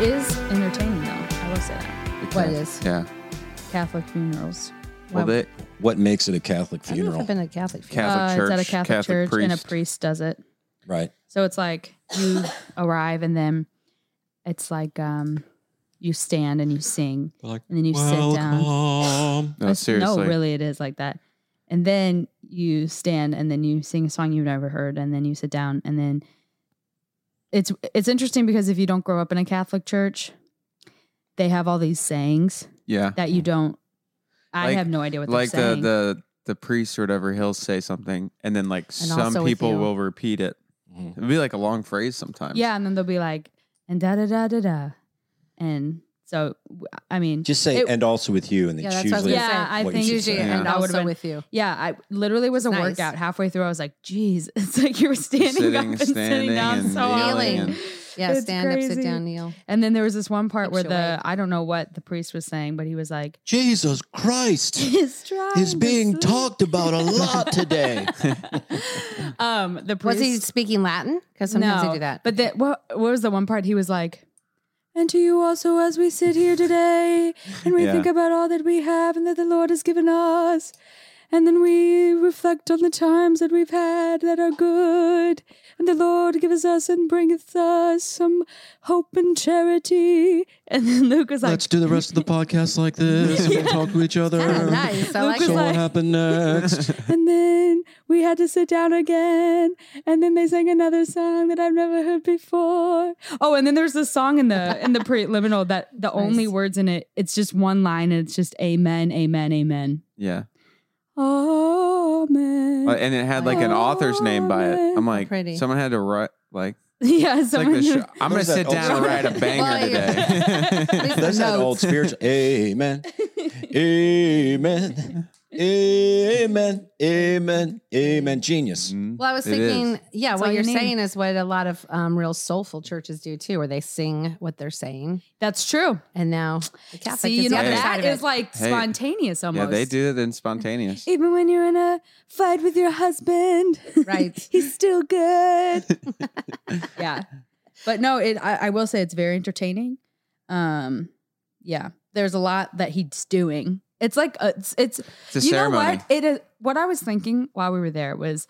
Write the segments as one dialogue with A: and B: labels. A: is entertaining though. I will say that.
B: What is?
C: Yeah.
A: Catholic funerals.
C: Well,
A: Wow.
C: they
D: What makes it a Catholic
B: I don't know if
D: funeral?
B: I've been to a Catholic funeral.
C: Catholic
A: uh,
C: church,
A: it's at a Catholic,
C: Catholic
A: church,
C: priest.
A: and a priest does it.
D: right.
A: So it's like you arrive, and then it's like um, you stand and you sing,
E: Like,
A: and then you sit down.
E: Welcome.
C: no
A: That's-
C: seriously.
A: No, really, it is like that. And then you stand, and then you sing a song you've never heard, and then you sit down, and then it's it's interesting because if you don't grow up in a Catholic church, they have all these sayings
C: Yeah.
A: that you don't. I
C: Like-
A: have no idea what
C: like
A: they're
C: the
A: saying.
C: the the priest or whatever, he'll say something, and then like some
B: also with
C: people
B: you.
C: will repeat it.
D: Mhm.
C: It'll be like a long phrase sometimes.
A: yeah, and then they'll be like, and da da da da da, and so I mean,
D: Just say,
A: It-
D: and also with you, and then
B: Yeah,
D: it's
B: that's what I was
D: usually
B: gonna
A: yeah,
B: say.
A: I
D: What
A: think
D: you
A: usually,
D: should say.
B: and
A: that would have
B: also
A: been
B: with you.
A: Yeah, I literally was
B: It's
A: a
B: nice.
A: workout. Halfway through, I was like, "Geez, it's like you were standing up
C: sitting,
A: and
C: standing,
A: sitting down
C: and
A: so
C: kneeling,
A: often."
B: Feeling.
C: and
B: Yeah,
A: It's
B: stand up, sit
A: crazy.
B: down, kneel.
A: And then there was this one part where the
B: Fluctuate.
A: I don't know what the priest was saying, but he was like,
D: Jesus Christ
A: "He's trying
D: is
A: to
D: being
A: sleep."
D: talked about a lot today.
A: um, the
B: Was
A: priest
B: he speaking Latin? Because sometimes
A: no,
B: they do that.
A: But the, what what was the one part? He was like, "And to you also, as we sit here today, and we
C: Yeah.
A: think about all that we have and that the Lord has given us." And then we reflect on the times that we've had that are good. And the Lord giveth us and bringeth us some hope and charity. And then Luke was like,
E: Let's do the rest of the podcast like this. and We'll talk to each other.
B: Kinda nice. I
A: Luke
B: like
A: was
E: So
B: that.
A: like-
E: what happened next?
A: And then we had to sit down again. And then they sang another song that I've never heard before. Oh, and then there's this song in the in the preliminal that the only words in it, it's just one line and it's just amen, amen, amen.
C: yeah.
A: Amen.
C: Uh, And it had like an author's name by it. I'm like,
B: Pretty.
C: someone had to write like.
A: yeah,
C: It's like
A: someone
C: the show. I'm gonna
D: Who's that
C: sit down and
D: old-
C: write a banger
B: Well, yeah.
C: today.
B: These are
D: That's that
B: notes.
D: old spiritual. Amen. Amen. Amen. Amen. Amen. Genius.
A: Mm-hmm.
C: Mhm.
B: Well, I was
C: It is.
B: thinking, yeah,
A: That's
B: what
A: all you
B: you're
A: need.
B: saying is what a lot of um, real soulful churches do too, where they sing what they're saying.
A: That's true.
B: And now the Catholic
A: See,
B: is
A: you
B: the
A: know,
B: other
C: Hey.
B: side
A: that
B: of
A: is
B: it.
A: like
C: Hey.
A: spontaneous almost.
C: Yeah, they do it in spontaneous.
A: Even when you're in a fight with your husband,
B: Right.
A: He's still good. yeah, but no, it. I, I will say it's very entertaining. Um, yeah, there's a lot that he's doing. It's like a, it's, it's
C: It's a
A: you know
C: ceremony.
A: what it is. What I was thinking while we were there was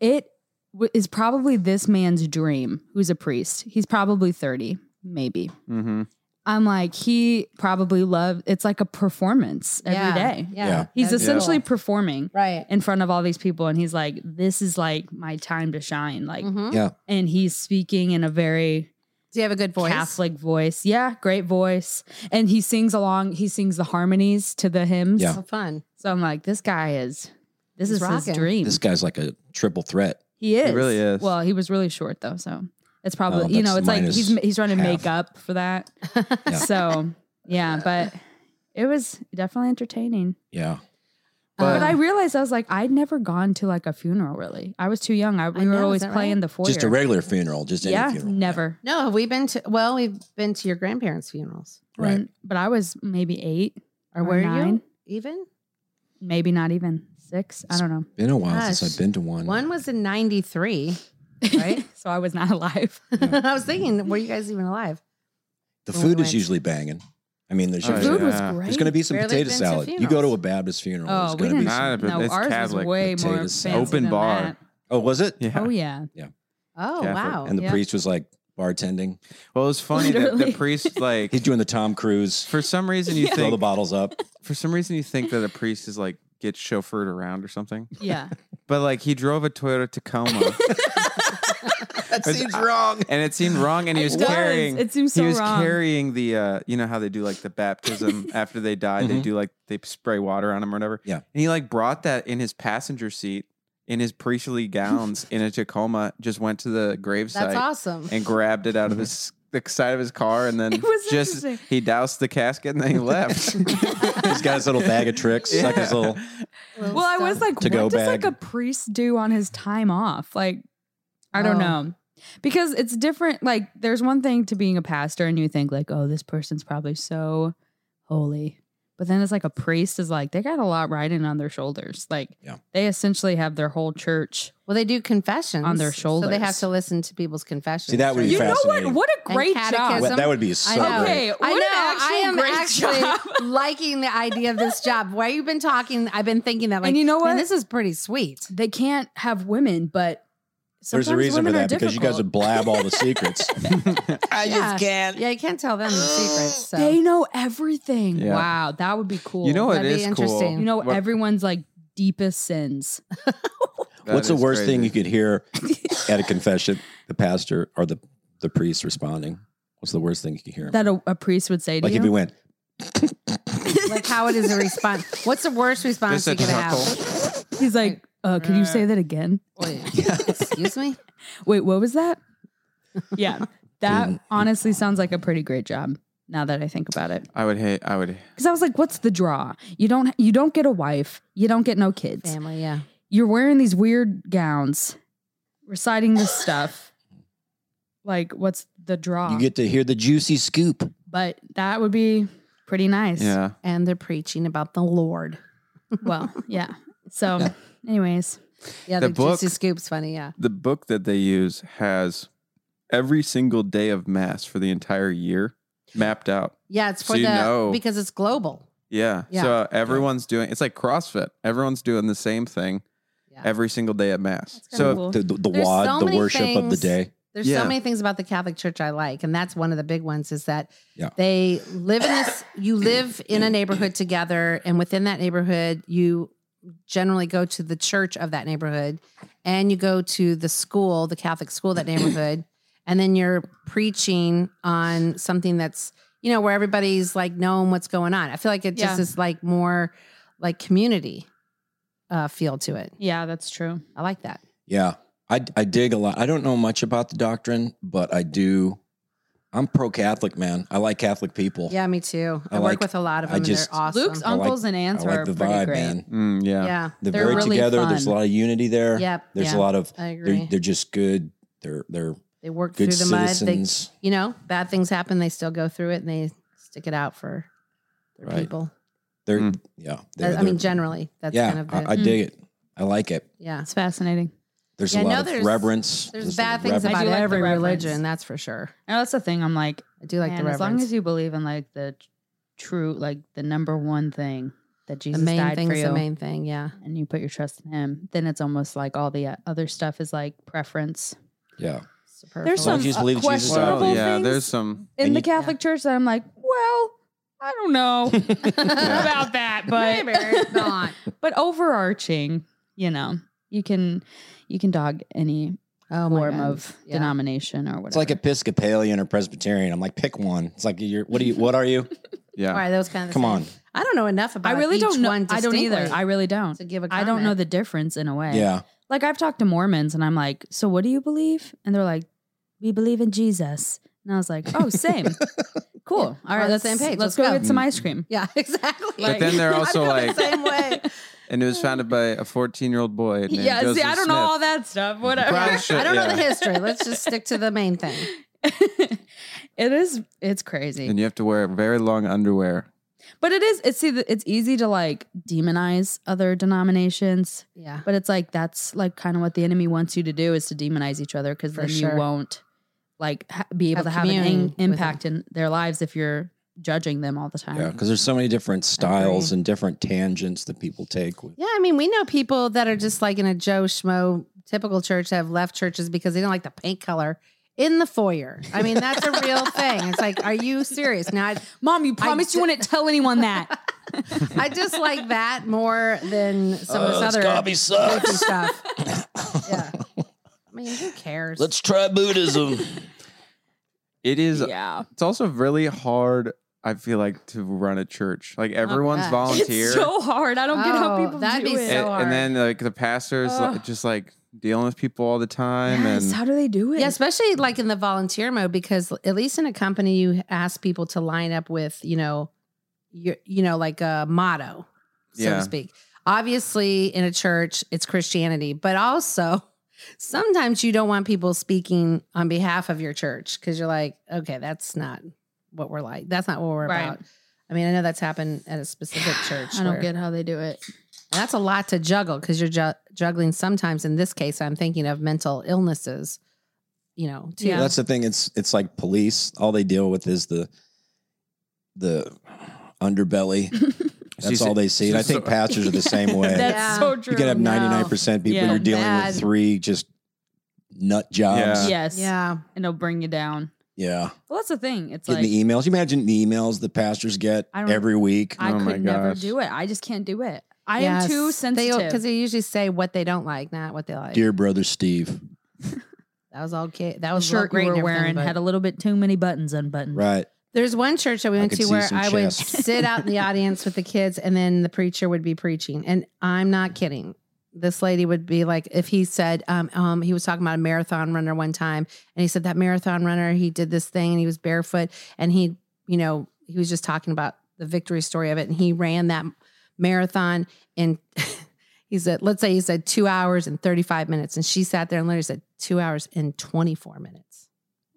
A: it w- is probably this man's dream. Who's a priest? He's probably thirty, maybe.
C: Mm-hmm.
A: I'm like he probably loved. It's like a performance every day.
B: Yeah.
D: Yeah.
A: He's
B: That'd be
A: essentially
B: cool.
A: performing
B: right.
A: in front of all these people and he's like this is like my time to shine like
B: Mhm.
A: and he's speaking in a very
B: Do you have a good voice?
A: catholic voice yeah great voice and he sings along he sings the harmonies to the hymns
D: Yeah.
B: So fun.
A: so i'm like this guy is this is
B: He's rocking.
A: his dream
D: This guy's like a triple threat.
A: he is
C: really is.
A: well he was really short though so it's probably
D: Oh,
A: you know it's
D: that's
A: like
D: minus
A: he's he's trying to make
D: half.
A: up for that
D: Yeah.
A: so yeah but it was definitely entertaining
D: Yeah.
A: but,
C: Uh-huh.
B: Um,
A: i realized i was like i'd never gone to like a funeral really i was too young I, we
B: I
A: were
B: know,
A: always
B: is that
A: playing
B: right?
A: the foyer
D: Just a regular funeral. Just any
A: yeah,
D: funeral.
A: never.
B: no, have we been to, well, we've been to your grandparents' funerals.
D: Right.
A: When- but I was maybe eight
B: Or
A: Or
B: were you?
A: nine.
B: Even?
A: maybe not even six. I don't know.
D: Been a while since
B: Gosh.
D: I've been to one.
B: One was in 93, right?
A: so I was not alive.
B: I was thinking, were you guys even alive?
D: The
B: when we
D: food is
B: went.
D: usually banging. I mean, there's
C: Oh,
D: usually,
A: Food was
C: yeah.
A: great.
D: there's going to be some
B: Barely been
D: potato
B: to
D: salad. You go to a
B: funerals.
D: Baptist funeral.
A: oh,
D: there's
A: we
D: going to
A: didn't.
D: be. Some,
C: Nah, but
A: no,
C: it's
A: ours was
C: Catholic.
A: way more
D: Potato
A: fancy
D: salad.
C: Open
A: than
C: bar.
A: that.
D: oh, was it?
C: Yeah.
A: Oh yeah.
B: Oh,
C: Catholic.
B: wow.
D: And the
A: Yeah.
D: priest was like bartending.
C: Well, it's funny that the
A: Literally.
C: priest like
D: He's doing the Tom Cruise.
C: for some reason you
D: Throw the
C: think
D: bottles up.
C: for some reason you think that a priest is like gets chauffeured around or something,
A: Yeah.
C: but like he drove a Toyota Tacoma
D: that
C: It's-
D: seems wrong.
C: and it seemed wrong, and he was
A: It does.
C: carrying.
A: It seems so
C: he was
A: wrong.
C: carrying the, uh, you know how they do like the baptism after they die, they
D: Mhm.
C: do like they spray water on them or whatever.
D: Yeah.
C: and he like brought that in his passenger seat in his priestly gowns in a Tacoma. Just went to the
B: That's
C: gravesite
B: awesome.
C: and grabbed it out of his the side of his car, and then
A: It was
C: just
A: interesting.
C: he doused the casket and then he left.
D: He's got his little bag of tricks. Like his
C: Yeah.
D: little.
B: Little
A: Well, I was
B: stuff.
A: like, what
D: To-go
A: does like
D: bag.
A: a priest do on his time off? Like, I don't
B: Oh.
A: know. Because it's different. Like, there's one thing to being a pastor, and you think, like, oh, this person's probably so holy. But then it's like a priest is like, they got a lot riding on their shoulders. Like
D: Yeah.
A: they essentially have their whole church.
B: Well, they do confessions
A: On their
B: so they have
A: shoulders.
B: to listen to people's confessions.
D: See, that would be
A: You know what?
D: fascinating.
A: What a
B: And
A: great
B: catechism.
A: job.
D: Well, that would be so
B: know.
D: great.
A: Okay, what
B: I
A: an
B: know.
A: actually
B: I am
A: great
B: actually
A: job.
B: liking the idea of this job. Why you've been talking? I've been thinking that. Like,
A: and you know what?
B: Man, this is pretty sweet.
A: they can't have women, but
D: There's a
A: sometimes
D: reason for
A: women
D: that
A: are
D: because you
A: difficult.
D: guys would blab all the secrets.
B: I just can't. Yeah, you can't tell them the secrets. So.
A: they know everything.
C: Yeah.
A: Wow, that would be cool.
C: You know what
B: That'd be
C: is
B: interesting.
C: cool?
A: You know
C: What-
A: everyone's like deepest sins.
C: That
D: What's the
C: is
D: worst thing
C: crazy.
D: you could hear at a confession? The pastor or the, the priest responding. What's the worst thing you could hear?
A: that a, a priest would say to
D: like
A: you.
D: if you went,
B: like how it is a response. What's the worst response
C: Just
B: you
C: a
B: could have?
C: chuckle.
A: He's like, uh, "Can you say that again?
B: Wait, excuse me.
A: Wait, what was that?" Yeah, that
D: Didn't-
A: honestly sounds like a pretty great job. Now that I think about it,
C: I would hate. I would.
A: because I was like, "What's the draw? You don't you don't get a wife. You don't get no kids.
B: Family, yeah.
A: You're wearing these weird gowns, reciting this stuff. Like, what's the draw?
D: you get to hear the juicy scoop.
A: but that would be pretty nice.
C: Yeah.
B: And they're preaching about the Lord.
A: Well, yeah. So, anyways,
B: Yeah, the,
C: The book-
B: juicy scoop's funny. Yeah,
C: The book that they use has every single day of mass for the entire year mapped out.
B: yeah. It's
C: So
B: for
C: you
B: the
C: know.
B: because it's global.
C: Yeah.
B: Yeah.
C: So uh, everyone's doing. It's like CrossFit. Everyone's doing the same thing
B: Yeah.
C: every single day at mass.
A: That's kinda
C: So
A: cool.
D: The, the, the
B: There's
D: wad,
B: so
D: the
B: many
D: worship of the
B: things.
D: day.
B: There's so
C: Yeah.
B: many things about the Catholic Church I like, and that's one of the big ones is that
D: Yeah.
B: they live in this. You live in a neighborhood together, and within that neighborhood, you generally go to the church of that neighborhood, and you go to the school, the Catholic school of that neighborhood, and then you're preaching on something that's you know where everybody's like knowing what's going on. I feel like it just
A: Yeah.
B: is like more like community uh, feel to it.
A: yeah, that's true.
B: I like that.
D: Yeah. I, I dig a lot. I don't know much about the doctrine, but I do. I'm pro Catholic, man. I like Catholic people.
B: Yeah, me too. I,
D: I
B: work
D: like-
B: with a lot of
D: I
B: them.
D: just-
B: and they're awesome.
A: Luke's
D: like-
A: uncles and
D: I
A: aunts are
D: like the
A: pretty
D: vibe,
A: great.
D: man.
C: mm, yeah.
B: yeah.
D: They're,
A: They're
D: very
A: really
D: together. There's a
A: fun.
D: lot of unity there.
B: Yep.
D: There's
B: yeah,
D: a lot of
B: I
D: they're,
B: agree.
D: they're just good. They're they're
B: they work through
D: good
B: the mud.
D: citizens.
B: They, you know, bad things happen. They still go through it and they stick it out for their
D: Right.
B: people.
D: They're
C: Mm.
D: yeah.
B: That-
D: They're,
B: I mean,
D: they're-
B: generally, that's
D: yeah.
B: kind of the,
D: I, I dig it. I like it.
B: yeah.
A: It's fascinating.
D: There's
B: Yeah, I
D: a
B: know
D: lot
B: there's-
D: of reverence.
B: There's
D: a
B: bad things
D: reverence.
A: I
B: about
A: do like the
B: every
A: reverence.
B: religion. That's for sure.
A: And that's the thing. I'm like,
B: I do like
A: man,
B: the
A: as long
B: reverence.
A: as you believe in like the t- true, like the number one thing that
B: the
A: Jesus
B: main
A: died for
B: thing's
A: you,
B: the main thing. Yeah.
A: and you put your trust in Him, then it's almost like all the uh, other stuff is like preference.
D: Yeah.
A: There's
D: As
A: some
D: long as you just
A: uh,
D: believe Jesus died.
A: questionable
C: Well, yeah.
A: things
C: There's some.
A: in
D: and
A: the
D: you-
A: Catholic Church that I'm like, well, I don't know about that, but
B: Maybe it's not.
A: but overarching, you know, you can you can dog any
B: Oh, my
A: form
B: God.
A: of
B: Yeah.
A: denomination or whatever.
D: It's like Episcopalian or Presbyterian. I'm like, pick one. It's like you're what are you what are you?
B: All
C: Yeah.
B: right, those kind of
D: Come on.
B: I don't know enough about
A: I really
B: each
A: don't know.
B: one
A: I don't either.
B: distinctly
A: I really don't.
B: to give a
A: I don't know
B: comment.
A: the difference in a way.
D: Yeah.
A: Like I've talked to Mormons and I'm like, so what do you believe? And they're like, we believe in Jesus. And I was like, oh, same. cool.
B: Yeah,
A: All
B: we're
A: right,
B: on the
A: let's,
B: same page.
A: Let's,
B: Let's
A: go
B: go.
A: get some
C: Mm.
A: ice cream.
B: Yeah, exactly.
C: But then they're
B: I
C: also
B: feel the
C: like-
B: same way.
C: And it was founded by a 14 year old boy. Named
A: yeah.
C: Joseph
A: see, I don't know
C: Smith.
A: all that stuff. Whatever.
C: Brown shit,
B: I don't know
C: yeah.
B: the history. Let's just stick to the main thing.
A: it is. It's crazy.
C: And you have to wear very long underwear.
A: But it is. It's see, it's easy to like demonize other denominations,
B: Yeah.
A: but it's like that's like kind of what the enemy wants you to do is to demonize each other because
B: For
A: then
B: sure.
A: you won't like ha- be able
B: Have
A: to have an
B: communion
A: in-
B: with
A: impact in their lives if you're judging them all the time.
D: Yeah. Because there's so many different styles and different tangents that people take with
B: Yeah, I mean, we know people that are just like in a Joe Schmo typical church that have left churches because they don't like the paint color in the foyer. I mean, that's a real thing. It's like, are you serious? Now, I,
A: Mom, you promised
B: promised you
A: you wouldn't tell anyone that.
B: I dislike that more than some of this
D: Oh, this
B: other
D: coffee
B: goofy
D: sucks.
B: stuff. Yeah. I mean, who cares?
D: Let's try Buddhism.
C: It is.
A: yeah,
C: It's also really hard. I feel like to run a church. Like everyone's
B: God.
C: volunteer.
A: it's so hard. I don't get how
B: Oh,
A: people
B: that'd
A: do
B: be
A: it.
B: so
C: and, and then like the pastors
A: Ugh.
C: like, just like dealing with people all the time
A: Yes,
C: and
A: how do they do it?
B: Yeah, especially like in the volunteer mode, because at least in a company, you ask people to line up with, you know, your, you know, like a motto, so
C: Yeah.
B: to speak. Obviously, in a church, it's Christianity, but also sometimes you don't want people speaking on behalf of your church because you're like, okay, that's not what we're like. That's not what we're
A: Right.
B: about. I mean, I know that's happened at a specific church.
A: I don't
B: where-
A: get how they do it.
B: and that's a lot to juggle because you're ju- juggling sometimes. In this case, I'm thinking of mental illnesses. You know, too.
A: Yeah.
D: That's the thing. It's it's like police. All they deal with is the the underbelly. That's
C: She's-
D: all they see. And I think
C: so-
D: pastors are the same way.
A: That's
B: Yeah.
A: so true.
D: you could have
A: No.
D: ninety nine percent people
A: Yeah.
D: you're dealing
B: Bad.
D: with three just nut jobs.
C: Yeah.
A: Yes.
B: Yeah.
A: And it'll bring you down.
D: Yeah.
A: Well, that's the thing. It's
D: Getting
A: like
C: e
D: the emails. You imagine the emails the pastors get
A: I don't-
D: every week.
A: I
C: Oh my
A: could never
C: gosh.
A: do it. I just can't do it. I
B: Yes.
A: am too
B: They because
A: sensitive.
B: they usually say what they don't like, not what they like.
D: Dear brother Steve.
B: That was all. Ca- that
A: the
B: was
A: shirt
B: great
A: you
B: and
A: were
B: everything,
A: wearing
B: but-
A: had a little bit too many buttons unbuttoned.
D: Right.
B: There's one church that we went
D: could
B: to
D: see
B: where
D: some
B: I would
D: chest.
B: sit out in the audience with the kids, and then the preacher would be preaching. And I'm not kidding. This lady would be like, if he said, um, um, he was talking about a marathon runner one time, and he said that marathon runner, he did this thing, and he was barefoot, and he, you know, he was just talking about the victory story of it, and he ran that marathon in. He said, let's say he said two hours and 35 minutes. And she sat there and literally said two hours and 24 minutes.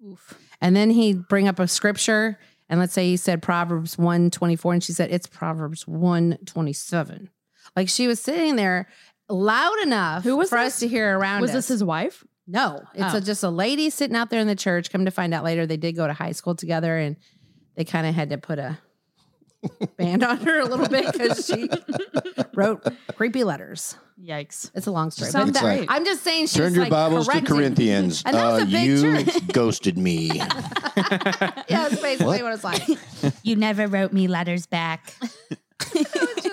A: Oof.
B: And then he'd bring up a scripture, and let's say he said Proverbs 124, and she said, It's Proverbs 127. Like she was sitting there loud enough
A: Who was
B: for
A: this?
B: us to hear around.
A: Was this
B: us.
A: his wife?
B: No, it's
A: Oh.
B: a, just a lady sitting out there in the church. Come to find out later, they did go to high school together, and they kind of had to put a band on her a little bit because she wrote creepy letters.
A: Yikes.
B: It's a long story.
A: Sounds
B: But that-
D: great.
B: I'm just saying, she's
D: Turn your
B: like
D: Bibles to
B: correcting-
D: Corinthians.
B: And that was
D: Uh,
B: a big
D: you
B: church.
D: ghosted me.
B: Yeah, that's basically
D: What?
B: what it's like.
A: You never wrote me letters back.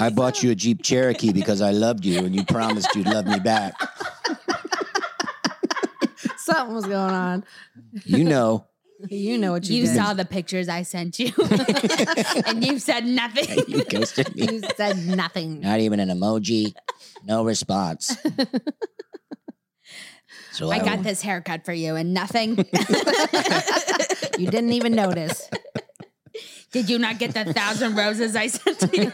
D: I bought you a Jeep Cherokee because I loved you and you promised you'd love me back.
B: Something was going on.
D: You know,
B: You know what you,
A: You
B: did.
A: saw the pictures I sent you, and you said nothing.
D: you ghosted me.
B: You said nothing.
D: Not even an emoji, no response. So
A: I got this haircut for you, and nothing.
B: You didn't even notice.
A: Did you not get the thousand roses I sent to you?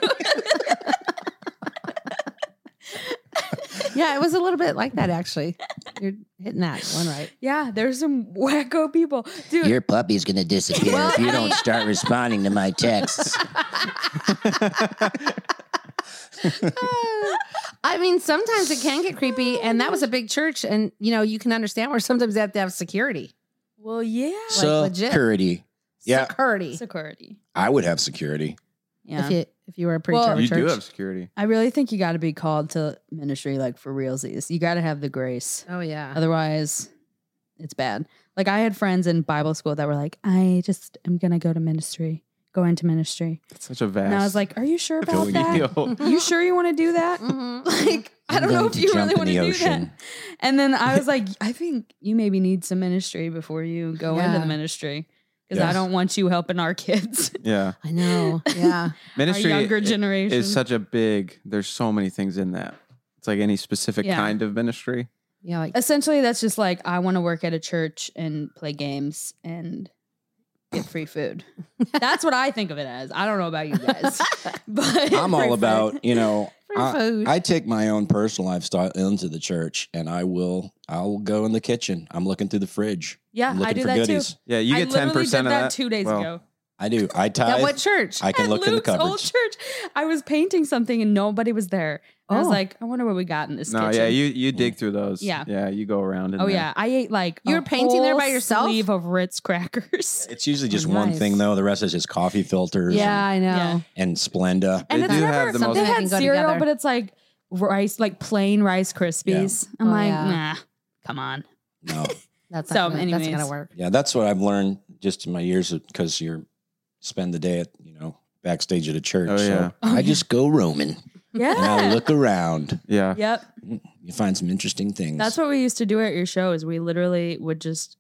B: Yeah, it was a little bit like that actually. You're hitting that one right.
A: Yeah, there's some wacko people, dude.
D: Your puppy's gonna disappear
B: Well,
D: if you
B: I
D: don't
B: mean-
D: start responding to my texts.
B: I mean, sometimes it can get creepy, and that was a big church, and you know you can understand where sometimes they have to have security.
A: well, yeah,
B: legit.
D: security. Yeah.
B: security.
A: security.
D: I would have security.
B: If you if you were a preacher,
A: Well-
B: of a
C: You do
B: church.
C: have security.
A: I really think you got to be called to ministry, like for realsies. You got to have the grace,
B: Oh yeah.
A: otherwise, it's bad. Like I had friends in Bible school that were like, "I just am gonna go to ministry, go into ministry,"
C: It's such a vast.
A: and I was like, "Are you sure about
D: Going
A: that?
C: field.
B: Mm-hmm.
A: You sure you want to do that?"
B: Mhm.
A: like I
D: I'm
A: don't know
D: going
A: if
D: to
A: you
D: jump
A: really
D: in
A: want to
D: the
A: do that.
D: ocean.
A: And then I was like, I think you maybe need some ministry before you go into
B: Yeah.
A: the ministry because I
D: Yes.
A: don't want you helping our kids,
C: yeah,
B: I know. Yeah.
C: ministry
A: our younger
C: i-
A: generation.
C: is such a big. There's so many things in that. It's like any specific
A: Yeah.
C: kind of ministry.
B: Yeah. Like
A: Essentially, that's just like I want to work at a church and play games and get free food. That's what I think of it as. I don't know about you guys, but
D: I'm all about, you know,
B: free
D: I,
B: food.
D: Uh, I take my own personal lifestyle into the church and I will I'll go in the kitchen. I'm looking through the fridge.
A: yeah.
D: I'm
A: I
D: looking
A: do
D: for
A: that
D: goodies.
A: too.
C: Yeah, you
A: I
C: get ten
A: literally did
C: percent of
A: that
C: that.
A: two days
C: Well,
A: ago.
D: I do. I
B: at
D: tithe.
B: what church?
D: I can
A: at
D: look in the
A: Luke's old
D: cupboards.
A: church. I was painting something and nobody was there. And I was
B: Oh.
A: like, I wonder what we got in this
C: No,
A: kitchen.
C: yeah, you you dig through those.
A: Yeah.
C: yeah, you go around. in
A: oh
C: there.
A: yeah, I ate like
B: You
A: a
B: were painting there by
A: whole
B: yourself?
A: Sleeve of Ritz crackers.
D: It's usually
B: Oh,
D: just one
B: nice.
D: thing though. The rest is just coffee filters
B: yeah, I know.
A: Yeah.
D: and, and Splenda.
C: They do have the most-
A: they
B: Something that
A: had
B: can go
A: cereal,
B: together.
A: but it's like rice, like plain Rice Krispies. I'm
B: Oh,
A: like,
B: yeah.
A: nah, come on.
D: No.
B: That's
A: So,
B: not gonna, that's not
A: anyways.
B: gonna work.
D: Yeah, that's what I've learned just in my years because you're spend the day at, you know, backstage at a church.
C: Oh, yeah.
D: So I just go roaming
A: Yeah.
D: and I look around.
C: yeah.
A: Yep.
D: You find some interesting things.
A: That's what we used to do at your show is we literally would just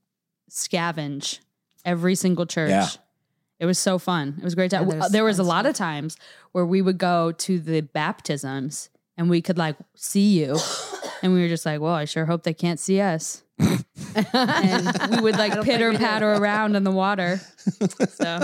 A: scavenge every single church.
D: Yeah.
A: It was so fun. It was a great
B: Yeah,
A: time.
B: there's
A: there was a
B: fun
A: lot of times where we would go to the baptisms and we could like see you. And we were just like, well, I sure hope they can't see us. And we would
B: I
A: like
B: don't think
A: pitter
B: we did.
A: patter around in the water. So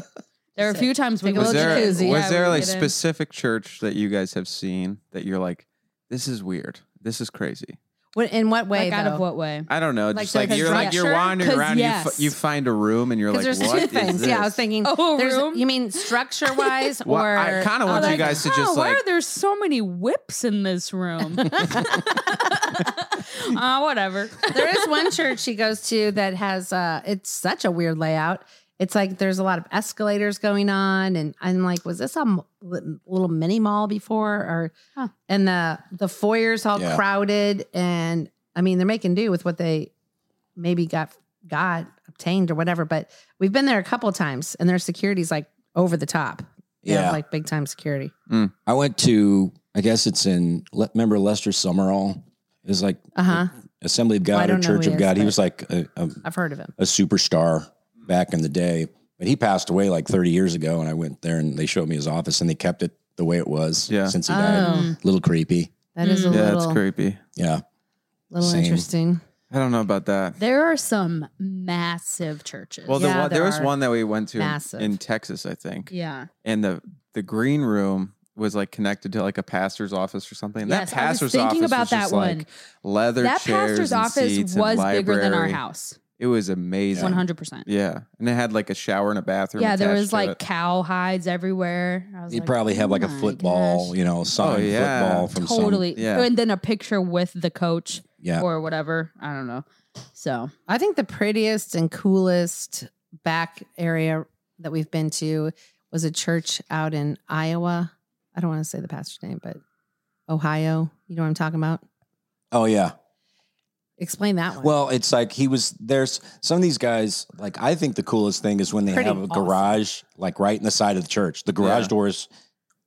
A: there were a few times we
B: Take a
A: would
C: Was
B: little
C: there
A: get-
B: jacuzzi.
C: was
B: Yeah,
A: we
C: there
A: would
C: like
A: get in.
C: specific church that you guys have seen that you're like, this is weird, this is crazy?
B: What, in what way?
A: like out of
B: though?
A: what way?
C: I don't know.
B: Like
C: just
B: the
C: like you're like you're
B: structure?
C: wandering
A: 'Cause
C: around. You,
A: yes.
C: f- you find a room and you're like,
B: Because
C: what
B: there's two
C: is
B: things.
C: This?
B: Yeah, I was thinking.
A: Oh,
B: there's,
A: room?
B: You mean structure wise,
C: Well,
B: or
C: I kind of want
B: like,
C: you guys to
A: oh,
C: just
A: why
C: like.
A: are there so many whips in this room? uh, whatever.
B: there is one church she goes to that has uh it's such a weird layout it's like there's a lot of escalators going on and i'm like was this a m- little mini mall before or
A: Huh.
B: and the the foyers all
D: Yeah.
B: crowded and i mean they're making do with what they maybe got got obtained or whatever but we've been there a couple times and their security's like over the top They have,
D: Yeah.
B: like big time security
D: I went to, I guess it's in, le- remember Lester Summerall? It was like
B: uh-huh
D: Assembly of
B: Well, I
D: God
B: don't
D: or
B: know who
D: Church
B: he
D: of
B: is,
D: God. He
B: but-
D: was like a, a,
B: i've heard of him
D: a superstar back in the day, but he passed away like 30 years ago. And I went there and they showed me his office and they kept it the way it was
C: Yeah.
D: since he died.
B: oh
D: little creepy.
B: that is a
A: Mm.
C: yeah,
B: little
C: it's creepy.
D: Yeah.
B: little
D: Same.
B: interesting
C: I don't know about that.
A: There are some massive churches.
C: Well,
B: Yeah,
C: the one, there,
B: there
C: was
B: are
C: one that we went to in,
B: massive.
C: in Texas, I think,
A: yeah.
C: and the the green room was like connected to like a pastor's office or something. And
A: Yes,
C: that
A: I was
C: pastor's
A: thinking
C: office
A: about
C: was just
A: that one.
C: like leather
A: That
C: chairs
A: pastor's
C: and
A: office
C: seats
A: was
C: and
A: bigger than our
C: library.
A: house.
C: It was amazing.
A: One hundred percent.
C: Yeah, and it had like a shower and a bathroom.
A: Yeah, there
C: attached
A: was
C: to
A: like
C: it.
A: cow hides everywhere. I was
D: He'd
A: like,
D: probably have
A: "Oh
D: like a
A: my
D: football,
A: gosh."
D: you know, signed
C: Oh, yeah.
D: football from some-
A: Totally.
C: yeah.
A: And then a picture with the coach
D: yeah.
A: or whatever. I don't know. So
B: I think the prettiest and coolest back area that we've been to was a church out in Iowa. I don't want to say the pastor's name, but Ohio. You know what I'm talking about?
D: Oh, yeah.
B: Explain that one.
D: Well, it's like he was there's some of these guys like I think the coolest thing is when they
B: Pretty
D: have a
B: awesome.
D: garage like right in the side of the church. The garage
C: Yeah.
D: door is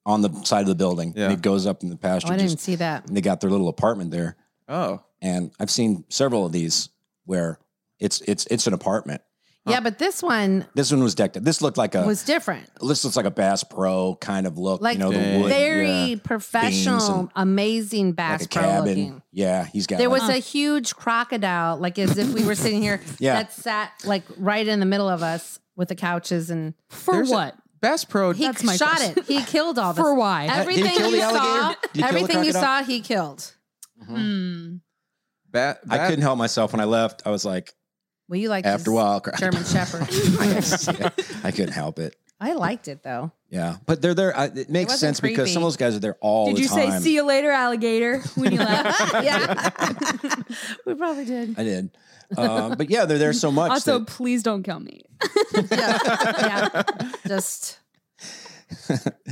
D: on the side of the building
C: Yeah.
D: and it goes up in the
B: Oh,
D: pasture.
B: I
D: just-
B: didn't see that.
D: and they got their little apartment there.
C: oh,
D: And I've seen several of these where it's it's it's an apartment.
B: Yeah, but this one
D: This one was decked. out. This looked like a
B: was different.
D: this looks like a Bass Pro kind of look.
B: Like
D: you know the
C: Dang.
D: wood,
B: Very
C: yeah.
B: professional,
D: and-
B: amazing bass
D: like a
B: pro
D: cabin.
B: looking.
D: Yeah, he's got.
B: There
D: like-
B: was a huge crocodile, like as if we were sitting here
D: Yeah.
B: that sat like right in the middle of us with the couches and
A: for
C: There's a-
A: what?
C: Best
D: Oh,
C: Pro.
B: he
A: That's my
B: shot
A: question.
B: it. He killed all of us.
A: for why?
D: Uh, did he
B: Everything
D: kill the
B: you saw,
D: alligator? Did he kill the
B: everything you
D: crocodile?
B: saw, he killed. Mm-hmm.
D: Mhm.
A: Hmm.
C: Ba-
D: I
C: Ba-
D: couldn't help myself when I left. I was like,
B: Well, you liked
D: after a
B: his-
D: while,
B: German Shepherd.
D: I, I couldn't help it.
B: I liked it though.
D: Yeah, but they're there. I, it makes
B: wasn't
D: sense because some
B: creepy.
D: of those guys are there all
A: Did
D: the
A: you
D: time.
A: say "see you later, alligator"? When you left?
B: yeah, we probably did.
D: I did, uh, but yeah, they're there so much.
A: also,
D: that-
A: please don't kill me.
B: Yeah. yeah, just.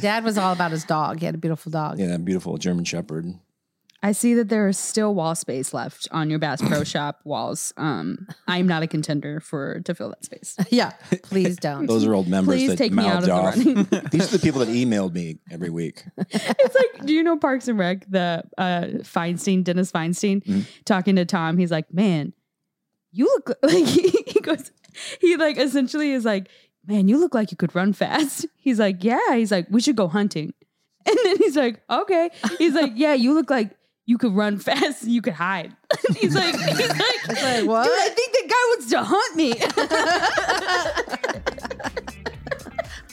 B: Dad was all about his dog. He had a beautiful dog.
D: yeah, that beautiful German Shepherd.
A: I see that there is still wall space left on your Bass Pro Shop walls. Um, I'm not a contender for to fill that space.
B: Yeah, please don't.
D: Those are old members
A: Please
D: that
A: take me out of
D: mouthed
A: the
D: off.
A: running.
D: These are the people that emailed me every week.
A: it's like, do you know Parks and Rec? The uh, Feinstein, Dennis Feinstein,
D: Mhm.
A: talking to Tom. He's like, "Man, you look like he, he goes. He like essentially is like, man, you look like you could run fast. He's like, yeah. He's like, we should go hunting. And then he's like, okay. He's like, yeah, you look like you could run fast and you could hide. he's like, he's like,
B: like, what?
A: Dude, I think that guy wants to hunt me.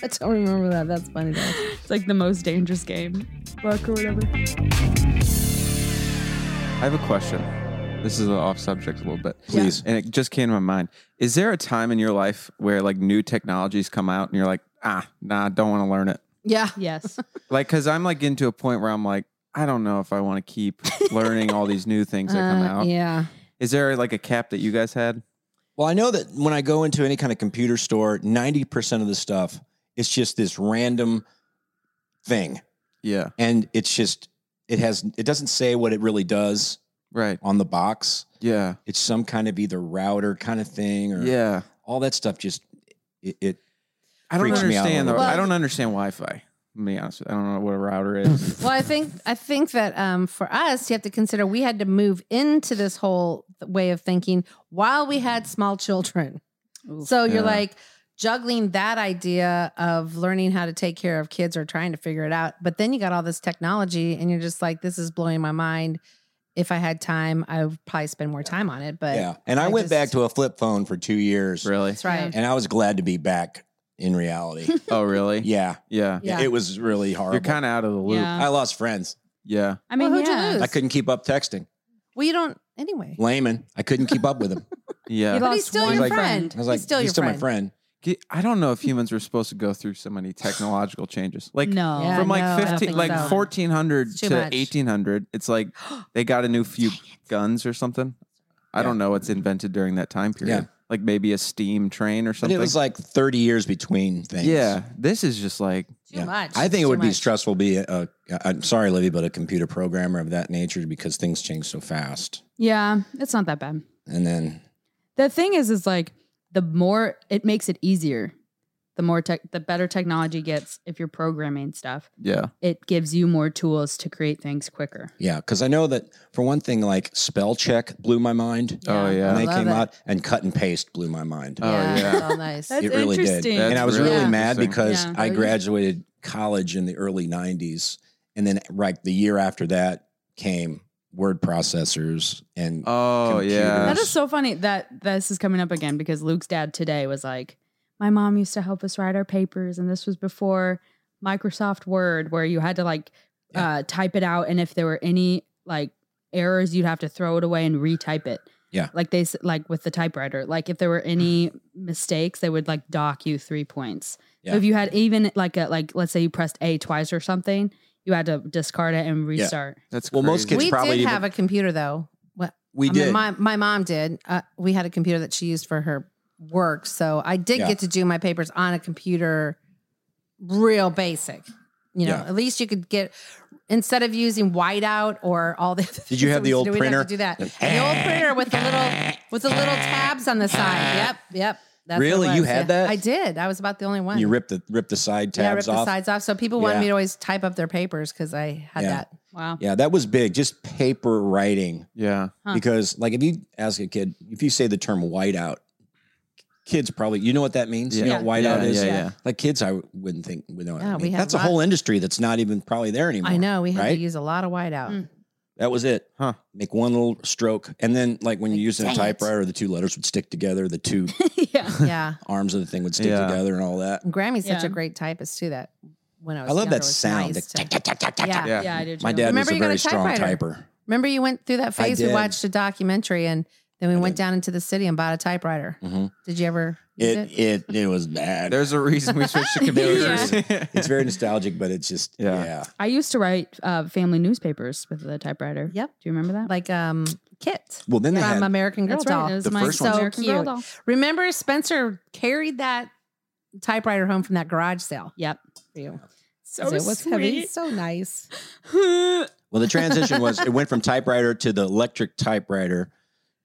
B: I don't remember that. That's funny though.
A: it's like the most dangerous game, luck or whatever.
C: I have a question. This is off subject a little bit.
D: Please.
C: And it just came to my mind. Is there a time in your life where like new technologies come out and you're like, ah, nah, don't want to learn it?
B: Yeah,
A: Yes.
C: Like, cause I'm like into a point where I'm like, I don't know if I want to keep learning all these new things that come
B: Uh,
C: out.
B: yeah.
C: Is there like a cap that you guys had?
D: Well, I know that when I go into any kind of computer store, ninety percent of the stuff is just this random thing,
C: Yeah.
D: and it's just it has it doesn't say what it really does
C: Right.
D: on the box.
C: Yeah.
D: It's some kind of either router kind of thing, or
C: Yeah.
D: all that stuff. Just it, it
C: I don't
D: Freaks me out a
C: understand.
D: little
C: though.
B: bit.
C: I don't understand Wi-Fi. To be honest, with you. I don't know what a router is.
B: Well, I think I think that um, for us, you have to consider we had to move into this whole way of thinking while we had small children.
A: Oof.
B: So you're
C: Yeah.
B: like juggling that idea of learning how to take care of kids or trying to figure it out, but then you got all this technology, and you're just like, this is blowing my mind. If I had time, I would probably spend more time on it. But
D: yeah. And I,
B: I
D: went
B: just-
D: back to a flip phone for two years,
C: really?
B: that's right.
D: and I was glad to be back in reality.
C: Oh, really?
D: yeah,
C: Yeah.
B: Yeah.
D: it was really horrible.
C: You're kind of out of the loop.
A: Yeah.
D: I lost friends.
C: Yeah.
A: I mean,
B: Well, who'd you
A: yeah.
B: lose?
D: I couldn't keep up texting.
B: Well, you don't anyway.
D: Layman. I couldn't keep up with him.
C: Yeah.
A: You
B: But
A: lost
B: he's still
A: one.
B: your
D: Like-
B: friend.
D: I was like,
B: he's still your friend.
D: my friend.
C: G- I don't know if humans were supposed to go through so many technological changes. Like
A: no.
B: Yeah.
C: from
B: no, I
C: like
B: don't
C: fifteen,
B: think
C: like
B: so.
C: fourteen hundred
B: It's too
C: to
B: much.
C: eighteen hundred. It's like they got a new few guns or something. I don't know what's invented during that time period.
D: Yeah.
C: Like maybe a steam train or
D: But
C: something.
D: it was like 30 years between things.
C: yeah, this is just like
B: Too much.
D: I think
B: Too
D: it would be
B: much.
D: stressful to be a, a, I'm sorry, Livy, but a computer programmer of that nature because things change so fast.
A: Yeah, it's not that bad.
D: And then
A: The thing is, is like the more it makes it easier, the more tech, the better technology gets. If you're programming stuff,
C: yeah,
A: it gives you more tools to create things quicker.
D: Yeah, because I know that for one thing, like spell check blew my mind
C: oh
B: Yeah.
C: yeah,
D: when they
B: love
D: came
B: it.
D: out, and cut and paste blew my mind.
C: Oh, yeah.
B: it's all nice.
A: That's
D: It really did.
A: interesting.
C: That's
D: and I was
C: really
D: really
B: Yeah.
D: mad
C: interesting.
D: because
A: Yeah.
D: I graduated college in the early '90s, and then right the year after that came word processors, and
C: oh yeah.
A: That is so funny that this is coming up again because Luke's dad today was like, My mom used to help us write our papers, and this was before Microsoft Word, where you had to like
D: Yeah.
A: uh, type it out, and if there were any like errors, you'd have to throw it away and retype it.
D: Yeah. Mm-hmm.
A: like they s- like with the typewriter, like if there were any mistakes, they would like dock you three points.
D: Yeah.
A: So if you had even like a like let's say you pressed A twice or something, you had to discard it and restart.
C: That's
D: Well,
C: crazy.
D: most kids
B: we
D: probably
B: did
D: even-
B: have a computer though. What
D: we
B: I mean,
D: did.
B: my my mom did. Uh, we had a computer that she used for her work, so I did
D: Yeah.
B: get to do my papers on a computer. Real basic, you know.
D: Yeah.
B: At least you could get instead of using whiteout or all the.
D: Did you
B: things
D: have
B: that we
D: the
B: used
D: old
B: to do, we'd have
D: printer?
B: to do that. And the old printer with the little with the little tabs on the side. Yep, yep. That's what it
D: Really? You
B: was.
D: had
B: Yeah.
D: that?
B: I did. I was about the only one.
D: you ripped the ripped the side
B: yeah, I
D: tabs
B: ripped the
D: off.
B: sides off. So people wanted
D: Yeah.
B: me to always type up their papers because I had
D: Yeah.
B: that.
A: Wow.
D: Yeah, that was big. Just paper writing
C: yeah.
A: Huh.
D: because, like, if you ask a kid, if you say the term whiteout, kids probably you know what that means. You know
C: Yeah.
D: what
C: yeah,
D: whiteout is.
C: yeah, yeah.
D: Like kids, I wouldn't think would know. what I
B: Yeah, we
D: mean.
B: had
D: That's a
B: lot-
D: whole industry that's not even probably there anymore.
B: I know we had
D: right?
B: to use a lot of whiteout.
A: Mm.
D: That was it.
C: Huh.
D: Make one little stroke, and then like when you're using a
B: dang it.
D: typewriter, the two letters would stick together. The two
A: yeah.
B: Yeah,
D: arms of the thing would stick
C: Yeah.
D: together, and all that.
B: and Grammy's such
A: Yeah.
B: a great typist too. That when I was
D: I love
B: younger,
D: that
B: was
D: sound.
B: nice
D: that
B: to- yeah.
C: Yeah.
A: Yeah, I did.
D: My
A: too.
D: dad
B: Remember
D: was
B: you
D: a
B: got
D: very
B: a
D: strong
B: typewriter.
D: typer.
B: Remember you went through that phase? We
D: did.
B: watched a documentary and then we
D: I
B: went
D: did.
B: down into the city and bought a typewriter.
D: Mhm.
B: Did you ever? Use
D: It,
B: it?
D: it it was bad.
C: There's a reason we switched to computers.
D: it's very nostalgic, but it's just
C: Yeah.
D: yeah.
A: I used to write uh, family newspapers with the typewriter.
B: Yep.
A: Do you remember that?
B: Like um, Kit
D: Well, then they
B: from
D: had
B: American Girl
A: That's
B: Doll.
A: right. It was
D: The
A: my
D: first
B: one's-
A: American
B: So
A: Girl
B: cute.
A: doll.
B: Remember Spencer carried that typewriter home from that garage sale
A: Yep.
B: for you.
A: So
B: it was heavy, so nice.
D: well, the transition was it went from typewriter to the electric typewriter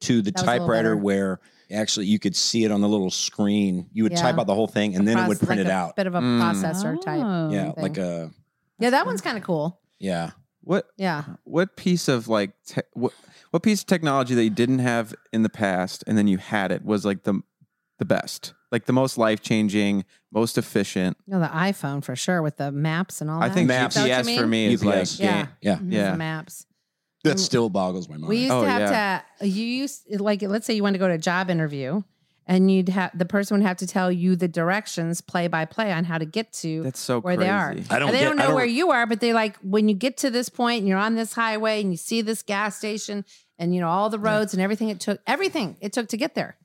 D: to the
B: That was a little
D: typewriter
B: better.
D: where actually you could see it on the little screen. You would
B: Yeah.
D: type out the whole thing, and then it would
B: Process-
D: print
B: like
D: it
B: a
D: out.
B: Bit of a
C: Mm.
B: processor
A: Ah.
B: type.
A: Oh.
D: yeah,
B: thing.
D: like a
B: Yeah, that one's kind of cool.
D: yeah.
C: what
B: Yeah,
C: what piece of like te- what what piece of technology that you didn't have in the past and then you had it was like the the best like the most life changing most efficient
B: you know the iPhone for sure with the maps and all.
C: i
B: that.
C: think
B: Is
D: Maps.
B: that what you
C: gps for
B: mean?
C: me is like
D: UPS.
B: Yeah.
C: game-
D: Yeah,
B: Mhm,
C: yeah.
B: the maps.
D: that still boggles my mind.
B: We used
C: Oh,
B: to have to. You used like let's say you want to go to a job interview, and you'd have the person would have to tell you the directions play by play on how to get to
C: that's so
B: where
C: crazy
B: they are.
D: I don't
B: And they
D: get-
B: don't
D: I
B: know
D: don't-
B: where you are, but they like when you get to this point and you're on this highway and you see this gas station and you know all the roads and everything it took everything it took to get there.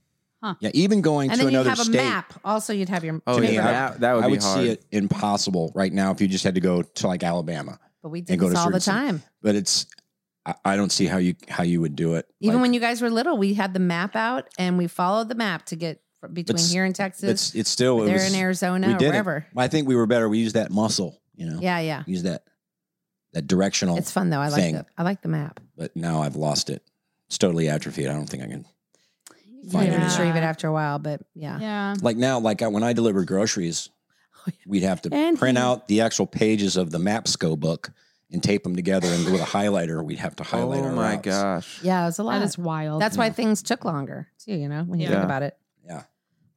D: yeah, even going
B: And
D: to
B: then you'd
D: another
B: have a
D: state.
B: map. Also, you'd have your
C: oh
B: paper.
D: me,
C: yeah
D: I-
C: that, that would
D: I
C: be
D: would
C: hard
D: see it impossible right now if you just had to go to like Alabama.
B: But we
D: and
B: did
D: go
B: this
D: to
B: all the
D: certain-
B: time.
D: But it's I, I don't see how you how you would do it.
B: Even
D: Like,
B: when you guys were little, we had the map out and we followed the map to get fr- between
D: s-
B: here and Texas.
D: it's it's still
B: They're
D: it was,
B: in Arizona
D: we
B: or
D: did it.
B: wherever.
D: I think we were better. We used that muscle, you know.
B: Yeah, yeah.
D: Use that that directional.
B: It's fun though. I like
D: thing.
B: the I like the map.
D: But now I've lost it. It's totally atrophied. I don't think I can.
B: You
D: Find
B: can
D: it.
B: retrieve it after a while, but yeah.
A: Yeah.
D: Like now, like I, when I delivered groceries, we'd have to
A: Oh, And
D: print
A: he-
D: out the actual pages of the MapSco book and tape them together. And with a highlighter, we'd have to highlight
C: oh
D: our
C: my
D: routes.
C: gosh
B: Yeah, it was a lot.
A: That is wild.
B: That's why things took longer too, you know, when you think
C: Yeah.
B: about it.
D: Yeah.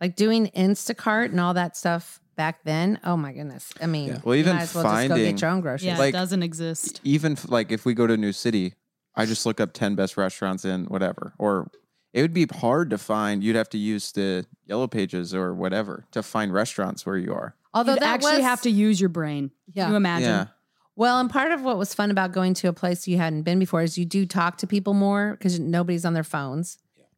B: Like doing Instacart and all that stuff back then. Oh my goodness. I mean,
D: Yeah.
C: Well,
B: you
C: even
B: might as well just go
C: finding-
B: get your own groceries.
A: yeah,
C: like-
A: it doesn't exist.
C: even f- like if we go to a new city i just look up 10 best restaurants in whatever or it would be hard to find you'd have to use the yellow pages or whatever to find restaurants where you are
B: Although
A: You'd
B: that
A: actually
B: was,
A: have to use your brain. Can
B: yeah.
A: you imagine?
C: yeah
B: Well, and part of what was fun about going to a place you hadn't been before is you do talk to people more because nobody's on their phones.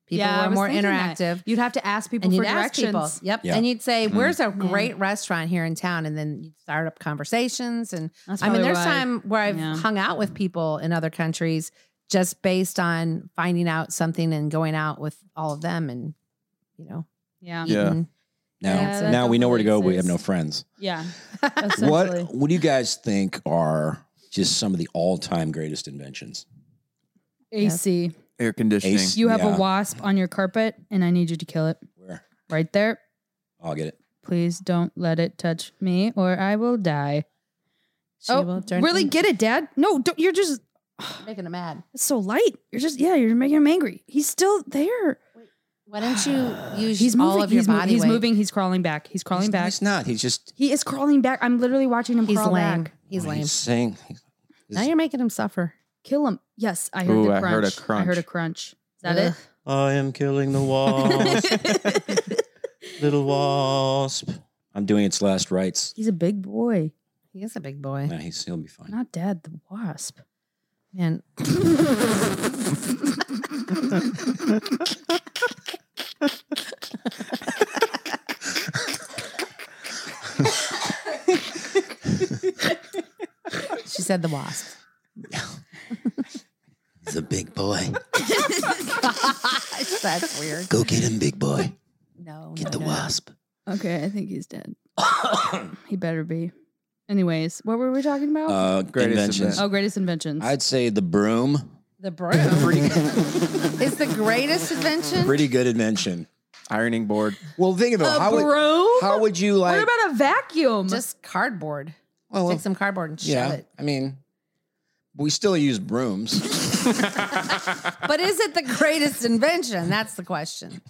B: People
A: Yeah, I
B: were
A: was
B: more
A: thinking that.
B: interactive.
A: You'd have to ask people
B: And
A: for
B: you'd ask
A: directions.
B: people. Yep.
D: Yeah.
B: And you'd say,
C: Mm.
B: Where's a
A: Yeah.
B: great restaurant here in town? And then you'd start up conversations. And
A: That's
B: I mean,
A: probably
B: there's
A: why.
B: time where I've
A: Yeah.
B: hung out with people in other countries just based on finding out something and going out with all of them and, you know,
A: Yeah.
C: Yeah.
B: eating.
D: Now,
A: Yeah, that
D: now we know where to go.
A: totally
D: We have
A: makes
D: no friends.
A: Yeah.
D: What
A: Essentially.
D: What do you guys think are just some of the all time greatest inventions?
A: AC.
C: Air conditioning.
D: Ace.
A: You have
D: Yeah.
A: a wasp on your carpet, and I need you to kill it
D: Where
A: right there.
D: I'll get it.
A: Please don't let it touch me, or I will die.
B: She
A: oh,
B: will turn
A: really?
B: in-
A: Get it, Dad? No, don't, you're just
B: making them mad.
A: it's so light. You're just yeah. You're making him angry. He's still there.
B: Why don't you use
A: He's
B: all
A: moving.
B: of your
A: he's, mo-
B: body
A: he's
B: weight?
A: moving. He's crawling back. He's crawling
D: he's,
A: back.
D: He's not. He's just.
A: He is crawling back. I'm literally watching him
B: He's
A: crawl
B: lame.
A: back.
B: He's lame.
D: He's saying.
B: Now you're making him suffer.
A: Kill him. Yes, I heard
C: Ooh,
A: the
C: I
A: crunch.
C: heard a
A: I heard a
C: crunch.
A: crunch. Is that
B: Ugh.
F: I am killing the wasp,
A: it?
F: little wasp.
D: I'm doing its last rites.
A: he's a big boy.
B: He is a big boy.
D: No, he's he'll be fine.
A: Not Dad. The wasp.
B: Man. she said the wasp.
D: He's a big boy.
B: Gosh, that's weird.
D: Go get him, big boy.
B: No.
D: Get
B: no,
D: the
B: no.
D: wasp.
A: Okay, I think he's dead. he better be. Anyways, what were we talking about?
D: Uh,
C: Greatest
D: inventions.
C: invention.
A: oh, greatest inventions.
D: I'd say the broom.
B: The broom
D: Pretty,
B: is the greatest invention.
D: pretty good invention.
C: Ironing board.
D: Well, think about
A: a
D: how would,
A: broom?
D: how would you like? oh,
A: what about a vacuum?
B: Just cardboard.
D: well,
B: Take some cardboard and shove
D: yeah.
B: it.
D: I mean, we still use brooms.
B: But is it the greatest invention? That's the question.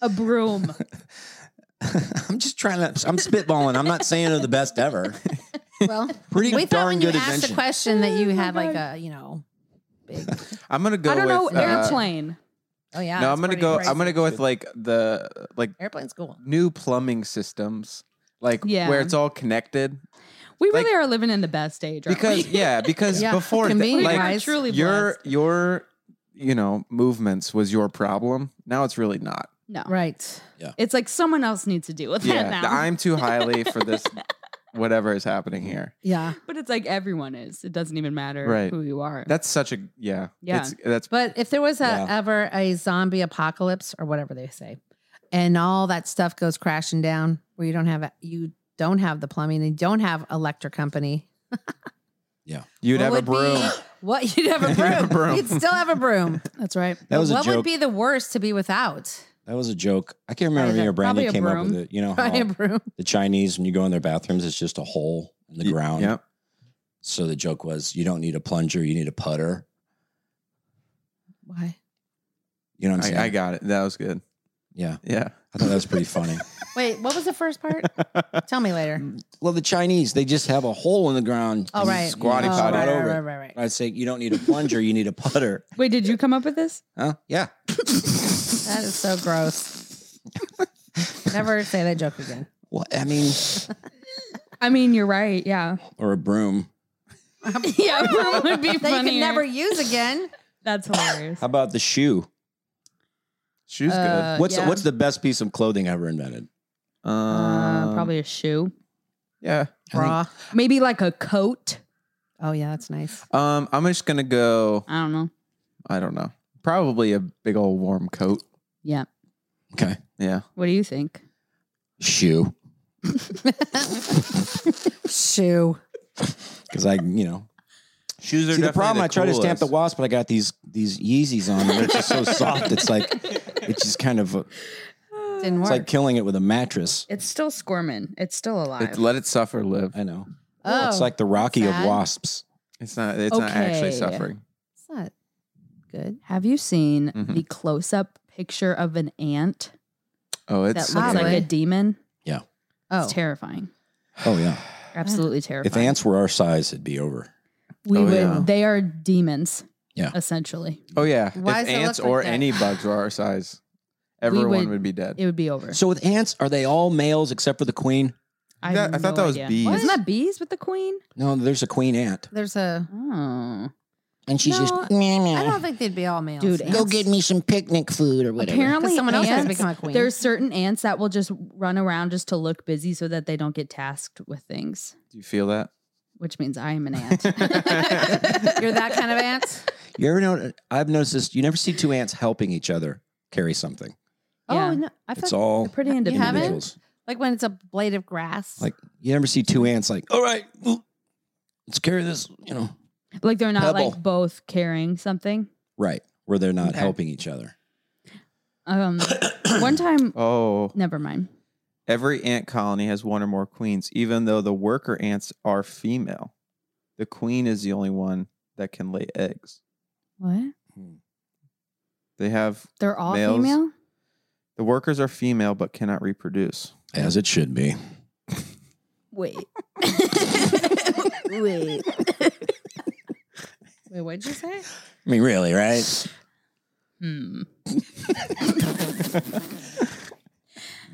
A: a broom.
D: I'm just trying to. I'm spitballing. I'm not saying they're the best ever.
B: Well,
D: Pretty
B: we thought
D: darn
B: when you
D: good
B: asked the
D: invention.
B: question that you
A: Oh my
B: had like
A: God.
B: a, you know, big.
C: I'm gonna go
A: I don't know.
C: with uh,
A: airplane.
B: Oh yeah.
C: no,
B: that's
C: I'm gonna
B: pretty
C: go.
B: crazy.
C: I'm gonna go with like the like
B: Airplane's cool.
C: new plumbing systems, like
A: Yeah.
C: where it's all connected.
A: We
C: like-
A: really are living in the best age, aren't
C: Because
A: we?
C: yeah, because
B: Yeah,
C: before th-
B: convenient,
C: like
A: we are
B: guys,
A: truly
C: your
A: blessed.
C: your you know movements was your problem. Now it's really not.
A: No,
B: Right.
A: it's like someone else needs to deal with that
C: Yeah,
A: now.
C: the I'm too highly for this. Whatever is happening here.
B: Yeah.
A: but it's like everyone is. It doesn't even matter
C: Right.
A: who you are.
C: That's such a yeah.
A: Yeah.
C: It's, that's
B: But if there was a,
D: Yeah.
B: ever a zombie apocalypse or whatever they say, and all that stuff goes crashing down, where you don't have you don't have the plumbing, and you don't have electric company.
C: you'd have
B: what
C: a
B: would be-
C: broom.
B: what you'd have a broom.
C: have a broom.
B: You'd still have a broom.
A: That's right.
D: That was a
B: what
D: joke.
B: would be the worst to be without?
D: that was a joke. I can't remember if
A: Probably
D: your
A: a- probably
D: Brandy
A: a
D: came up
A: broom.
D: with it. You know how
B: Probably a broom.
D: the Chinese when you go in their bathrooms, it's just a hole in the
C: Y-
D: ground.
C: Yep.
D: So the joke was, you don't need a plunger, you need a putter.
B: Why?
D: You know what I'm saying?
C: I, I got it. That was good.
D: yeah,
C: Yeah.
D: I thought that was pretty funny.
B: Wait, what was the first part? Tell me later.
C: Mm,
D: well, the Chinese, they just have a hole in the ground.
B: All right.
C: squatty
B: oh,
C: potty.
B: Right,
D: Not
B: right,
D: over.
B: right, right, right.
D: I'd say you don't need a plunger, you need a putter.
A: Wait, did you come up with this?
D: Huh? Yeah.
B: That is so gross. Never say that joke again.
D: Well, I mean,
A: I mean, you're right. Yeah.
D: or a broom.
A: yeah, broom would be
B: That you
A: funnier.
B: can never use again.
A: That's hilarious.
D: How about the shoe?
C: Shoes
B: Uh,
D: What's
B: yeah.
D: what's the best piece of clothing ever invented?
A: Uh,
C: good. Um,
A: probably a shoe.
C: Yeah.
B: bra?
A: Maybe like a coat.
B: Oh yeah, that's nice.
C: Um, I'm just gonna go.
A: I don't know.
C: I don't know. Probably a big old warm coat.
A: Yeah.
D: Okay.
C: Yeah.
A: What do you think?
D: Shoe.
B: Shoe.
D: Because I, you know.
C: Shoes are
D: See, the problem, I try to stamp the wasp, but I got these these Yeezys on, and it's just so soft. It's like, it's just kind of, uh, it's
B: Didn't work.
D: like killing it with a mattress.
A: It's still squirming. It's still alive.
C: Let it suffer, live.
D: I know.
B: oh,
D: it's like the Rocky
B: sad.
D: of wasps.
C: It's not. It's not actually
A: Okay.
C: suffering.
B: it's not good.
A: Have you seen
C: Mhm.
A: the close-up picture of an ant
C: Oh,
A: that
C: it's
A: looks
B: scary.
A: like a demon?
B: Oh,
A: It's terrifying.
D: Oh yeah.
A: Absolutely terrifying.
D: If ants were our size, it'd be over.
A: we
C: Oh,
A: would,
C: yeah.
A: they are demons.
D: Yeah.
A: Essentially,
C: oh yeah.
B: Why
C: if
B: does it look
C: ants
B: like
C: or
B: that?
C: any bugs were our size, everyone
A: would-
C: would, be dead.
A: it would be over.
D: So with ants, are they all males except for the queen?
A: I,
C: That- I
A: have
C: thought
A: no
C: that was
A: idea.
C: bees.
A: Isn't that bees with the queen?
D: No, there's a queen ant,
B: There's a.
A: Oh,
D: and she's
B: No,
D: just meow,
B: I
D: meow.
B: don't think they'd be all males.
A: Dude,
B: no.
D: Go get me some picnic food or whatever.
A: apparently
B: 'Cause someone else has
A: ants-
B: become a queen.
A: There's certain ants that will just run around just to look busy so that they don't get tasked with things,
C: Do you feel that?
A: which means I am an ant.
B: You're that kind of ants.
D: You ever know? I've noticed this. You never see two ants helping each other carry something.
A: Yeah.
B: Oh no, I
D: It's
B: thought
D: all
A: They're pretty
B: You haven't?
A: independent.
D: individuals.
B: like when it's a blade of grass.
D: Like you never see two ants like, all right, ooh, let's carry this. You know,
A: Like they're not
D: Pebble.
A: like both carrying something.
D: right where they're not
B: Okay.
D: helping each other.
A: Um, one time,
C: Oh,
A: never mind.
C: every ant colony has one or more queens, even though the worker ants are female. The queen is the only one that can lay eggs.
A: What?
C: They have
A: They're all
C: Males.
A: female.
C: the workers are female but cannot reproduce.
D: As it should be.
A: Wait,
B: wait, wait, what'd you say?
D: I mean, really, right?
A: hmm.
D: I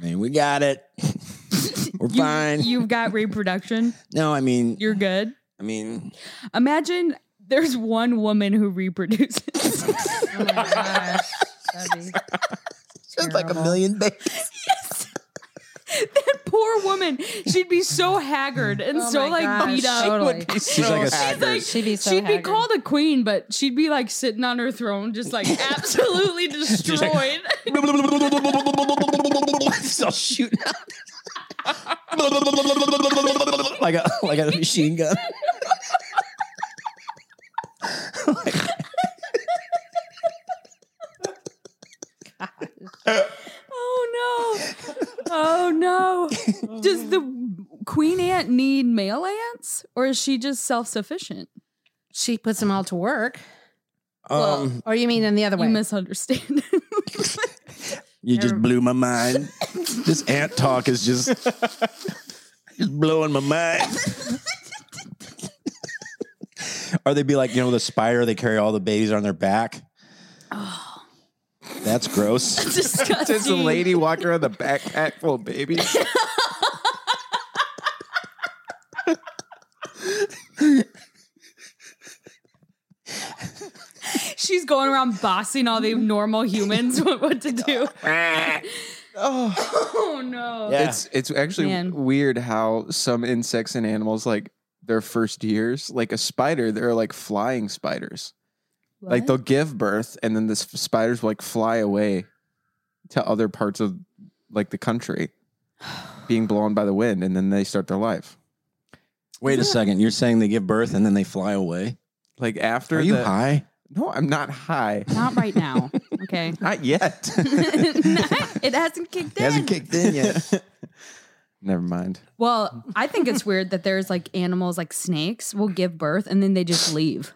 D: mean, we got it. We're
A: You-
D: fine.
A: You've got reproduction.
D: no, I mean,
A: You're good.
D: I mean,
A: Imagine there's one woman who reproduces.
B: Oh my gosh, that'd be
D: it's like a
B: terrible.
D: million babies.
A: that poor woman. She'd be so haggard and
B: Oh
A: so
B: my
A: like
B: gosh,
A: beat up.
B: Totally.
D: She's like a
A: She's like,
B: She'd be so
A: she'd be
B: haggard.
A: called a queen, but she'd be like sitting on her throne, just like absolutely destroyed.
D: Still shooting out. like a like a machine gun.
A: oh no! Oh no! Does the queen ant need male ants, or is she just self sufficient?
B: She puts them all to work.
D: Um,
B: Or you mean in the other way?
A: You misunderstand.
D: you just blew my mind. this ant talk is just just blowing my mind. or they'd be like, you know, the spider. They carry all the babies on their back. That's gross.
A: Disgusting.
C: There's a lady walking around the backpack full of babies.
A: She's going around bossing all the normal humans what, what to do. oh no.
D: Yeah.
C: It's it's actually
A: Man.
C: weird how some insects and animals like their first years, like a spider, they're like flying spiders. Like they'll give birth and then the s- spiders will like fly away to other parts of like the country, being blown by the wind, and then they start their life.
D: Wait a second. You're saying they give birth and then they fly away?
C: Like after
D: Are you
C: the-
D: high?
C: No, I'm not high.
A: Not right now. Okay.
C: Not yet.
A: it hasn't kicked in.
D: kicked in yet.
C: Never mind.
A: Well, I think it's weird that there's like animals like snakes will give birth and then they just leave.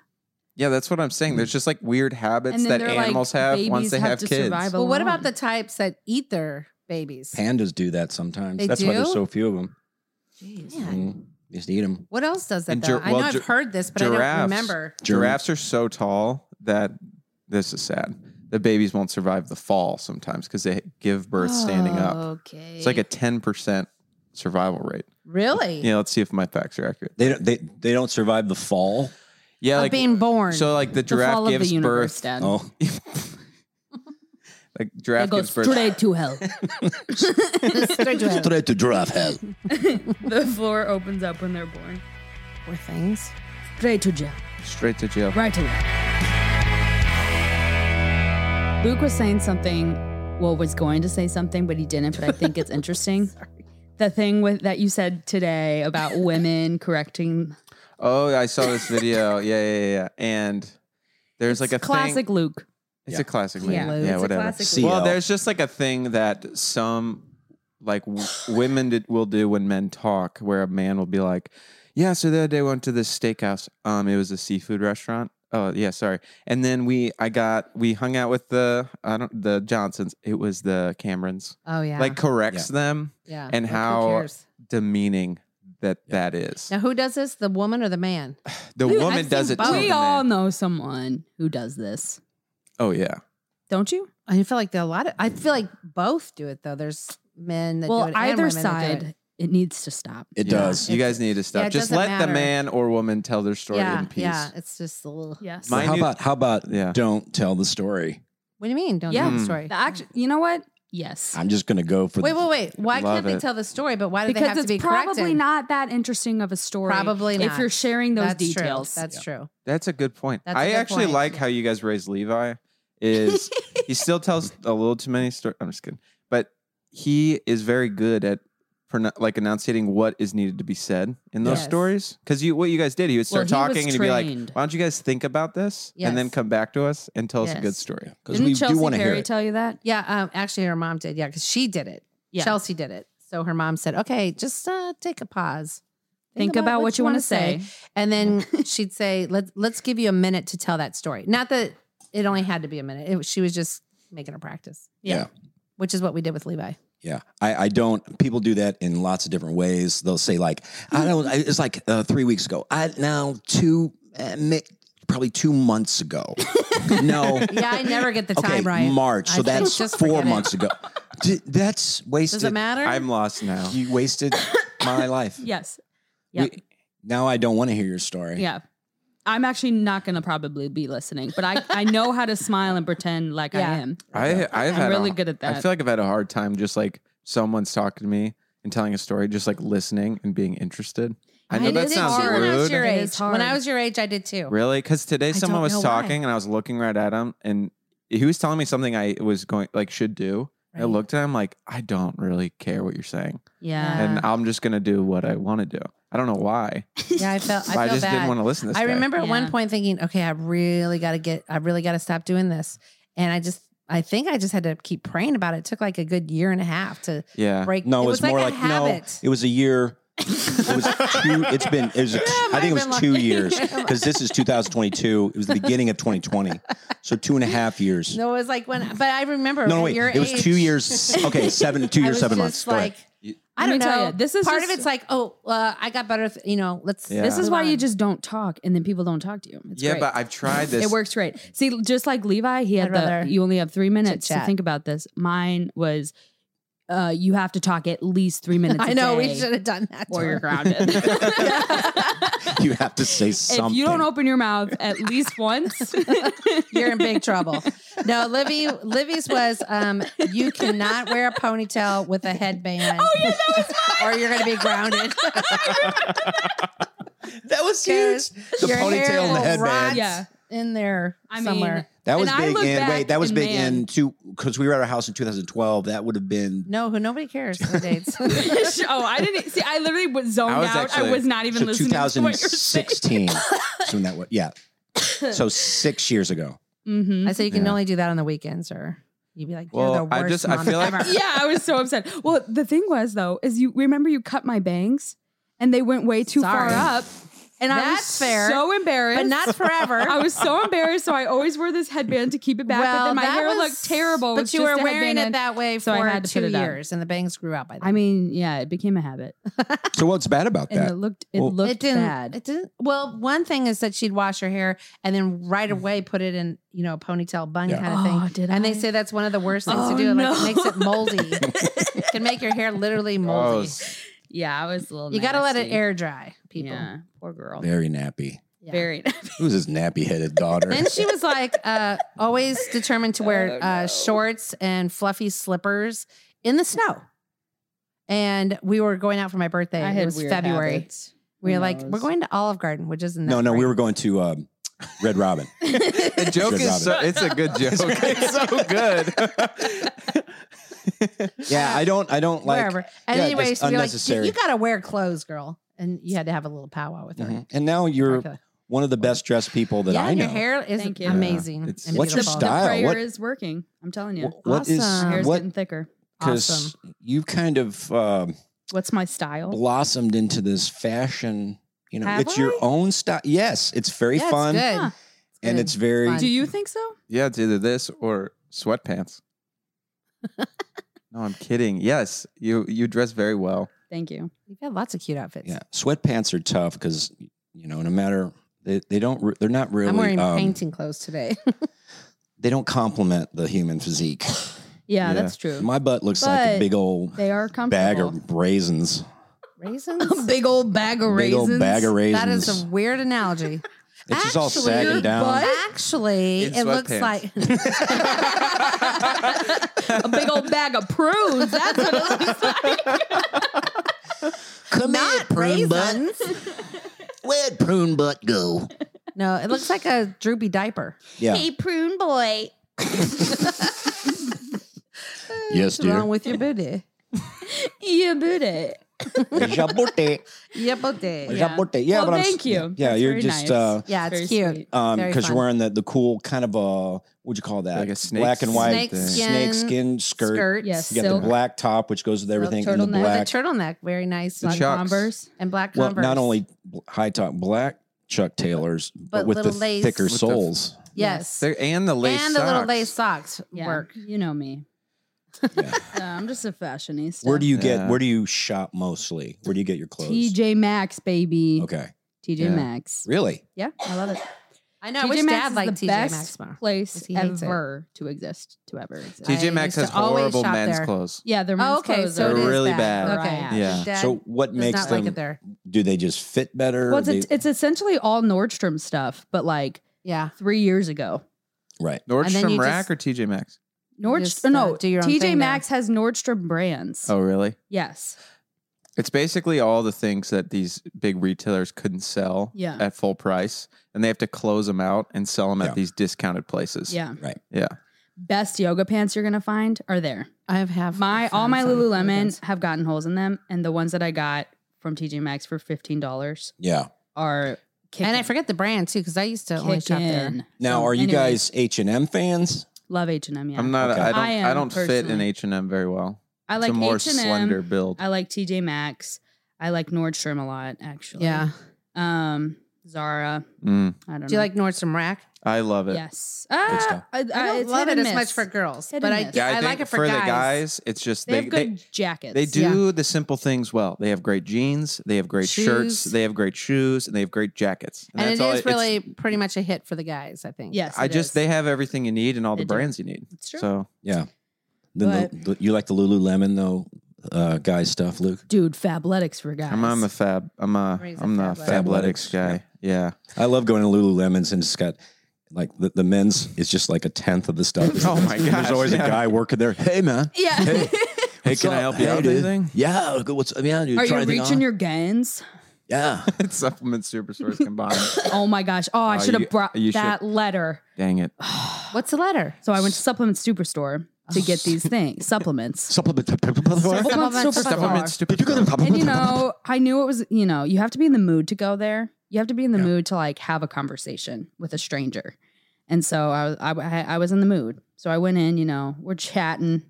C: Yeah, that's what I'm saying. There's just like weird habits
A: And then
C: that
A: they're
C: animals
A: like,
C: have
A: babies
C: once they
A: have
C: have,
A: to
C: kids.
A: survive
B: well, what about
A: alone.
B: the types that eat their babies?
D: Pandas do that sometimes.
B: They
D: That's why there's
B: do?
D: so few of them.
B: Jeez.
D: Just eat them.
B: What else does that
C: And
B: though?
C: gir-
B: I
C: well,
B: know
C: gir-
B: I've heard this, but I
C: giraffes.
B: don't remember.
C: Giraffes are so tall that this is sad. The babies won't survive the fall sometimes because they give birth standing
A: Oh,
C: up.
B: Okay.
C: It's like a 10% survival rate.
B: really
C: Yeah, let's see if my facts are accurate.
D: They don't. They, they don't survive the fall.
C: Yeah,
B: of
C: like
B: being born.
C: so like the
A: the fall
C: giraffe
A: of the
C: gives
A: universe,
C: birth.
A: Dad.
D: Oh,
C: Like
A: They
C: giraffe
A: go
C: gives birth.
A: straight to hell.
B: Straight to it.
D: try to giraffe hell.
A: the floor opens up when they're born.
B: Poor things.
A: Straight to jail.
C: Straight to jail.
A: Right away. Luke was saying something, well, was going to say something, but he didn't. But I think it's interesting. The thing with that you said today about women correcting
C: Oh, I saw this video. yeah, yeah, yeah, yeah. And there's like a thing.
A: classic Luke.
C: It's
D: Yeah.
C: a classic meme.
A: Yeah.
C: Yeah,
B: It's a
C: whatever.
B: classic
D: meme.
C: well,
D: CL.
C: there's just like a thing that some like w- women did, will do when men talk, where a man will be like, "Yeah, so the other day I went to this steakhouse. Um, it was a seafood restaurant. Oh, yeah, sorry. And then we, I got, we hung out with the, I don't, the Johnsons. It was the Camerons.
B: Oh yeah.
C: Like corrects them,
B: yeah.
C: and
B: Like, who
C: how-
B: cares?
C: demeaning that that is.
B: Now who does this? The woman or the man?
C: The
B: I've
C: woman
B: seen
C: does it. to
B: both.
C: the
A: we
C: man.
A: all know someone who does this,
C: Oh yeah.
A: don't you?
B: I feel like there are a lot of. I feel like both do it though. There's men that do
A: well,
B: it and
A: either
B: women that do it.
A: side it needs to stop.
D: It
C: Yeah.
D: does.
C: You guys need to stop.
B: Yeah, it
C: Just
B: doesn't
C: let
B: matter.
C: the man or woman tell their story
B: yeah,
C: in peace.
B: yeah. It's just a little.
A: Yes.
C: My-
D: how
C: Minute-
D: about how about
C: Yeah.
D: don't tell the story?
B: What do you mean? Don't
A: Yeah.
B: tell the
C: Mm.
B: story.
A: the act- you know what? Yes.
D: I'm just gonna go for
B: Wait, wait, wait. Why
C: Love
B: can't they
C: it.
B: tell the story? But why do they
A: because
B: have to
A: it's
B: be
A: probably
B: corrected?
A: not that interesting of a story.
B: Probably
A: if
B: not.
A: you're sharing those
B: That's
A: details.
B: True. That's true.
C: That's a good point.
B: That's a
C: I
B: good
C: actually
B: point.
C: like how you guys raise Levi. Is he still tells a little too many stories? I'm just kidding, but he is very good at pronou- like enunciating what is needed to be said in those
B: Yes.
C: stories. Because you, what you guys did, he would
A: Well,
C: start
A: he was
C: talking and he'd be like,
A: trained.
C: "Why don't you guys think about this and then
B: Yes.
C: come back to us and tell us a good
B: Yes.
C: story?"
D: because
A: Didn't
D: we
A: Chelsea
D: do want to hear
A: Perry
D: it.
A: tell you that?
B: Yeah. Um, actually, her mom did. Yeah, because she did it.
A: Yeah.
B: Chelsea did it. So her mom said, "Okay, just uh, take a pause.
A: Think, about, what, you want to say.
B: wanna And then she'd say, "Let's let's give you a minute to tell that story." Not that it only had to be a minute. It, was- she was just making a practice.
D: Yeah.
B: Which is what we did with Levi.
D: Yeah, I, I don't. People do that in lots of different ways. They'll say like, I don't. I, it's like uh, three weeks ago. I now two, uh, mi- probably two months ago. no,
B: Yeah, I never get the time
D: okay,
B: right.
D: March.
B: I
D: So
B: think
D: that's
B: just
D: four
B: forget it.
D: months ago. D- that's wasted.
B: Does it matter?
C: I'm lost now.
D: You wasted my life.
A: Yes.
D: We- now I don't want to hear your story.
A: Yeah. I'm actually not going to probably be listening, but I, I know how to smile and pretend like
B: Yeah.
A: I am.
C: I I've
A: I'm
C: had
A: really
C: a,
A: good at
C: I
A: that.
C: feel like I've had a hard time just like someone's talking to me and telling a story, just like listening and being interested. I know
B: I
C: that
B: did
C: sounds
B: too
C: rude.
B: when I was your
A: It
B: age.
A: is
B: When I
A: hard.
B: was your age, I did too.
C: Really? Because today
B: don't
C: someone was
B: know why.
C: talking and I was looking right at him and he was telling me something I was going like should do. I
B: Right.
C: looked at him like I don't really care what you're saying,
A: Yeah.
C: and
B: Uh.
C: I'm just gonna do what I want to do. I don't know why.
B: Yeah, I felt.
C: I,
B: I, feel
C: just
B: bad.
C: didn't want to listen to this.
B: I
C: guy.
B: remember at one
A: Yeah.
B: point thinking, okay, I really got to get, I really got to stop doing this. And I just, I think I just had to keep praying about it. It took like a good year and a half to
C: Yeah.
B: break.
D: Uh, No,
B: it
D: it's
B: was
D: more
B: like,
D: like,
B: a
D: no.
B: habit.
D: It was a year. It was two. It's been. It was. a-
B: it
D: I think
B: might
D: it was
B: have
D: two
B: been like-
D: years because this is 2022. It was the beginning of 2020, so two and a half years.
B: no, it was like when, but I remember.
D: No,
B: at
D: wait.
B: your
D: It was
B: age,
D: two years. Okay, seven. Two
B: I
D: years,
B: was
D: seven
B: just
D: months. Go ahead.
B: Like, I
A: Let
B: don't
A: me tell
B: know.
A: you, this is
B: part
A: just-
B: of it's like, oh, uh, I got better. Th- you know, let's.
C: Yeah.
A: This is
B: move
A: why you
B: on.
A: just don't talk and then people don't talk to you. It's
C: yeah,
A: great.
C: but I've tried this.
A: It works great. See, just like Levi, he had
B: I'd rather
A: the you only have three minutes to
B: chit-chat.
A: think about this. Mine was uh, you have to talk at least three minutes.
B: I
A: a
B: know we
A: day
B: should have done that.
A: or you're
B: to her.
A: grounded.
D: you have to say something.
A: if you don't open your mouth at least once,
B: You're in big trouble. No, Livy, Livy's was um, you cannot wear a ponytail with a headband. Oh yeah, that was Or you're going to be grounded.
D: that was huge.
B: Because
D: The
B: your hair
D: ponytail and the
B: will
D: headband.
B: rot
A: Yeah.
B: in there
A: I mean,
B: somewhere.
D: That was
A: And I
D: big
A: look
D: in wait.
A: back
D: That was
A: and
D: big
A: man-
D: in two because we were at our house in 2012. That would have been
B: no, who nobody cares for dates.
A: oh, I didn't see. I literally was zoned
C: I was
A: out.
C: actually-
A: I was not even
D: so
A: listening to what you're saying.
D: 2016. so that was yeah. So six years ago.
A: Mm-hmm.
B: I said you can
C: Yeah.
B: only do that on the weekends, or you'd be like, you're
C: Well,
B: the worst
C: I just I
B: mom
C: feel like
B: ever.
A: yeah, I was so upset. Well, the thing was though, is you remember you cut my bangs and they went way too
B: Sorry.
A: far up, and I was
B: That's fair,
A: so embarrassed,
B: but not forever.
A: I was so embarrassed, so I always wore this headband to keep it back. but
B: Well,
A: then my
B: that
A: hair
B: was-
A: looked terrible.
B: But
A: with
B: you
A: just
B: were
A: a
B: wearing
A: headband
B: it
A: in.
B: that way
A: so I
B: for
A: had to put
B: two
A: it up.
B: years, and the bangs grew out by then.
A: I mean, yeah, it became a habit,
D: So what's bad about
A: and it
D: that?
A: looked it
D: Well-
A: looked
B: it didn't.
A: bad.
B: It didn't. Well, one thing is that she'd wash her hair and then
C: Mm.
B: right away put it in, you know, a ponytail bun
D: Yeah.
B: kind of thing.
A: Oh, did
B: and
A: I?
B: they say that's one of the worst things
A: Oh,
B: to do. Like
A: no.
B: it makes it moldy. it can make your hair literally
C: Oh,
B: moldy.
C: s-
A: yeah, I was a little.
B: you got to let it
A: nasty.
B: air dry, people.
A: Yeah, poor girl.
D: Very nappy.
B: Yeah.
A: Very.
D: Who's his nappy headed daughter?
B: Then she was like uh, always determined to wear
A: Oh,
B: uh,
A: no.
B: shorts and fluffy slippers in the snow. And we were going out for my birthday.
A: I
B: it
A: had
B: was
A: weird
B: February.
A: habits.
B: We were
A: Who
B: like, we're
A: knows?
B: going to Olive Garden, which isn't
D: no,
B: that
D: no, we
B: great.
D: were going to um, Red Robin.
C: the joke
D: Good
C: is so,
D: Robin.
C: it's a good joke. It's so good.
D: Yeah, I don't I don't like
B: wherever. And
D: yeah,
B: anyway,
D: just
B: so we were like, you,
D: unnecessary.
B: got to wear clothes, girl. And you had to have a little powwow with her.
D: Mhm. And now you're
B: Like a-
D: one of the best dressed people that
B: yeah,
D: I
B: and
D: know.
B: your hair is
A: Thank you.
B: amazing.
C: Yeah, it's-
B: and
D: What's your
B: beautiful.
D: style?
A: The prayer
D: What-
A: is working. I'm telling you,
D: Wh- what is-
B: Awesome.
A: hair's
D: what
A: getting thicker.
D: because
B: Awesome. Oh.
D: you kind of um,
A: What's my style?
D: blossomed into this fashion. You know,
B: Have
D: it's your
B: I?
D: own style. Yes, it's very
B: Yeah, it's
D: fun
B: good.
A: Huh.
D: and
B: good.
D: it's very.
B: Fun.
A: Do you think so?
C: Yeah, it's either this or sweatpants. no, I'm kidding. Yes, you you dress very well.
A: Thank you.
B: You've got lots of cute outfits.
D: Yeah, sweatpants are tough because you know, no matter they, they don't re- they're not really
B: I'm wearing
D: um,
B: painting clothes today.
D: They don't complement the human physique.
A: Yeah,
C: Yeah.
A: that's true.
D: My butt looks like a
A: But
D: big old
A: They are comfortable.
D: bag of raisins.
B: Raisins?
A: A big old bag of
D: Big
A: raisins.
D: old bag of raisins.
B: That is a weird analogy.
D: it's just all
B: Actually,
D: sagging down.
A: but-
B: Actually,
C: In
B: it looks
C: sweatpants.
B: like
A: a big old bag of prunes. That's what it looks like.
D: Come
B: not raisins.
D: Where'd prune butt go?
B: No, it looks like a droopy diaper.
D: Yeah.
G: Hey, prune boy.
D: Yes,
B: What's wrong with your booty?
A: You booty.
D: Jabote.
B: Your booty.
A: Yeah.
D: Jabote. Yeah,
A: Well,
D: but I'm-
A: thank you.
D: Yeah,
A: That's
D: you're
A: very
D: just
A: nice.
D: uh
B: Yeah,
A: Very
B: it's cute.
A: sweet.
D: um
B: Very
D: because
B: fun.
D: you're wearing the the cool kind of a what'd you call that?
C: Like a snake-
D: black and white
B: Snake skin,
D: snake skin skirt.
A: Yes.
D: You got
A: Silk.
D: the black top, which goes with everything, and the
A: turtleneck.
B: With a
D: black.
B: turtleneck, very nice.
C: The
B: Black
C: chucks.
B: Converse and black
D: well,
B: Converse.
D: not only bl- high top black Chuck Taylors, but,
B: But
D: with the
B: little lace.
D: thicker
B: With
C: the-
D: soles.
B: yes,
C: They're- and the lace
B: and the little
C: socks.
B: lace socks
A: Yeah,
B: work.
A: You know me.
D: Yeah.
A: Uh, I'm just a fashionista.
D: Where do you
C: Yeah.
D: get? Where do you shop mostly? Where do you get your clothes?
A: TJ Maxx, baby.
D: Okay,
A: TJ
C: Yeah.
A: Maxx.
D: really?
A: Yeah, I love it.
B: I know.
A: TJ
B: Which
A: Maxx
B: dad
A: is
B: like
A: the
B: TJ
A: best
B: Maxx more?
A: Place
B: He hates it.
A: ever to exist, to ever exist.
B: I
C: TJ Maxx
B: used
C: has
B: to always
C: horrible
B: shop
C: men's
B: there.
C: clothes.
A: yeah, they're
B: Oh,
A: men's
B: okay,
A: clothes
B: so
A: are
C: They're
B: it is
C: really
B: bad.
C: bad.
B: Okay,
C: Yeah.
B: His dad
D: so what
B: does
D: makes
B: not like
D: them?
B: it there.
D: do they just fit better?
A: Well, it's,
D: They-
A: it's essentially all Nordstrom stuff, but like
B: Yeah,
A: three years ago.
D: right.
B: And then you
C: Nordstrom Rack
B: just-
C: or TJ Maxx?
B: just,
A: Nordstrom,
B: uh,
A: no,
B: do your own
A: TJ
B: thing there.
A: Maxx has Nordstrom brands.
C: Oh, really?
A: Yes.
C: It's basically all the things that these big retailers couldn't sell
A: Yeah.
C: at full price, and they have to close them out and sell them
D: Yeah.
C: at these discounted places.
A: Yeah.
D: Right.
C: Yeah.
A: Best yoga pants you're going to find are there.
B: I have have
A: My all my Lululemon
B: Lululemons.
A: have gotten holes in them, and the ones that I got from TJ Maxx for fifteen dollars
D: Yeah.
A: are kicking.
B: and I forget the brand too because I used to only shop there.
A: kicking.
D: Now,
A: So
D: are you
A: anyway,
D: guys H and M fans?
A: love H and M? Yeah,
C: I'm not.
D: Okay.
C: I don't.
A: I
C: I,
A: am
C: don't fit in
A: personally.
C: H and M very well.
A: I
C: it's
A: like
C: a more
A: H and
C: slender
A: M.
C: build.
A: I like TJ Maxx. I like Nordstrom a lot, actually.
B: Yeah.
A: Um, Zara.
C: Mm,
A: I don't. know.
B: Do you like Nordstrom Rack?
C: I love it.
A: Yes. Ah,
D: stuff.
A: I,
B: I
A: I-
B: don't
A: it's
B: love
A: hit
B: it
A: and
B: as much
A: miss.
B: for girls,
A: Hit
B: but
A: and
B: I,
A: miss.
C: Yeah, I,
B: I,
C: think
B: like it for,
C: for
B: guys.
C: the guys, it's just
A: They,
C: they
A: have
C: they,
A: good jackets.
C: they
B: Yeah.
C: do the simple things well. They have great jeans, they have great
B: Shoes.
C: shirts, they have great shoes, and they have great jackets.
B: And it
C: all
B: is
C: it's-
B: really pretty much a hit for the guys, I think.
A: Yes.
C: I
A: it
C: just
A: is.
C: they have everything you need and all
A: They
C: the
A: do.
C: brands you need.
A: It's true.
C: So
D: Yeah. Then the, the, you like the Lululemon though, uh, guy stuff, Luke.
A: Dude, Fabletics for guys.
C: I'm on the fab. I'm a.
B: Raise a
C: I'm the
D: Fabletics.
C: fabletics guy. Yeah.
D: I love going to Lululemon's and it's got like the, the men's is just like a tenth of the stuff.
C: Oh my gosh,
D: There's always
C: yeah.
D: a guy working there. Hey man.
A: Yeah.
D: Hey,
C: Hey,
D: what's
C: can I
D: up?
C: help you
D: Hey,
C: out with
D: dude.
C: anything?
D: Yeah. good, What's yeah? dude,
A: Are
D: try
A: you
D: anything
A: reaching
D: on?
A: your gains?
D: Yeah.
C: it's supplement superstores combined.
A: Oh my gosh. Oh, I
C: Oh,
A: should have
C: you-
A: brought
C: you should-
A: that letter.
C: Dang it.
B: What's the letter?
A: So I went to Supplement Superstore to get these things, supplements.
D: Supplement. Did
A: Supplement
B: Supplement
A: Superstore.
B: Supplement
D: you go to the
A: And you know, I knew it was, you know, you have to be in the mood to go there. You have to be in the
D: Yeah.
A: mood to like have a conversation with a stranger. And so I was, I, I- I was in the mood. So I went in, you know, we're chatting,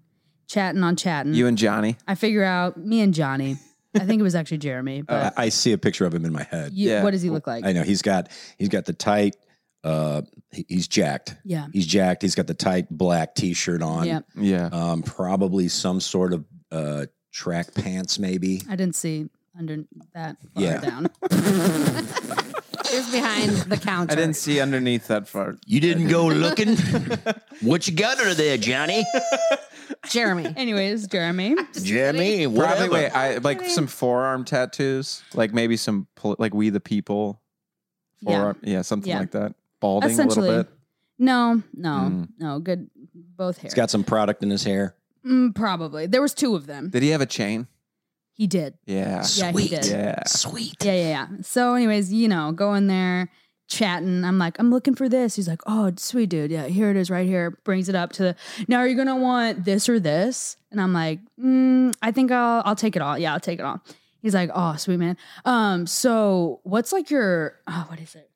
A: chatting on chatting.
C: You and Johnny.
A: I figure out me and Johnny. I think it was actually Jeremy,
D: Oh, I,
A: but
D: I see a picture of him in my head.
A: you,
C: yeah.
A: what does he look like?
D: I know he's got he's got the tight. Uh, he- he's jacked.
A: yeah.
D: He's jacked. He's got the tight black T-shirt on.
A: Yeah.
C: Yeah.
D: Um, probably some sort of uh, track pants, maybe.
A: I didn't see under that far
D: Yeah.
A: down.
B: It was behind the counter.
C: I didn't see underneath that far.
D: You didn't go looking. what you got under there, Johnny?
B: Jeremy.
A: Anyways, Jeremy.
D: Jimmy,
C: Probably wait. I like some forearm tattoos. Like maybe some pol- like We the People.
A: Yeah.
C: Forearm. Yeah. something
A: Yeah.
C: like that. Balding a little
A: Essentially.
C: bit.
A: No, no,
C: Mm.
A: no. Good. Both hair.
D: He's got some product in his hair.
A: Mm, probably. There was two of them.
C: Did he have a chain?
A: He did.
C: Yeah.
A: Yeah, he did.
C: Yeah.
D: Sweet.
A: Yeah, yeah, yeah. So, anyways, you know, going there, chatting. I'm like, I'm looking for this. He's like, oh, sweet dude. Yeah, here it is right here. Brings it up to the, now are you going to want this or this? And I'm like, mm, I think I'll, I'll take it all. Yeah, I'll take it all. He's like, oh, sweet man. Um, so what's like your, oh, what is it?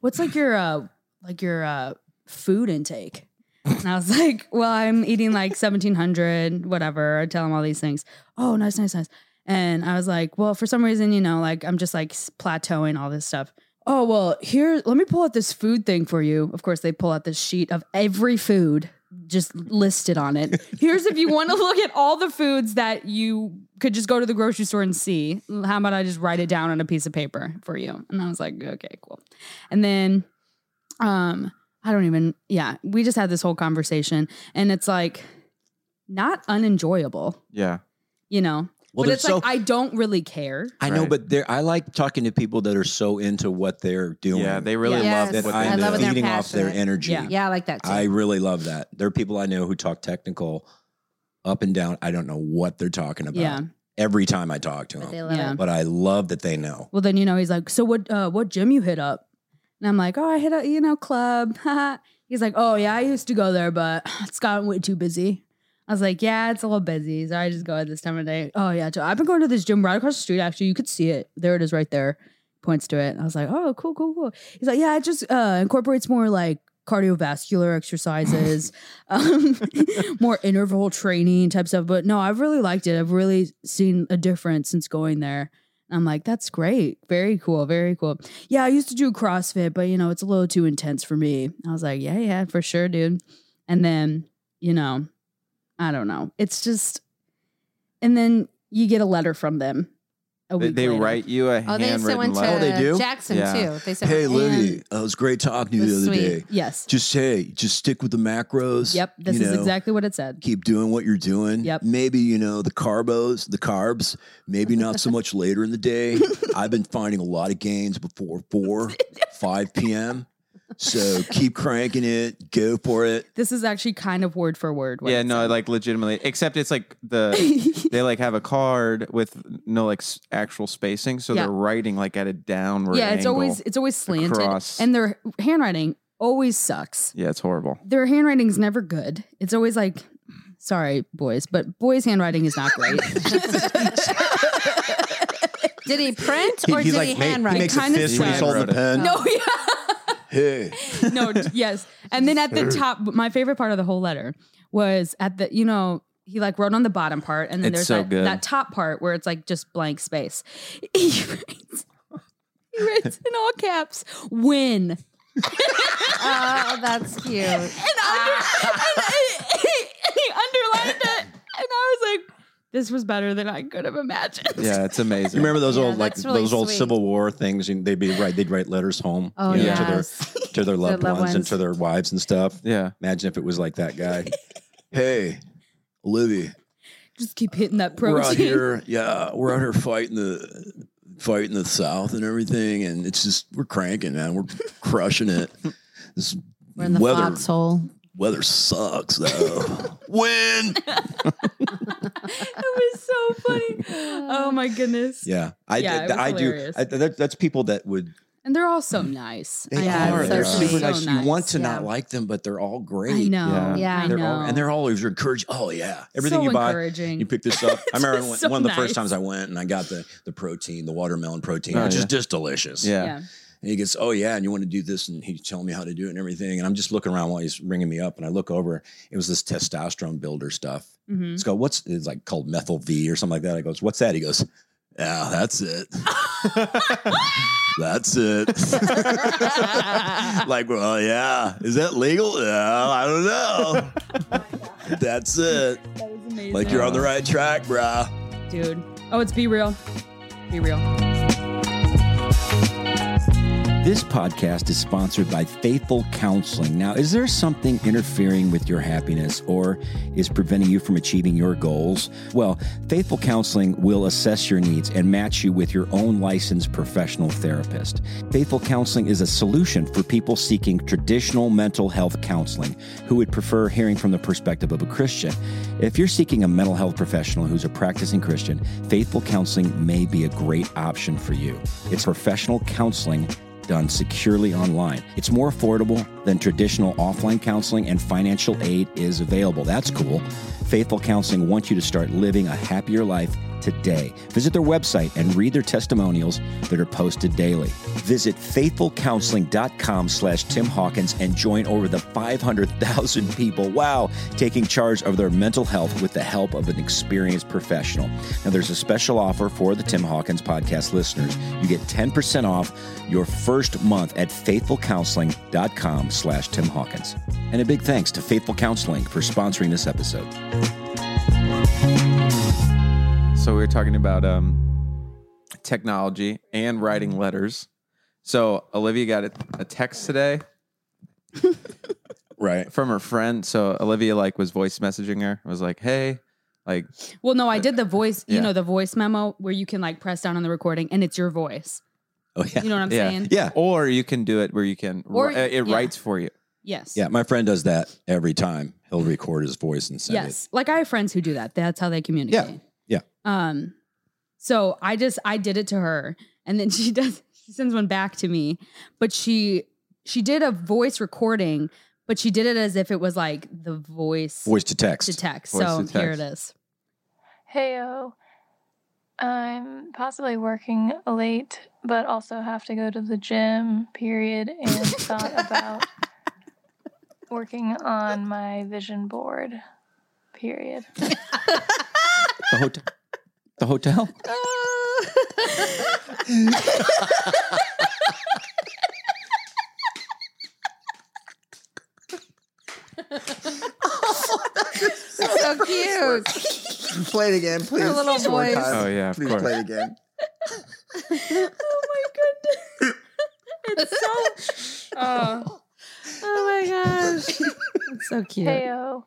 A: What's like your, uh, like your, uh, food intake? And I was like, well, I'm eating like 1700, whatever. I tell him all these things. Oh, nice, nice, nice. And I was like, well, for some reason, you know, like I'm just like s- plateauing all this stuff. Oh, well, here, let me pull out this food thing for you. Of course, they pull out this sheet of every food just listed on it. Here's if you want to look at all the foods that you could just go to the grocery store and see. How about I just write it down on a piece of paper for you? And I was like, okay, cool. And then, um, I don't even, yeah, we just had this whole conversation and it's like not unenjoyable,
C: Yeah.
A: you know?
D: Well,
A: but
D: they're
A: it's
D: so
A: like I don't really care.
D: I know,
C: Right.
D: but they're, I like talking to people that are so into what they're doing.
C: Yeah, they really
B: Yeah.
C: love what
B: Yes.
D: that
C: they
B: I
D: I'm
C: do.
B: love when they're
D: feeding off their
B: passionate.
D: energy.
A: Yeah.
B: Yeah, I like that too.
D: I really love that. There are people I know who talk technical up and down. I don't know what they're talking about
A: Yeah.
D: every time I talk to
B: but
D: them,
B: they love
A: Yeah.
B: it.
D: but I love that they know.
A: Well, then you know he's like, so what? Uh, what gym you hit up? And I'm like, oh, I hit a you know club. he's like, oh yeah, I used to go there, but it's gotten way too busy. I was like, yeah, it's a little busy, so I just go at this time of day. Oh yeah, so I've been going to this gym right across the street. Actually, you could see it. There it is, right there. Points to it. I was like, oh, cool, cool, cool. He's like, yeah, it just uh, incorporates more like cardiovascular exercises, um, more interval training type stuff. But no, I've really liked it. I've really seen a difference since going there. I'm like, that's great. Very cool. Very cool. Yeah, I used to do CrossFit, but you know, it's a little too intense for me. I was like, yeah, yeah, for sure, dude. And then, you know, I don't know. It's just, and then you get a letter from them. A
C: They,
A: week
C: they
A: later.
C: write you a
B: Oh, they sent one
C: handwritten
B: to
C: letter.
D: they do?
B: Jackson
C: Yeah.
B: too. They sent
D: Hey,
B: one-
D: Libby, uh,
B: and-
D: it was great talking to you
B: It
D: the
B: was
D: other
B: sweet.
D: day.
A: Yes.
D: Just hey, just stick with the macros.
A: Yep. This
D: you
A: is
D: know,
A: exactly what it said.
D: Keep doing what you're doing.
A: Yep.
D: Maybe you know the carbos, the carbs. Maybe not so much later in the day. I've been finding a lot of gains before four, five p.m. So keep cranking it. Go for it.
A: This is actually kind of word for word. what
C: Yeah,
A: it
C: no,
A: said.
C: like legitimately. Except it's like the they like have a card with no like s- actual spacing, so
A: Yeah.
C: they're writing like at a downward.
A: yeah, it's
C: angle.
A: always it's always slanted,
C: across.
A: and their handwriting always sucks.
C: yeah, it's horrible.
A: their handwriting's never good. It's always like, sorry, boys, but boys' handwriting is not great.
B: Did he print or did he
D: ma-
B: handwrite?
D: makes a
A: Kinda
D: fist when he's
C: sucks.
D: holding the pen.
A: no, yeah.
D: Hey,
A: no, d- yes. And then at the top, my favorite part of the whole letter was at the, you know, he like wrote on the bottom part, and then
C: It's
A: there's
C: so
A: that,
C: good.
A: that top part where it's like just blank space. He writes, he writes in all caps, win.
B: oh, that's cute.
A: and, under, and, and he underlined it. And I was like, this was better than I could have imagined.
C: Yeah, it's
D: you
C: amazing.
D: remember those
B: Yeah,
D: old like
B: that's really
D: those old
B: sweet.
D: Civil War things? And they'd be right. They'd write letters home.
B: Oh,
D: you know, to their
B: yes.
D: to their loved,
B: loved
D: ones, and
B: ones.
D: to their wives and stuff.
C: Yeah,
D: Imagine if it was like that guy. hey, Olivia,
A: Just keep hitting that
D: we're out
A: protein.
D: here. Yeah, we're out here fighting the fighting the South and everything, and it's just we're cranking, man. We're crushing it. This
B: We're in the
D: weather
B: foxhole.
D: weather sucks though. Win.
A: It was so funny. Oh my goodness.
D: Yeah, I
A: Yeah, it was
D: I do.
A: hilarious.
D: I, that, that's people that would
A: And they're all so nice.
D: They
B: Yeah,
D: are.
B: so
D: They're
B: sweet.
D: super
B: So
D: nice. You want to not
B: yeah.
D: like them, but they're all great.
A: I know.
C: Yeah.
B: Yeah.
A: I
D: They're
A: know.
D: all, and they're always encouraged. Oh yeah, everything
A: so
D: you buy,
A: encouraging.
D: you pick this up. I remember
A: just
D: when,
A: so
D: one of the
A: nice.
D: first times I went and I got the the protein, the watermelon protein,
C: Oh,
D: which is
C: yeah.
D: just delicious.
C: yeah.
A: yeah.
D: And he gets, oh yeah, and you want to do this, and he's telling me how to do it and everything. And I'm just looking around while he's ringing me up, and I look over. It was this testosterone builder stuff.
A: Mhm.
D: It's called what's it's like called methyl V or something like that. I goes, what's that? He goes, yeah, that's it. that's it. like, well, yeah, is that legal? Yeah, I don't know. that's it.
A: That was amazing.
D: Like you're on the right track, brah.
A: dude. Oh, it's be real. Be real.
D: This podcast is sponsored by Faithful Counseling. Now, is there something interfering with your happiness or is preventing you from achieving your goals? Well, Faithful Counseling will assess your needs and match you with your own licensed professional therapist. Faithful Counseling is a solution for people seeking traditional mental health counseling who would prefer hearing from the perspective of a Christian. If you're seeking a mental health professional who's a practicing Christian, Faithful Counseling may be a great option for you. It's professional counseling done securely online. It's more affordable than traditional offline counseling, and financial aid is available. That's cool. Faithful Counseling wants you to start living a happier life today. Visit their website and read their testimonials that are posted daily. Visit faithfulcounseling.com slash Tim Hawkins and join over the 500,000 people, wow, taking charge of their mental health with the help of an experienced professional. Now, there's a special offer for the Tim Hawkins podcast listeners. You get 10% off your first month at faithfulcounseling.com slash Tim Hawkins. And a big thanks to Faithful Counseling for sponsoring this episode.
C: So we were talking about um, technology and writing letters. So Olivia got a, a text today
D: Right.
C: from her friend. So Olivia like was voice messaging her. Was like, "Hey, Like,
A: Well, no, I did the voice, you
C: Yeah.
A: know, the voice memo where you can like press down on the recording and it's your voice.
D: Oh yeah,
A: You know what I'm
C: Yeah.
A: saying?
D: yeah,
C: or you can do it where you can.
A: Or-
C: uh, it
A: yeah.
C: writes for you.
A: Yes.
D: yeah. My friend does that every time. He'll record his voice and send
A: Yes. Like I have friends who do that. That's how they communicate.
D: Yeah.
A: Um, so I just I did it to her and then she does she sends one back to me, but she she did a voice recording, but she did it as if it was like the voice,
D: it voice to text.
A: to text.
C: Voice
A: so
C: to
A: here it
C: text.
A: is.
G: Heyo. I'm possibly working late, but also have to go to the gym, period, and thought about working on my vision board, period.
C: The hotel. The hotel.
B: so cute.
H: Play it again, please.
B: little
H: Just one
B: voice.
H: time.
C: Oh yeah, of
H: please
C: course.
H: play it again.
A: It's so oh,
B: Oh my gosh. It's so cute.
G: Heyo.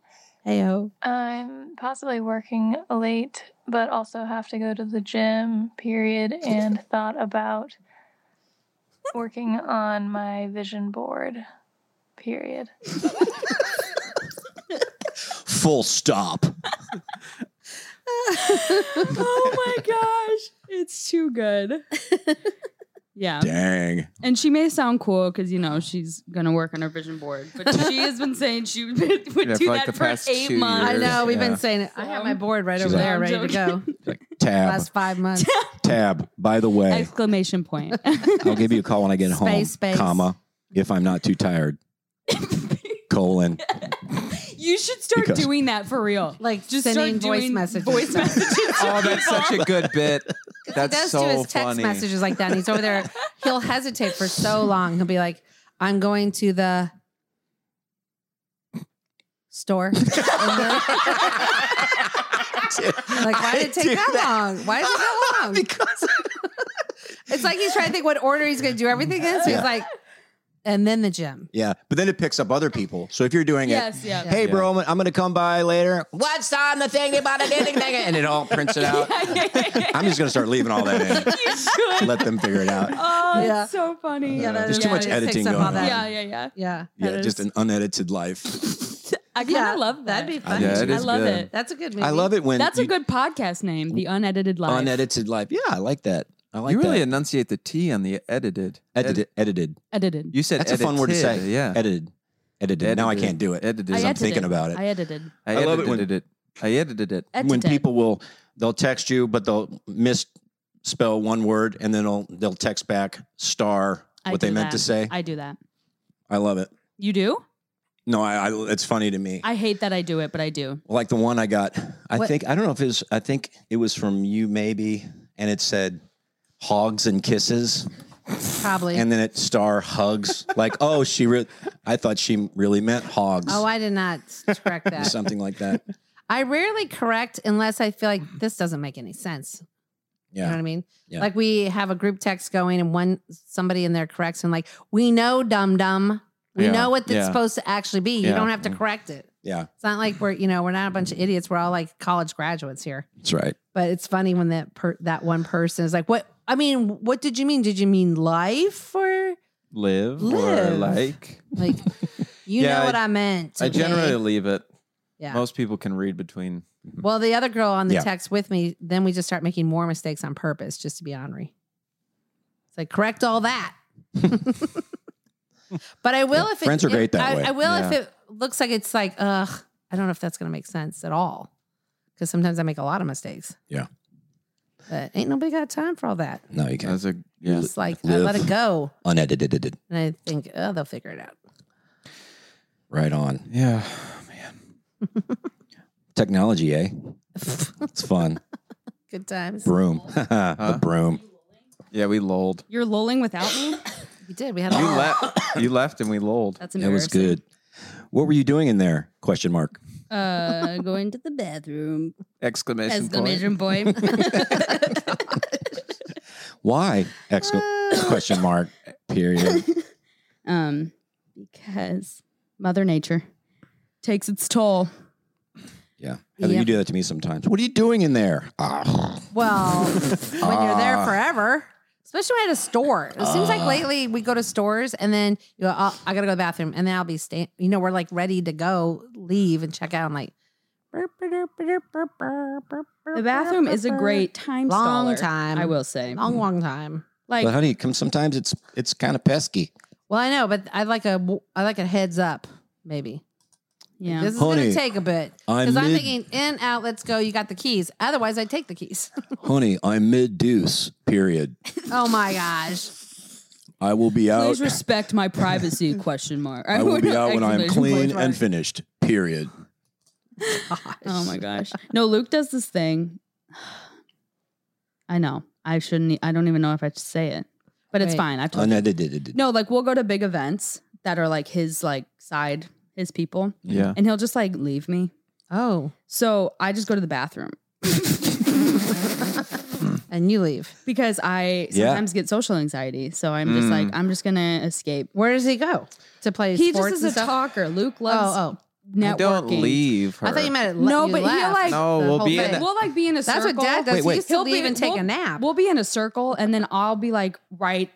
B: Heyo.
G: I'm possibly working late, but also have to go to the gym, period, and thought about working on my vision board, period.
D: Full stop.
A: oh my gosh. It's too good. Yeah.
D: Dang.
A: And she may sound cool because you know she's gonna work on her vision board, but she has been saying she would, would
C: Yeah,
A: do
C: for
A: that
C: like the
A: for
C: past
A: eight
C: two
A: months.
B: I know. We've
C: Yeah.
B: been saying it. I have my board right
D: She's
B: over
D: like-
B: there, ready to go.
D: Tab.
B: Last five months.
D: tab. By the way,
A: Exclamation point!
D: I'll give you a call when I get home.
B: Space, space.
D: Comma. If I'm not too tired. colon.
A: you should start
D: Because-
A: doing that for real.
B: Like
A: Just
B: just sending
A: start doing
B: voice messages.
A: voice messages.
C: Oh, that's such a good bit.
B: he
C: That's
B: does
C: so
B: do his text
C: funny.
B: messages like that. And he's over there. He'll hesitate for so long. He'll be like, "I'm going to the store." And then- like, why did it take that, long? Why did it go long?
H: Because
B: It's like he's trying to think what order he's going to do everything in. So
D: Yeah.
B: he's like, and then the gym.
D: Yeah, but then it picks up other people. So if you're doing
A: yes,
D: it,
A: yeah.
D: hey
C: Yeah.
D: bro, I'm, I'm gonna come by later. What's on the thingy about the ding ding? And it all prints it out. I'm just gonna start leaving all that in.
A: you should.
D: Let them figure it out.
A: Oh,
B: Yeah.
A: it's so funny.
D: Yeah,
B: that
D: There's
B: is-
D: too much
B: it picks
D: editing
B: up
D: going
B: all that.
D: on.
A: yeah, yeah, yeah.
B: Yeah.
D: Yeah,
A: That
D: just
A: is-
D: an unedited life.
A: I kind of
B: Yeah,
A: love that.
B: That'd be
D: I
B: fun.
D: do
C: Yeah, it
A: I
C: is
A: love
C: good.
A: it.
B: That's a good movie.
D: I love it when
A: That's a
D: you-
A: good podcast name, the unedited life.
D: unedited life. Yeah, I like that. I like
C: you really
D: that.
C: enunciate the T on the edited.
D: edited. Edited.
A: edited.
C: You said
D: That's a fun word to
C: edited,
D: say.
C: Yeah.
D: Edited. Edited. Now I
C: Edited.
D: can't do it.
C: Edited.
A: I
D: I'm
A: edited.
D: thinking about it.
A: I edited.
C: I
D: I
C: edited
D: love it when-
C: it. I edited it.
A: edited.
D: when people will they'll text you but they'll misspell one word and then they'll they'll text back star
A: I
D: what
A: do
D: they meant to
A: that.
D: say I,
A: I do that.
D: love it
A: You do?
D: no I, I it's funny to me
A: I hate that I do it, but I do.
D: like the one i got i
B: What-
D: think i don't know if it was i think it was from you maybe and it said hogs and kisses
B: Probably.
D: and then it star hugs like oh she re- i thought she really meant hogs
B: oh, I did not correct that.
D: something like that
B: I rarely correct unless I feel like this doesn't make any sense. You know what
D: yeah
B: I mean?
D: Yeah.
B: Like we have a group text going and one somebody in there corrects and like, we know dum dum. We
C: Yeah.
B: know what it's
C: Yeah.
B: supposed to actually be. You
C: Yeah.
B: don't have to correct it.
D: Mm. yeah
B: It's not like we're, you know, we're not a bunch of idiots. We're all like college graduates here.
D: that's right
B: But it's funny when that per- that one person is like, "What? I mean, what did you mean? Did you mean life or
C: Live, or
B: Live.
C: like.
B: like you
C: Yeah,
B: know
C: I-
B: what I meant?"
C: I
B: okay?
C: generally leave it.
B: yeah.
C: Most people can read between.
B: well, the other girl on the
D: Yeah.
B: text with me, then we just start making more mistakes on purpose just to be ornery. It's like correct all that. but I will
D: Yeah,
B: if it,
D: friends are
B: if-
D: great that
B: I,
D: way.
B: I will if
C: Yeah.
B: it looks like it's like, ugh, I don't know if that's going to make sense at all because sometimes I make a lot of mistakes.
D: Yeah.
B: But ain't nobody got time for all that.
D: no you can't
C: As a yeah.
B: It's like I
D: Live.
B: let it go,
D: unedited
B: and I think, oh, they'll figure it out.
D: right on
C: Yeah. Man.
D: technology eh It's fun.
B: Good times.
D: Broom.
A: Uh-huh.
D: The broom.
C: Yeah, we lulled.
A: You're lolling without me?
B: We did. We had a
C: You
B: lot.
C: left. You left, and we lulled.
A: That's
D: That
A: embarrassing.
D: was good. What were you doing in there? Question mark.
A: Uh, going to the bathroom.
C: Exclamation,
A: Exclamation point.
D: Why? Excla- question mark. Period.
A: um, because Mother Nature takes its toll
D: Yeah. Heather,
B: Yep.
D: you do that to me sometimes. What are you doing in there? Ah.
B: Well, when you're there forever, especially when at a store. It seems like lately we go to stores and then you go, oh, I gotta go to the bathroom, and then I'll be staying. You know, we're like ready to go, leave and check out. I'm like,
A: The
B: the
A: bathroom is a great time
B: Long
A: staller,
B: time.
A: I will say.
B: long, long time.
A: Like
D: But honey, come sometimes it's it's kind of pesky.
B: Well, I know, but I like a I like a heads up, maybe.
A: yeah.
B: This is
D: Honey,
B: gonna take a bit
D: I'm
B: because I'm
D: mid-
B: thinking in, out, let's go. You got the keys. Otherwise, I'd take the keys.
D: Honey, I'm mid deuce, period.
B: oh my gosh.
D: I will be out
A: Please respect my privacy question mark.
D: I will
A: would-
D: be out when I'm
A: exclamation
D: clean
A: point mark.
D: and finished, period.
A: Oh my gosh. No, Luke does this thing. I know. I shouldn't e, I don't even know if I should say it. But it's
B: Wait.
A: fine. I've told you.
D: Unedited.
A: Oh, No, like we'll go to big events that are like his like side, his people,
C: Yeah.
A: and he'll just like leave me.
B: Oh,
A: So I just go to the bathroom
B: and you leave.
A: because I
D: Yeah.
A: sometimes get social anxiety. So I'm just
C: Mm.
A: like, I'm just gonna escape.
B: Where does he go to play?
A: He just
B: sports
A: is
B: and
A: a
B: stuff?
A: talker. Luke loves
B: Oh, oh.
A: networking.
C: I don't leave her.
B: I thought you meant it.
A: No,
B: you
A: but he'll,
B: left
A: like-
C: No,
B: the
C: we'll
B: whole
C: be in
B: thing.
C: a-
A: We'll like be in a
B: That's
A: circle.
B: what Dad does.
D: Wait, wait.
B: He used to
A: He'll
B: leave
A: be-
B: and take
A: we'll-
B: a nap.
A: We'll be in a circle, and then I'll be like right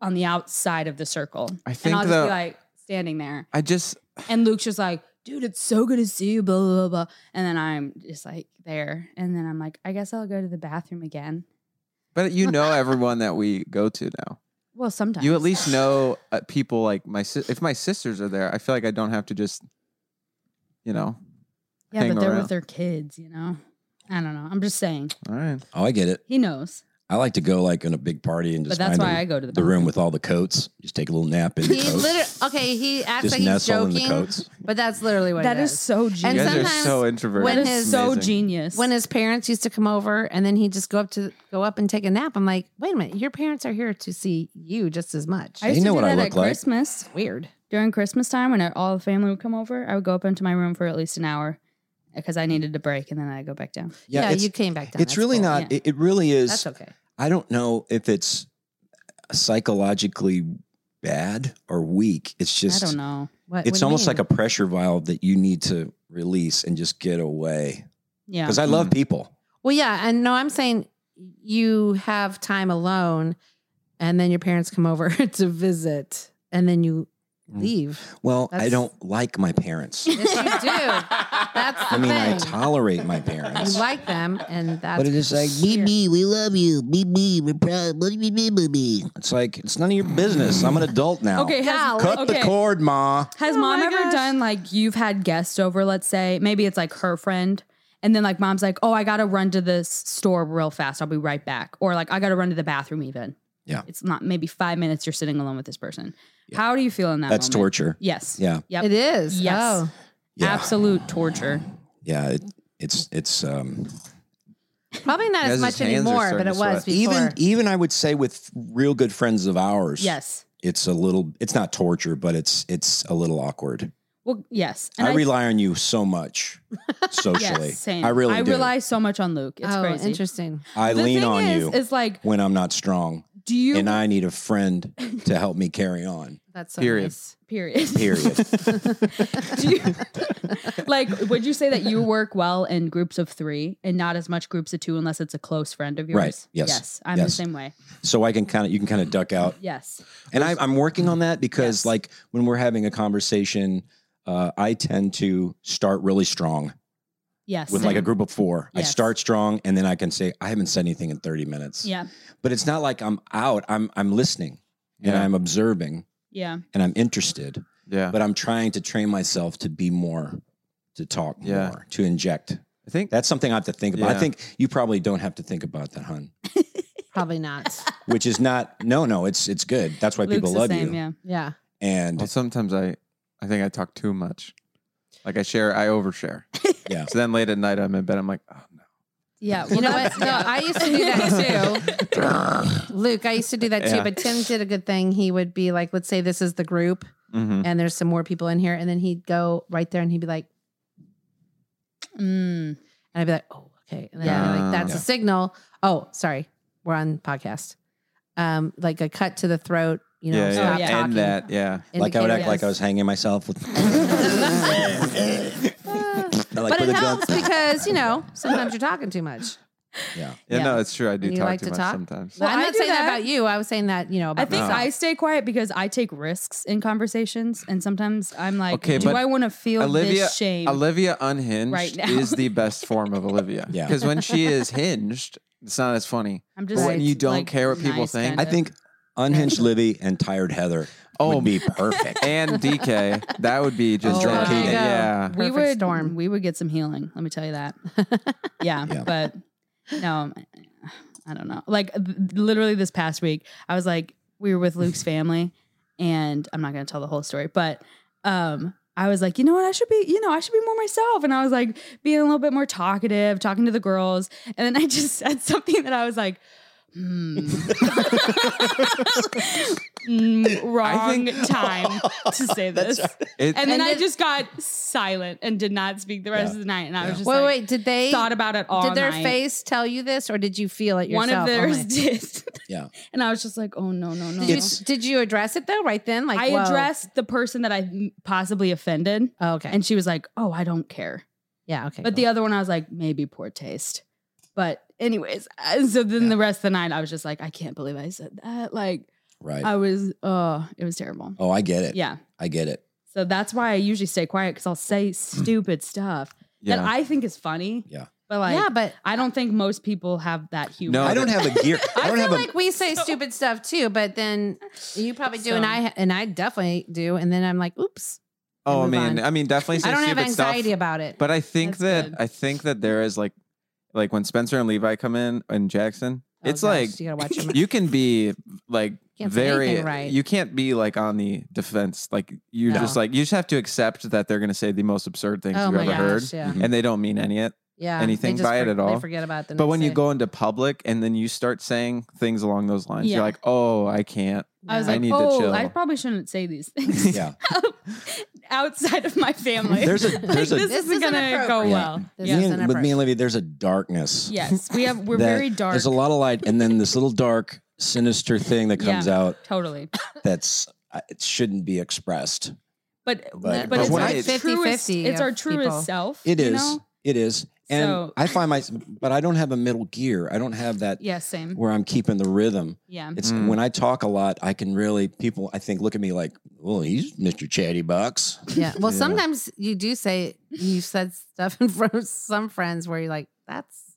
A: on the outside of the circle.
C: I
A: and
C: think
A: I'll just
C: the-
A: be like standing there.
C: I just
A: And Luke's just like, dude, it's so good to see you, blah, blah, blah. And then I'm just like there. And then I'm like, I guess I'll go to the bathroom again.
C: But you know everyone that we go to now.
A: Well, sometimes.
C: You at least know uh, people like my si- if my sisters are there, I feel like I don't have to just you know.
A: Yeah,
C: hang
A: but they're
C: around.
A: with their kids, you know? I don't know. I'm just saying.
C: All right.
D: Oh, I get it.
A: He knows.
D: I like to go like in a big party and
A: But
D: just
A: that's
D: find
A: why
D: the,
A: I go to the,
D: the room
A: bathroom.
D: with all the coats. Just take a little nap in the
B: He
D: coats.
B: Uh-huh. literally okay. He acts
D: just
B: like he's
D: nestle in the
B: joking,
D: coats.
B: but that's literally what
A: That
B: it
A: is so genius.
B: And
C: you guys are
B: sometimes
C: so introverted.
B: when
A: that
C: It's
A: is
B: his-
A: so
C: amazing.
A: genius.
B: When his parents used to come over, and then he'd just go up to go up and take a nap. I'm like, wait a minute, your parents are here to see you just as much.
A: I used
D: They
A: to
D: know
A: do
D: what I
A: that
D: look
A: at
D: like.
A: Christmas.
B: Weird.
A: during Christmas time when all the family would come over, I would go up into my room for at least an hour because I needed a break and then I'd go back down.
B: Yeah,
D: it's,
B: you came back down.
D: it's
B: That's
D: really
B: cool.
D: not.
A: Yeah.
D: It, it really is.
B: That's okay.
D: I don't know if it's psychologically bad or weak. It's just
A: I don't know.
B: What, what do
D: It's
B: you
D: almost like
B: mean?
D: a pressure valve that you need to release and just get away.
A: Yeah.
D: Because I love people.
B: Well, yeah, and no, I'm saying you have time alone, and then your parents come over to visit, and then you
D: Mm.
B: leave.
D: Well, I
B: That's-
D: don't like my parents.
B: Yes, you do. That's the
D: I mean,
B: thing.
D: I tolerate my parents.
B: you like them, and that's
D: but it is like,
B: weird.
D: BB, we love you. BB, we're proud. BB. It's like, it's none of your business. I'm an adult now.
A: okay, has,
D: Cut
A: okay.
D: the cord, Ma.
A: Has
B: Oh
A: mom
B: my
A: ever
B: gosh.
A: done like you've had guests over, let's say, maybe it's like her friend, and then like mom's like, Oh, I gotta run to this store real fast, I'll be right back. Or like I gotta run to the bathroom even.
D: Yeah.
A: It's not maybe five minutes you're sitting alone with this person.
D: Yeah.
A: How do you feel in that
D: That's
A: moment?
D: torture.
A: Yes.
D: Yeah.
A: Yep.
B: It is.
A: Yes.
B: Oh.
D: Yeah.
A: Absolute torture.
D: Yeah. It, it's, it's, um,
B: Probably not
C: Yes,
B: as
C: his
B: much
C: hands are
B: anymore,
C: starting
B: but it
C: to sweat.
B: was before.
D: even, even I would say with real good friends of ours,
A: Yes.
D: it's a little, it's not torture, but it's, it's a little awkward.
A: Well, yes.
D: I, rely on you so much socially.
A: Yes, same.
D: I really do.
A: rely so much on Luke. It's
B: oh,
A: crazy.
B: interesting.
D: I
A: the
D: lean
A: thing
D: on
A: is,
D: you
A: Is like,
D: when I'm not strong,
A: do you?
D: and I need a friend to help me carry on.
B: That's so
C: Period.
B: nice.
A: period.
D: Period.
A: do you, like, would you say that you work well in groups of three and not as much groups of two unless it's a close friend of yours?
D: Right. Yes.
A: Yes. I'm the
D: Yes.
A: same way.
D: so I can kind of you can kind of duck out,
A: Yes.
D: and I, I'm working on that because
A: Yes.
D: like when we're having a conversation, uh, I tend to start really strong
A: Yes.
D: with like a group of four. I
A: Yes.
D: start strong, and then I can say I haven't said anything in 30 minutes.
A: Yeah.
D: But it's not like I'm out. I'm I'm listening and
C: Yeah.
D: I'm observing
A: Yeah.
D: and I'm interested.
C: Yeah.
D: But I'm trying to train myself to be more, to talk
C: Yeah.
D: more, to inject.
C: I think
D: That's something I have to think about. I
C: Yeah.
D: think you probably don't have to think about that, hun.
B: Probably not.
D: which is not no no it's it's good that's why
A: Luke's
D: people
A: the
D: love
A: same.
D: you
A: Yeah.
B: Yeah.
D: and
C: well, sometimes I I think I talk too much. Like I share, I overshare.
D: Yeah.
C: So then late at night I'm in bed, I'm like, oh no.
A: Yeah.
B: You know what? No, I used to do that too.
D: yeah
B: Luke, I used to do that too,
C: Yeah.
B: but Tim did a good thing. He would be like, let's say this is the group
C: Mm-hmm.
B: and there's some more people in here. And then he'd go right there and he'd be like,
A: Mm.
B: and I'd be like, oh, okay. And then I'd be like, that's a
C: Yeah.
B: signal. Oh, sorry. We're on podcast. Um, like a cut to the throat, you know,
C: yeah,
B: stop
C: yeah.
B: talking.
C: And that, yeah.
D: like i would
B: Indicator,
D: act like i
B: yes.
D: was hanging myself with
B: Ah,
D: I like
B: but it
D: put a gun-
B: helps because you know sometimes you're talking too much.
D: Yeah.
C: Yeah,
A: Yeah.
C: no, it's true. I do
B: You
C: talk
B: like
C: too
B: to
C: much
B: talk?
C: sometimes.
B: Well,
A: Well,
B: I'm
A: I
B: not
A: do
B: saying that.
A: that.
B: about you. I was saying that you know. About
A: I think
B: myself.
A: I stay quiet because I take risks in conversations, and sometimes I'm like,
C: Okay,
A: "Do
C: but
A: I want to feel
C: Olivia,
A: this shame?"
C: Olivia unhinged
A: right now.
C: is the best form of Olivia.
D: Yeah.
C: because when she is hinged, it's not as funny.
A: I'm just
C: But when you don't
A: like,
C: care what people
A: nice
C: think-
A: kinda.
D: I think unhinged Libby and tired Heather
C: Oh.
D: would be perfect.
C: And DK, that would be just
D: Oh,
C: drunk.
D: there you
C: eating.
D: go.
C: Yeah,
A: we
B: Perfect
A: would
B: storm.
A: we would get some healing. Let me tell you that. yeah,
D: Yeah.
A: but no, um, I don't know. Like literally this past week, I was like, we were with Luke's family, and I'm not gonna tell the whole story, but um. I was like, you know what? I should be, you know, I should be more myself. And I was like being a little bit more talkative, talking to the girls. And then I just said something that I was like, hmm. Mm, wrong time to say this. And
C: It-
A: then
B: And
A: I
B: did-
A: just got silent and did not speak the rest of
D: Yeah.
A: the night. And I
D: Yeah.
A: was just
B: Wait,
A: like,
B: wait. Did they?
A: thought about it all
B: did their
A: night.
B: face tell you this, or did you feel it yourself?
A: One of theirs
B: only?
A: did.
D: Yeah.
A: And I was just like, oh no, no, no.
B: Did
A: no.
B: you, did you address it though? Right then, like
A: I
B: whoa.
A: addressed the person that I possibly offended,
B: Oh, okay.
A: and she was like, "Oh, I don't care."
B: yeah. Okay.
A: But the other one, I was like, "Maybe poor taste." But anyways, and so then the rest of the night, I was just like, "I can't believe I said that." Like,
D: Right.
B: Uh,
A: I was, oh, it was terrible.
D: oh, I get it.
A: Yeah.
D: I get it.
A: So that's why I usually stay quiet because I'll say stupid stuff that
C: yeah.
A: I think is funny.
D: Yeah.
A: But like,
B: yeah, but
A: I don't think most people have that humor.
C: No,
D: I don't have a gear. I
B: I,
D: don't
B: feel
D: have a
B: like we say stupid stuff too, but then you probably do, and
A: So-
B: I and I definitely do, and then I'm like, oops,
C: oh
B: move
C: man,
B: on.
C: I mean, definitely. Say
B: I don't have
C: stupid stuff.
B: anxiety about it.
C: But I think that
A: That's good.
C: I think that there is like like when Spencer and Levi come in and Jackson,
B: Oh,
C: it's
B: gosh,
C: like
B: you gotta watch your mouth.
C: you can be like
B: Can't say
C: very
B: anything right.
C: you can't be like on the defense. Like you
B: No.
C: just like you just have to accept that they're gonna say the most absurd things
B: oh
C: you've
B: my
C: ever heard.
B: gosh, yeah,
C: And they don't mean any it.
B: yeah.
C: anything
B: they just
C: by it at all.
B: They forget about the.
C: But
B: next
C: when you
B: day.
C: go into public and then you start saying things along those lines,
A: Yeah.
C: you're like, "Oh, I can't."
A: I was
C: I
A: like,
C: need to
A: oh,
C: chill."
A: I probably shouldn't say these things
D: Yeah.
A: outside of my family.
D: There's a there's
A: this,
D: a
B: This is
A: isn't gonna go
B: inappropriate.
A: well.
B: This
A: Yeah.
B: is
D: me and- with me
B: inappropriate.
D: and Libby, there's a darkness.
A: Yes, we have. We're
D: that-
A: very dark.
D: There's a lot of light, and then this little dark, sinister thing that comes out
A: Totally,
D: that's uh, it shouldn't be expressed.
A: but but,
D: But- but
A: it's
D: when
A: our
C: it's
A: truest.
B: 50-50
A: It's our
B: of
A: truest
B: people.
A: self.
D: It
A: you
D: is.
A: know?
D: It is. And
A: So-
D: I find my, but I don't have a middle gear. I don't have that
A: Yeah. Same.
D: where I'm keeping the rhythm.
A: Yeah.
D: It's
C: Mm.
D: when I talk a lot, I can really people. I think look at me like, well, he's Mr. Chatty Box.
B: Yeah. Well,
D: Yeah.
B: sometimes you do say you said stuff in front of some friends where you're like, that's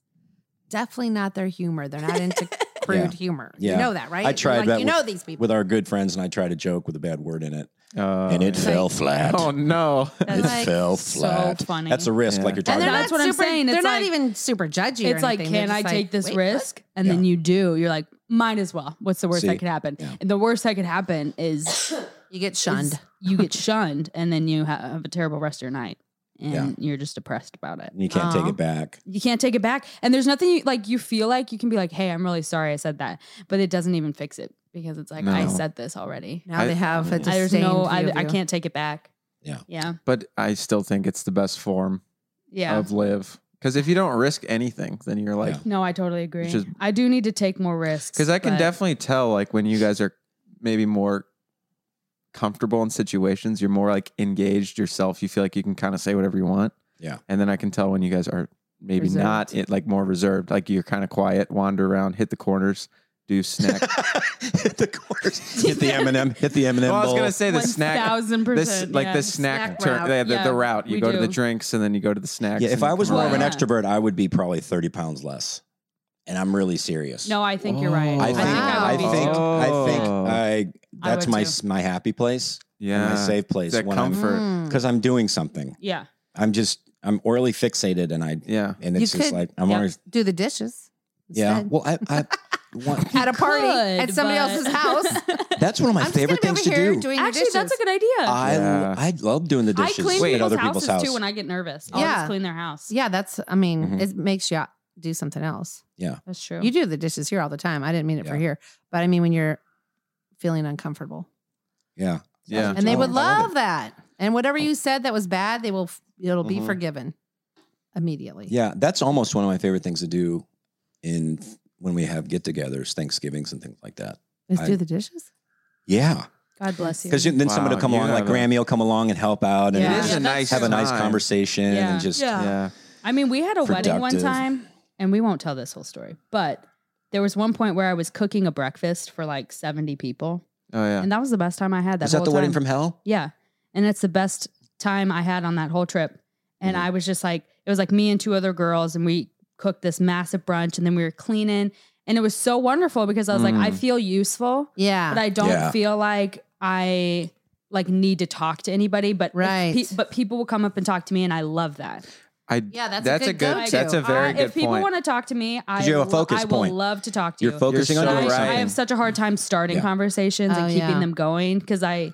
B: definitely not their humor. They're not into crude humor.
D: Yeah.
B: You know that, right?
D: I
B: You're
D: tried
B: like,
D: that
B: You
D: with-
B: know these people.
D: With our good friends, and I tried a joke with a bad word in it,
C: Oh,
D: and it
C: yeah.
D: fell flat.
C: Oh no.
D: it
A: That's like
D: fell
A: so
D: flat.
A: funny.
D: That's a risk,
C: Yeah.
D: like you're
B: and
D: talking
B: they're
D: about.
B: not
A: That's what I'm
B: super,
A: saying.
B: They're
A: It's
B: not
A: like-
B: even super judgy. or
A: It's like,
B: anything. They're
A: can I
B: just
A: take
B: like,
A: this
B: "Wait, what?"
A: risk? And then you do. You're like, might as well. What's the worst
D: See,
A: that could happen?
D: yeah.
A: And the worst that could happen is
B: You get shunned.
A: is you get shunned, and then you ha- have a terrible rest of your night, and
D: Yeah.
A: you're just depressed about it.
D: and you can't
B: Aw.
D: take it back.
A: You can't take it back, and there's nothing you like. You feel like you can be like, "Hey, I'm really sorry I said that," but it doesn't even fix it because it's like I
C: No.
A: said this already.
B: Now
C: I-
B: they have a
D: I-
A: There's
B: disdain
A: no,
B: view
A: I,
B: of
A: I
B: you.
A: can't take it back.
D: Yeah.
A: yeah,
C: But I still think it's the best form
A: yeah.
C: of live. Because if you don't risk anything, then you're like,
D: Yeah.
A: no, I totally agree.
C: Which is-
A: I do need to take more risks
C: because I can
A: but-
C: definitely tell like when you guys are maybe more comfortable in situations, you're more like engaged yourself. You feel like you can kind of say whatever you want.
D: Yeah.
C: And then I can tell when you guys are maybe
A: Reserved.
C: not it, like more reserved, like you're kind of quiet, wander around, hit the corners, do snack.
D: hit the course. Hit the M and M. Hit the M and M
C: well, I was
D: bowl.
C: gonna say the snack,
A: 1000%.
C: this like
A: yeah.
C: the snack,
B: Snack
C: turn,
B: route.
C: yeah, the, the
A: Yeah,
C: route. You
A: we
C: go to the
A: do.
C: drinks and then you go to the snacks.
D: Yeah, if
C: and
D: I
C: you
D: was
C: come
D: more
A: Right.
D: of an
C: around.
A: Yeah.
D: extrovert, I would be probably thirty pounds less. And I'm really serious.
A: No, I think you're right.
C: Whoa.
D: I think I,
B: I would be
D: think
C: too.
D: I think
C: Oh.
D: I that's
A: would
D: my
A: too.
D: s- my happy place, and my
C: yeah,
D: safe place
C: that
D: when I'm
C: comfort.
B: Mm.
D: because I'm doing something.
A: Yeah.
D: I'm just I'm orally fixated, and I
C: Yeah.
D: and
B: You
D: it's just
B: could-
D: like I'm
B: yeah,
D: always
B: do the dishes.
D: yeah.
B: instead.
D: Well, I, I want,
B: At a party
A: Could,
B: at somebody
A: but-
B: else's house.
D: that's one of my
B: I'm just gonna
D: favorite
B: be
D: things
B: over
D: to
B: here
D: do.
B: doing your
A: Actually, that's a
B: dishes.
A: good idea.
D: I
C: Yeah.
D: I love doing the
A: I
D: dishes
A: clean
C: Wait.
A: people's
D: at other people's
A: houses
D: house.
A: too when I get nervous. I'll
B: Yeah.
A: just clean their house.
B: Yeah, that's. I mean,
D: Mhm.
B: it makes you do something else.
A: that's true.
B: You do the dishes here all the time. I didn't mean it for
D: Yeah.
B: here, but I mean when you're feeling uncomfortable,
D: yeah,
C: Yeah.
B: and they
D: Oh,
B: would
D: I love
B: love
D: it.
B: that. And whatever
C: Oh.
B: you said that was bad, they will. f- It'll be
C: Mhm.
B: forgiven immediately.
D: Yeah, that's almost one of my favorite things to do in when we have get-togethers, Thanksgivings and things like that.
B: is
D: I-
B: do the dishes.
D: Yeah.
A: God bless you.
D: Because then somebody will
C: Wow,
D: come
C: you
D: along, like
C: have a-
D: Grammy will come along and help out and
B: Yeah.
C: It is
A: Yeah,
C: a nice
D: have a nice
C: time.
D: conversation
A: Yeah.
D: and just
A: Yeah.
C: Yeah.
A: I mean, we had a wedding one
D: Productive.
A: time, and we won't tell this whole story, but there was one point where I was cooking a breakfast for like 70 people,
C: Oh yeah.
A: and that was the best time I had. That
D: Is that
A: whole
D: the wedding
A: time.
D: from hell?
A: Yeah. And it's the best time I had on that whole trip. And
D: Mm-hmm.
A: I was just like, it was like me and two other girls, and we cooked this massive brunch, and then we were cleaning. And it was so wonderful because I was like, I
C: Mm.
A: feel useful,
B: Yeah.
A: but I don't
D: Yeah.
A: feel like I like need to talk to anybody. But if
B: Right.
A: pe- but people will come up and talk to me, and I love that.
C: I,
B: Yeah, that's a
C: that's
B: good
C: a good.
B: go-to.
C: that's a very
A: I- Uh,
C: good
A: if people
C: point.
A: want to talk to me, I,
D: you have a
A: lo-
D: focus
A: I will
D: point.
A: love to talk to
D: You're
A: you.
D: focusing
C: You're
D: on
C: so
A: And
D: doing
A: I,
C: right.
A: I have
D: something.
A: such a hard time starting
D: Yeah.
A: conversations
B: Oh,
A: and keeping
B: yeah.
A: them going because I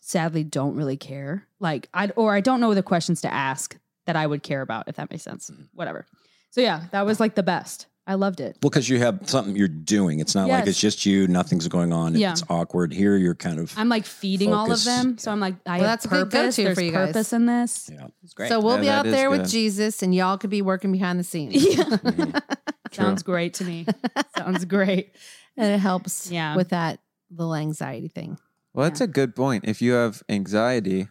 A: sadly don't really care. Like I or I don't know the questions to ask that I would care about if that makes sense.
D: Mm.
A: Whatever. So yeah, that was like the best. I loved it.
D: Well, because you have something you're doing. It's not like
A: Yes.
D: it's just you. Nothing's going on.
A: Yeah.
D: It's awkward. Here, you're kind of.
A: I'm like feeding all of
D: Focus.
A: them, so I'm like, I have
B: Well, that's a good
A: purpose.
B: go-to
A: There's
B: for you guys.
A: purpose in this.
D: yeah, it's
B: So we'll
C: Yeah,
B: be
C: that
B: out
C: is
B: there with
C: good.
B: Jesus, and y'all could be working behind the scenes.
A: Yeah,
D: Mm-hmm. True.
A: sounds great to me. sounds great.
B: and it helps
A: Yeah.
B: with that little anxiety thing.
C: Well, that's a good point. If you have anxiety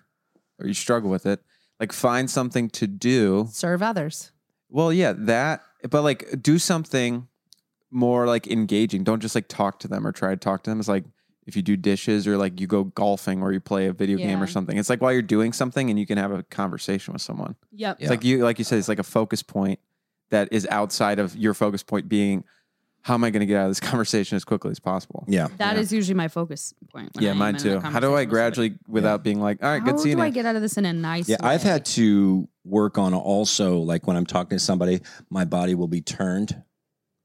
C: or you struggle with it, like find something to do.
B: Serve others.
C: Well, yeah, that, but like do something more like engaging. Don't just like talk to them or try to talk to them. It's like if you do dishes or like you go golfing or you play a video game or
A: Yeah.
C: something. It's like while you're doing something and you can have a conversation with someone.
A: Yep.
D: Yeah.
C: It's like you like you said it's like a focus point that is outside of your focus point being how am I going to get out of this conversation as quickly as possible?
D: Yeah.
A: That is
C: Yeah.
A: usually my focus point. when I
C: Yeah,
A: am
C: mine
A: in a
C: too. How do I
A: conversation with
C: gradually, without being like, all right,
A: How
C: good seeing
A: do
C: you.
A: I get out of this in a nice
D: Yeah,
A: way?
D: I've had to work on also like when I'm talking to somebody, my body will be turned,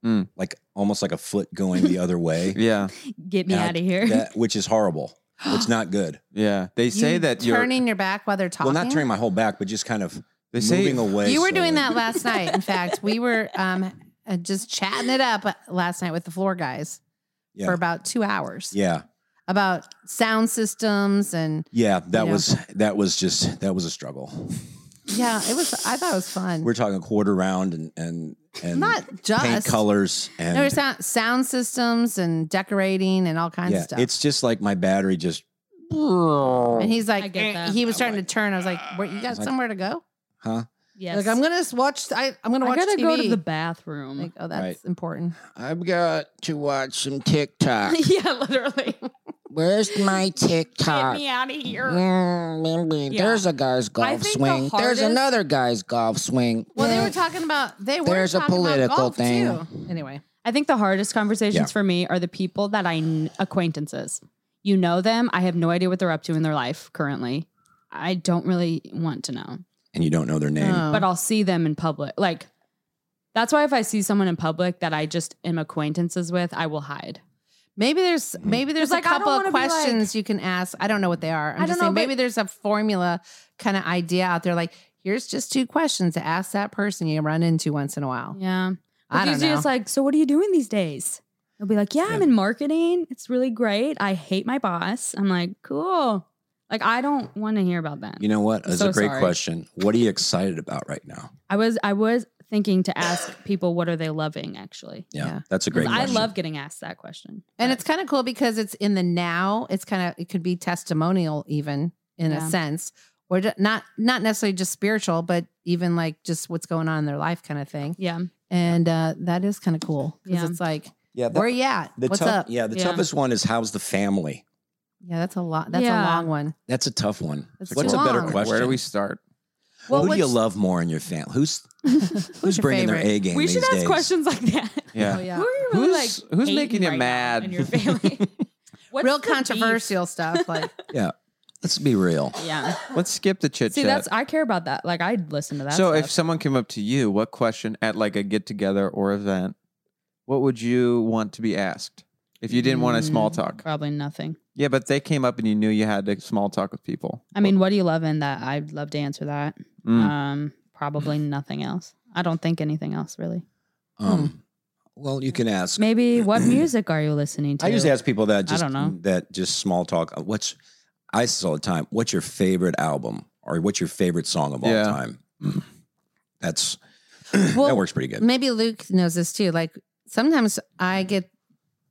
C: Mm.
D: like almost like a foot going the other way,
C: yeah,
A: get me
D: And I-
A: out of here.
D: that, which is horrible. It's not good.
C: yeah. They say
B: You
C: that you're.
B: turning your back while they're talking.
D: Well, not turning my whole back, but just kind of
C: they say
D: moving away.
B: You were doing that
D: slowly.
B: last night. In fact, we were um, uh, just chatting it up uh, last night with the floor guys
D: Yeah.
B: for about two hours
D: Yeah,
B: about sound systems and
D: yeah. That
B: Yeah.
D: was that was just that was a struggle.
B: yeah, it was. I thought it was fun.
D: We're talking quarter round and and and
B: not just
D: paint colors and
B: No, sound, sound systems and decorating and all kinds
D: yeah.
B: of stuff.
D: It's just like my battery just
B: and he's
A: I
B: like,
A: get
B: eh,
A: that.
B: he was starting to turn. I was like, Where, you got
D: It's like-
B: somewhere to go?
D: huh.
A: yes.
B: Like, I'm gonna just watch. I, I'm gonna
A: I
B: watch
A: gotta
B: TV.
A: go to the bathroom.
B: like, oh, that's
D: Right.
B: important.
H: I've got to watch some
B: uh,
H: TikTok.
A: yeah, literally.
H: Where's my
A: Get
H: TikTok?
A: me out of here.
H: Mm, mm, mm.
A: Yeah.
H: There's a guy's
A: I
H: golf
A: think the
H: swing. There's
A: hardest-
H: another guy's golf swing.
B: Well, they were
H: Mm.
B: talking about they were
H: There's a
B: talking
H: political
B: about golf
H: thing.
B: too. Anyway,
A: I think the hardest conversations
D: Yeah.
A: for me are the people that I kn- acquaintances. You know them. I have no idea what they're up to in their life currently. I don't really want to know,
D: and you don't know their
B: Oh,
D: name.
A: but I'll see them in public. Like that's why if I see someone in public that I just am acquaintances with, I will hide.
B: maybe there's maybe there's
A: It's like,
B: a
A: I don't
B: couple of
A: wanna be like-
B: questions you can ask. I don't know what they are. I'm
A: I don't
B: just
A: know,
B: saying maybe
A: but-
B: there's a formula kind of idea out there. Like here's just two questions to ask that person you run into once in a while.
A: Yeah.
B: I don't
A: usually
B: know.
A: it's like, so what are you doing these days? They'll be like, yeah, I'm
D: Yeah.
A: in marketing. It's really great. I hate my boss. I'm like, cool. Like I don't want to hear about that.
D: You know what? That's
A: So
D: a great
A: sorry.
D: question. What are you excited about right now?
A: I was I was thinking to ask people what are they loving actually.
D: Yeah,
B: Yeah.
D: that's a great.
A: 'Cause I
D: question.
A: love getting asked that question. But-
B: and it's kind of cool because it's in the now. It's kind of it could be testimonial even in
A: Yeah.
B: a sense. Or ju- not not necessarily just spiritual, but even like just what's going on in their life kind of thing.
A: yeah.
B: And uh, that is kind of cool because
A: Yeah.
B: it's like
D: Yeah, that-
B: where you at?
D: the
B: What's
D: tough,
B: up?
D: Yeah, the
A: Yeah.
D: toughest one is how's the family.
B: Yeah, that's a lot. That's
A: Yeah.
B: a long one.
D: That's a tough one.
B: That's
D: What's
B: too
D: a better
B: long.
D: question?
C: Where do we start?
B: Well,
D: Who do you
B: what's-
D: love more in your family? Who's who's
B: your
D: bringing
B: favorite?
D: their A game?
A: we
D: these
A: should ask
D: days?
A: questions like that.
C: Yeah.
B: Oh, yeah.
A: Who are you really
C: Who's-
A: like
C: who's
A: hating
C: making you
A: right now
C: mad?
A: in your family? What's
B: Real
A: the beef?
B: controversial stuff. Like
D: Let's be real.
A: Yeah.
C: Let's skip the chit
A: See, that's
C: chat.
A: I care about that. Like I'd listen to that.
C: So
A: stuff.
C: if someone came up to you, what question at like a get together or event, what would you want to be asked? If you didn't want a small
A: Mm,
C: talk.
A: Probably nothing.
C: Yeah, but they came up and you knew you had to small talk with people.
A: I mean, what do you love in that? I'd love to answer that.
C: Mm.
A: Um, probably nothing else. I don't think anything else really.
D: Um, well, you can ask.
A: Maybe what music are you listening to?
D: I usually ask people that.
A: I
D: Just
A: don't know.
D: that just small talk. Uh, What's I say this all the time. What's your favorite album or what's your favorite song of all
C: Yeah.
D: time? Mm-hmm. That's
B: Well,
D: that works pretty good. Mm.
B: maybe Luke knows this too. Like sometimes I get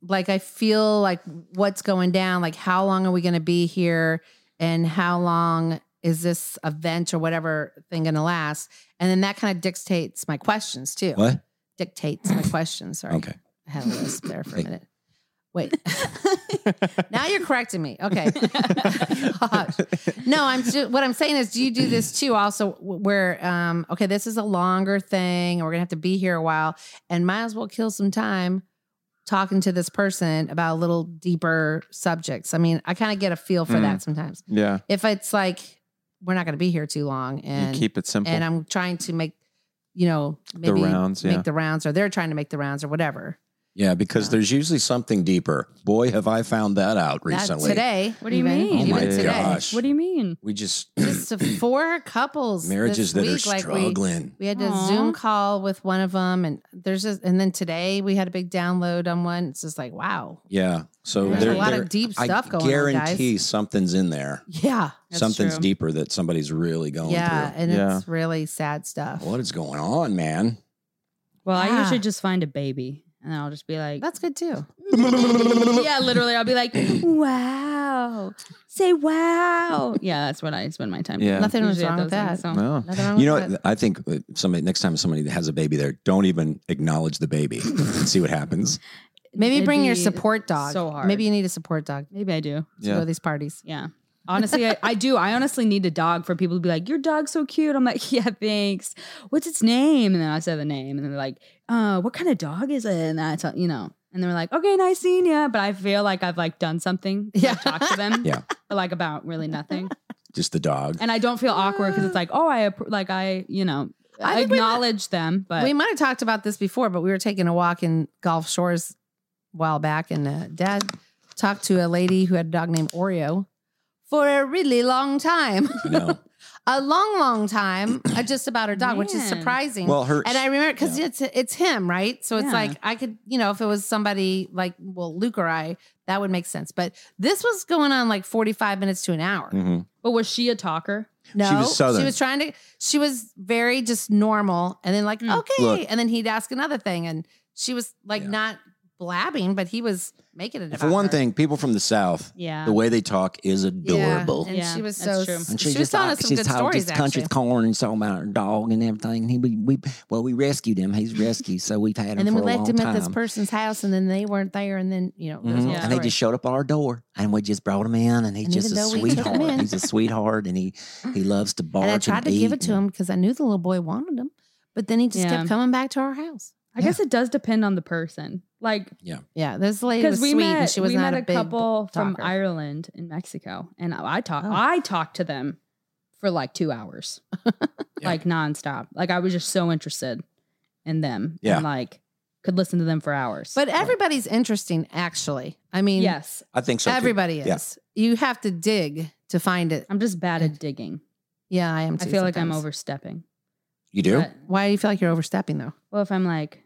B: like I feel like what's going down, like how long are we going to be here and how long is this event or whatever thing going to last? And then that kind of dictates my questions too.
D: What?
B: Dictates my questions. Sorry.
D: Okay.
B: I had a lisp there for a
D: Hey.
B: minute. Wait. now you're correcting me. Okay. Gosh. No, I'm ju- what I'm saying is, do you do this too? Also, wh- where um, okay, this is a longer thing, and we're gonna have to be here a while, and might as well kill some time talking to this person about a little deeper subjects. I mean, I kind of get a feel for
D: Mm.
B: that sometimes.
C: Yeah.
B: If it's like we're not gonna be here too long, and
C: you keep it simple.
B: and I'm trying to make, you know, maybe
C: rounds,
B: make
C: yeah.
B: the rounds, or they're trying to make the rounds, or whatever.
D: Yeah, because
B: Yeah.
D: there's usually something deeper. Boy, have I found that out
B: That-
D: recently.
B: today.
A: What do you
B: even-
A: mean? Oh
B: Even
D: my
B: today.
D: gosh.
A: What do you mean?
D: We just
B: Just four couples.
D: marriages that
B: this
D: are
B: week, like we-
D: struggling.
B: We had a
A: Aw.
B: Zoom call with one of them, and there's just, and then today we had a big download on one. It's just like, wow,
D: yeah. So
B: there's
D: there,
B: a lot
D: there-
B: of deep
D: I
B: stuff going on,
D: guarantee
B: guys.
D: something's in there.
B: Yeah,
A: That's
D: something's
A: true.
D: deeper that somebody's really going
B: yeah, and
C: Yeah.
B: it's really sad stuff.
D: through. What is going on, man?
A: Well, I
B: Yeah.
A: usually just find a baby and I'll just be like,
B: That's good too.
A: yeah, literally, I'll be like, wow, say wow. Yeah, that's what I spend my time.
C: Yeah.
B: Nothing was
A: Usually at
B: wrong with
A: those
B: that.
A: things, so-
C: No.
B: Nothing wrong
D: You know,
B: with that.
D: what? I think uh, somebody next time somebody has a baby there, don't even acknowledge the baby and see what happens.
B: Maybe
A: It'd
B: bring your
A: be
B: support dog.
A: So hard.
B: Maybe you need a support dog to
A: maybe I do.
B: go
C: Yeah.
B: to these parties.
A: Yeah. Honestly, I, I do. I honestly need a dog for people to be like, "Your dog's so cute." I'm like, "Yeah, thanks." What's its name? And then I say the name, and they're like, "Uh, what kind of dog is it?" And that's you know. And they're like, "Okay, nice seeing ya." But I feel like I've like done something.
B: Yeah.
A: Yeah, talk to them.
D: Yeah.
A: but like about really nothing.
D: Just the dog.
A: And I don't feel awkward because it's like, oh, I appro- like I you know
B: I
A: I
B: think we might-
A: acknowledge them, but
B: we might have talked about this before, but we were taking a walk in Gulf Shores a while back, and uh, Dad talked to a lady who had a dog named Oreo for a really long time.
D: You know?
B: a long, long time uh, just about her dog, which is
A: Man.
B: surprising.
D: Well, her
B: and I remember because
D: yeah.
B: it's it's him, right? So it's
A: Yeah.
B: like I could, you know, if it was somebody like well Luke or I, that would make sense. But this was going on like forty five minutes to an hour.
D: Mhm.
A: but was she a talker?
B: No,
D: was Southern.
B: She was trying to. She was very just normal, and then like
A: Mm.
B: okay,
D: Look.
B: and then he'd ask another thing, and she was like
D: Yeah.
B: not blabbing, but he was making it.
D: for
B: about
D: one
B: her.
D: thing, people from the South,
A: Yeah,
D: the way they talk is adorable.
B: and
A: Yeah,
B: she was
A: that's
B: so.
A: true.
B: She, was telling us some good stories. actually.
H: corn and so about her dog and everything. He we, we well we rescued him. He's rescued, so we've had him
B: and then
H: for
B: we
H: a
B: left
H: long
B: him
H: time.
B: at this person's house, and then they weren't there, and then you
D: Mm-hmm.
B: know, there's a
H: Mhm.
B: whole
A: Yeah.
H: And they
B: story.
H: just showed up at our door, and we just brought him in, and he's
B: And
H: just
B: even
H: a
B: though we took him
H: sweetheart.
B: in-
H: He's a sweetheart, and he he loves to bark.
B: and I tried to give it to him because I knew the little boy wanted him, but then he just
A: Yeah.
B: kept coming back to our house.
A: I guess it does depend on the person. Like
B: Yeah, this lady
A: because
B: was
A: we
B: sweet,
A: met
B: and she was
A: we
B: not
A: met a,
B: a big.
A: couple from
B: talker.
A: Ireland in Mexico, and I talked
B: Oh.
A: I talked to them for like two hours, like nonstop. Like I was just so interested in them,
D: Yeah.
A: and like could listen to them for hours.
B: but everybody's interesting, actually. I mean,
A: yes,
D: I think so. too.
B: everybody
D: Yeah.
B: is. You have to dig to find it.
A: I'm just bad at digging.
B: Yeah, I am.
A: I
B: too
A: feel like I'm
B: sometimes.
A: overstepping.
D: You do?
A: But-
B: Why do you feel like you're overstepping though?
A: well, if I'm like,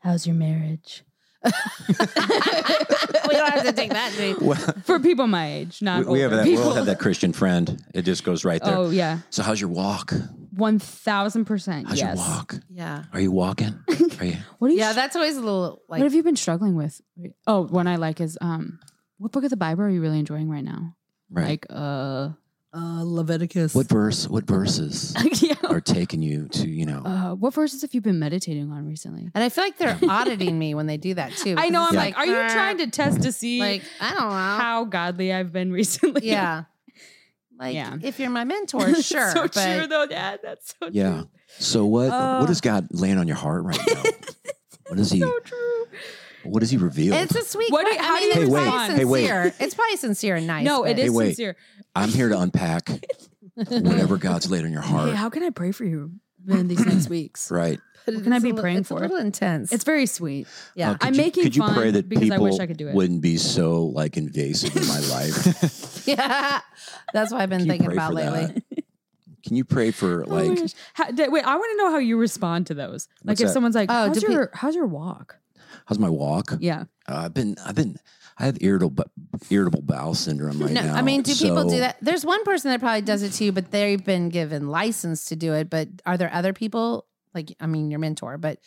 A: "How's your marriage?"
B: we don't have to take that. Jay.
D: Well,
A: for people my age, not
D: we, we have
A: older
D: that. We all
A: people.
D: have that Christian friend. It just goes right there.
A: Oh yeah,
D: So how's your walk?
A: one thousand percent.
D: How's
A: Yes.
D: your walk?
B: Yeah,
D: Are you walking? Are you?
A: What do you?
B: yeah. That's always a little like.
A: what have you been struggling with? Oh, one I like is um, what book of the Bible are you really enjoying right now?
D: Right.
A: Like uh,
B: uh, Leviticus?
D: what verse? What verses
A: yeah.
D: are taking you to? You know.
A: uh, what verses have you been meditating on recently?
B: and I feel like they're auditing me when they do that too.
A: I know. I'm
B: because it's
A: like, are you trying to test to see
B: like? I don't know.
A: how godly I've been recently?
B: Yeah. Like
A: Yeah.
B: if you're my mentor,
A: That's
B: sure.
A: so
B: but
A: true though, Dad. That's so
D: yeah.
A: true.
D: So what? what
A: Uh.
D: is God laying on your heart right now? what is he?
A: So true.
D: What is he revealed?
B: it's a sweet.
A: What do
B: que-
A: you-
B: I
A: how do
B: mean,
A: you
B: it's
D: respond?
B: probably
D: Hey, wait. Hey,
B: sincere. It's probably sincere and nice.
A: no, it
B: but-
A: is
D: wait.
A: sincere.
D: I'm here to unpack whatever God's laid on your heart.
A: Hey, how can I pray for you in these next weeks?
D: Right.
B: But
A: What can I
B: it's a
A: be
B: little-
A: praying
B: it's
A: for?
B: A little intense.
A: It's very sweet.
B: Yeah.
D: Uh, could
A: I'm
D: you,
A: making
D: Could you
A: fun
D: pray that
A: because I
D: people
A: wish I could do it.
D: wouldn't be so like invasive in my life?
B: yeah. That's what I've been
D: Can you
B: thinking
D: pray
B: about
D: for
B: lately.
D: that? Can you pray for
A: Oh my
D: like?
A: gosh. How- d- wait, I want to know how you respond to those. Like,
D: What's
A: if
D: that?
A: someone's like,
B: Oh,
A: "How's
B: do pe-
A: your How's your walk?"
D: How's my walk?
A: Yeah,
D: Uh, I've been, I've been, I have irritable bu- irritable bowel syndrome right
B: no,
D: now.
B: I mean, do people
D: so-
B: do that? There's one person that probably does it to you, but they've been given license to do it. But are there other people? Like, I mean, your mentor, but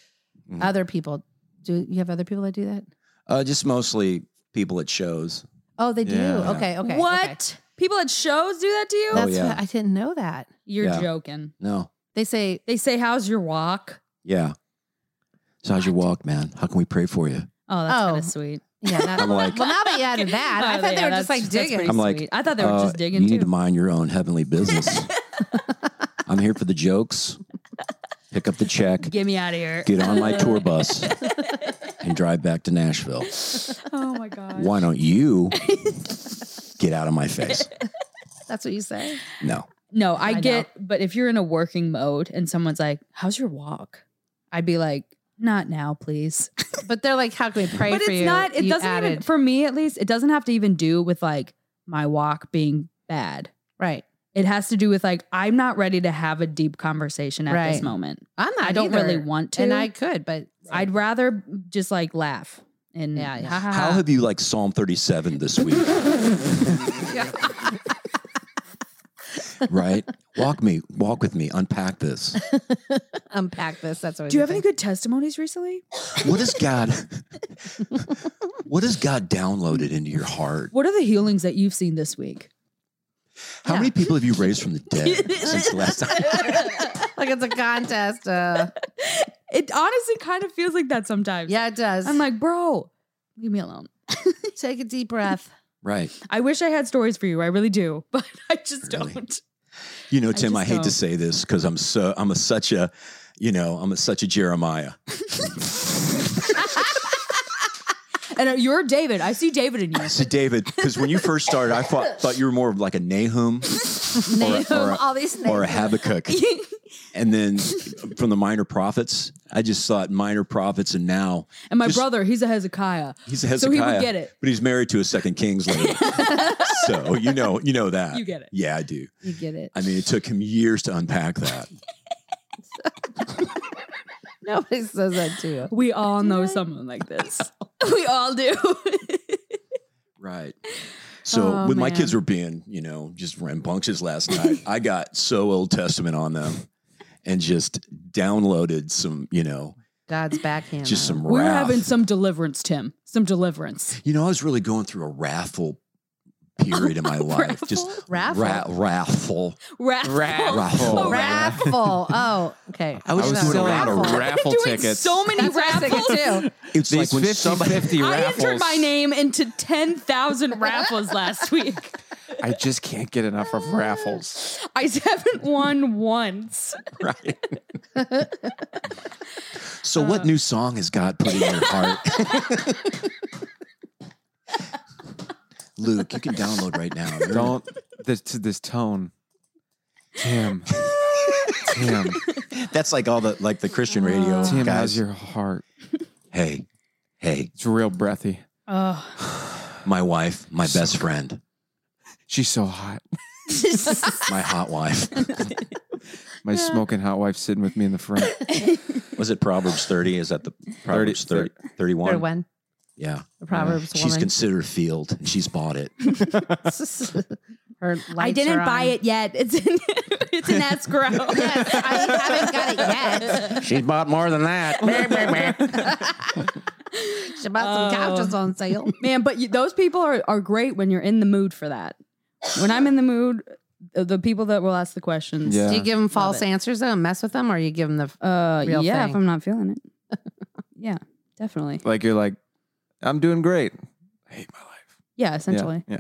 D: Mhm.
B: other people. Do you have other people that do that?
D: Uh, just mostly people at shows.
B: Oh, they do.
C: Yeah.
B: Okay, okay.
A: what?
B: okay.
A: People at shows do that to you?
B: That's
D: Oh, yeah.
B: what, I didn't know that.
A: You're
D: Yeah.
A: joking.
D: No.
B: They say
A: They say, "How's your walk?"
D: Yeah. So how's your walk, man? How can we pray for you?
A: Oh, that's
B: Oh.
A: kind of sweet.
B: Yeah, that,
D: I'm like-
B: well, now that you added that, I
A: Oh,
B: thought
A: yeah,
B: they were
A: that's-
B: just like
A: that's
B: digging.
A: pretty
D: I'm like,
A: sweet. I thought they were
D: Uh,
A: just digging
D: You
A: too.
D: need to mind your own heavenly business. I'm here for the jokes. Pick up the check.
A: Get me out of here.
D: Get on my tour bus and drive back to Nashville.
A: oh my god.
D: Why don't you get out of my face?
B: That's what you say.
D: No.
A: No, I,
B: I know.
A: get, but if you're in a working mode and someone's like, "How's your walk?" I'd be like, "Not now, please."
B: But they're like, how can we pray
A: but
B: for
A: it's
B: you?
A: not. It
B: You
A: doesn't
B: added,
A: even for me at least. It doesn't have to even do with like my walk being bad.
B: right.
A: It has to do with like I'm not ready to have a deep conversation at this
B: Right.
A: moment.
B: I'm not.
A: I don't really
B: either.
A: want to.
B: and I could, but
A: I'd rather just like laugh and
B: Yeah, yeah.
A: ha ha
D: How
A: ha.
D: have you like Psalm 37 this week? right? Walk me, walk with me, unpack this.
B: unpack this. That's what.
A: do you
B: I
A: have any good
B: think.
A: testimonies recently?
D: What has God What has God downloaded into your heart?
A: What are the healings that you've seen this week?
D: How many people have you raised from the dead since last time?
B: like it's a contest. Uh,
A: It honestly kind of feels like that sometimes.
B: yeah, it does.
A: I'm like, bro, leave me alone.
B: take a deep breath.
D: Right.
A: I wish I had stories for you. I really do, but I just
D: Really?
A: don't.
D: You know, Tim, I,
A: just
D: hate to
A: don't.
D: say this because I'm so I'm a such a, you know, I'm a such a Jeremiah.
A: And uh, you're David. I see David in you.
D: So David, because when you first started, I thought, thought you were more of like a Nahum
B: Name
D: or a-
B: all these names.
D: or a Habakkuk, and then from the Minor Prophets, I just thought Minor Prophets, and now
A: And my
D: Just-
A: brother, he's a Hezekiah.
D: he's a Hezekiah.
A: So he would get it.
D: But he's married to a second king's lady. so you know, you know that.
A: You get it.
D: Yeah, I do.
B: you get it.
D: I mean, it took him years to unpack that.
B: Nobody says that to you.
A: We all know someone like this. we all do.
D: Right. So
A: Oh,
D: when my
A: man.
D: kids were being, you know, just rambunctious last night, I got so Old Testament on them and just downloaded some, you know,
B: God's backhand.
D: just some
A: we were
D: wrath.
A: having some deliverance, Tim. Some deliverance.
D: you know, I was really going through a wrathful period in my life. Just
B: Raffle?
D: ra- wrathful.
A: Wrath.
D: Raffle.
B: raffle. Oh, okay.
D: I was
C: I was
D: Just
C: selling
D: a
C: raffle,
D: raffle.
C: raffle
A: Doing
C: tickets.
A: so many
B: That's what I was
A: raffles.
B: thinking too.
D: It's
C: These
D: like when
C: 50,
D: somebody
C: 50
A: I
C: raffles.
A: entered my name into 10,000 raffles last week.
C: I just can't get enough of raffles.
A: I haven't won once.
D: So
C: Uh.
D: what new song has God put in your heart? Luke, you can download right now. You're-
C: Don't this this tone. Tim. Tim.
D: That's like all the like the Christian radio
C: Uh, Tim, how's
D: guys.
C: your heart?
D: hey, hey,
C: It's real breathy.
A: Oh.
D: my wife, my best friend,
C: She's so hot.
D: my hot wife.
C: My smoking hot wife sitting with me in the front.
D: Was it Proverbs 30? Is that the Proverbs 30, 31?
B: Third one.
D: Yeah.
B: The Proverbs
D: She's
B: woman.
D: considered field and she's bought it.
B: Her
A: I
B: lights
A: didn't
B: are
A: buy
B: on.
A: it yet. It's in, it's an escrow.
B: Yes, I haven't got it yet.
H: She's bought more than that.
B: She
A: Oh.
B: bought some couches on sale.
A: Man, but you, those people are, are great when you're in the mood for that. When I'm in the mood, uh, the people that will ask the questions.
C: Yeah.
B: Do you give them false
A: it.
B: answers though and mess with them, or you give them the?
A: Uh,
B: Real
A: yeah,
B: thing.
A: if I'm not feeling it. yeah, definitely.
C: Like you're like, I'm doing great. I hate my life.
A: Yeah,
C: Yeah,
A: essentially.
C: Yeah.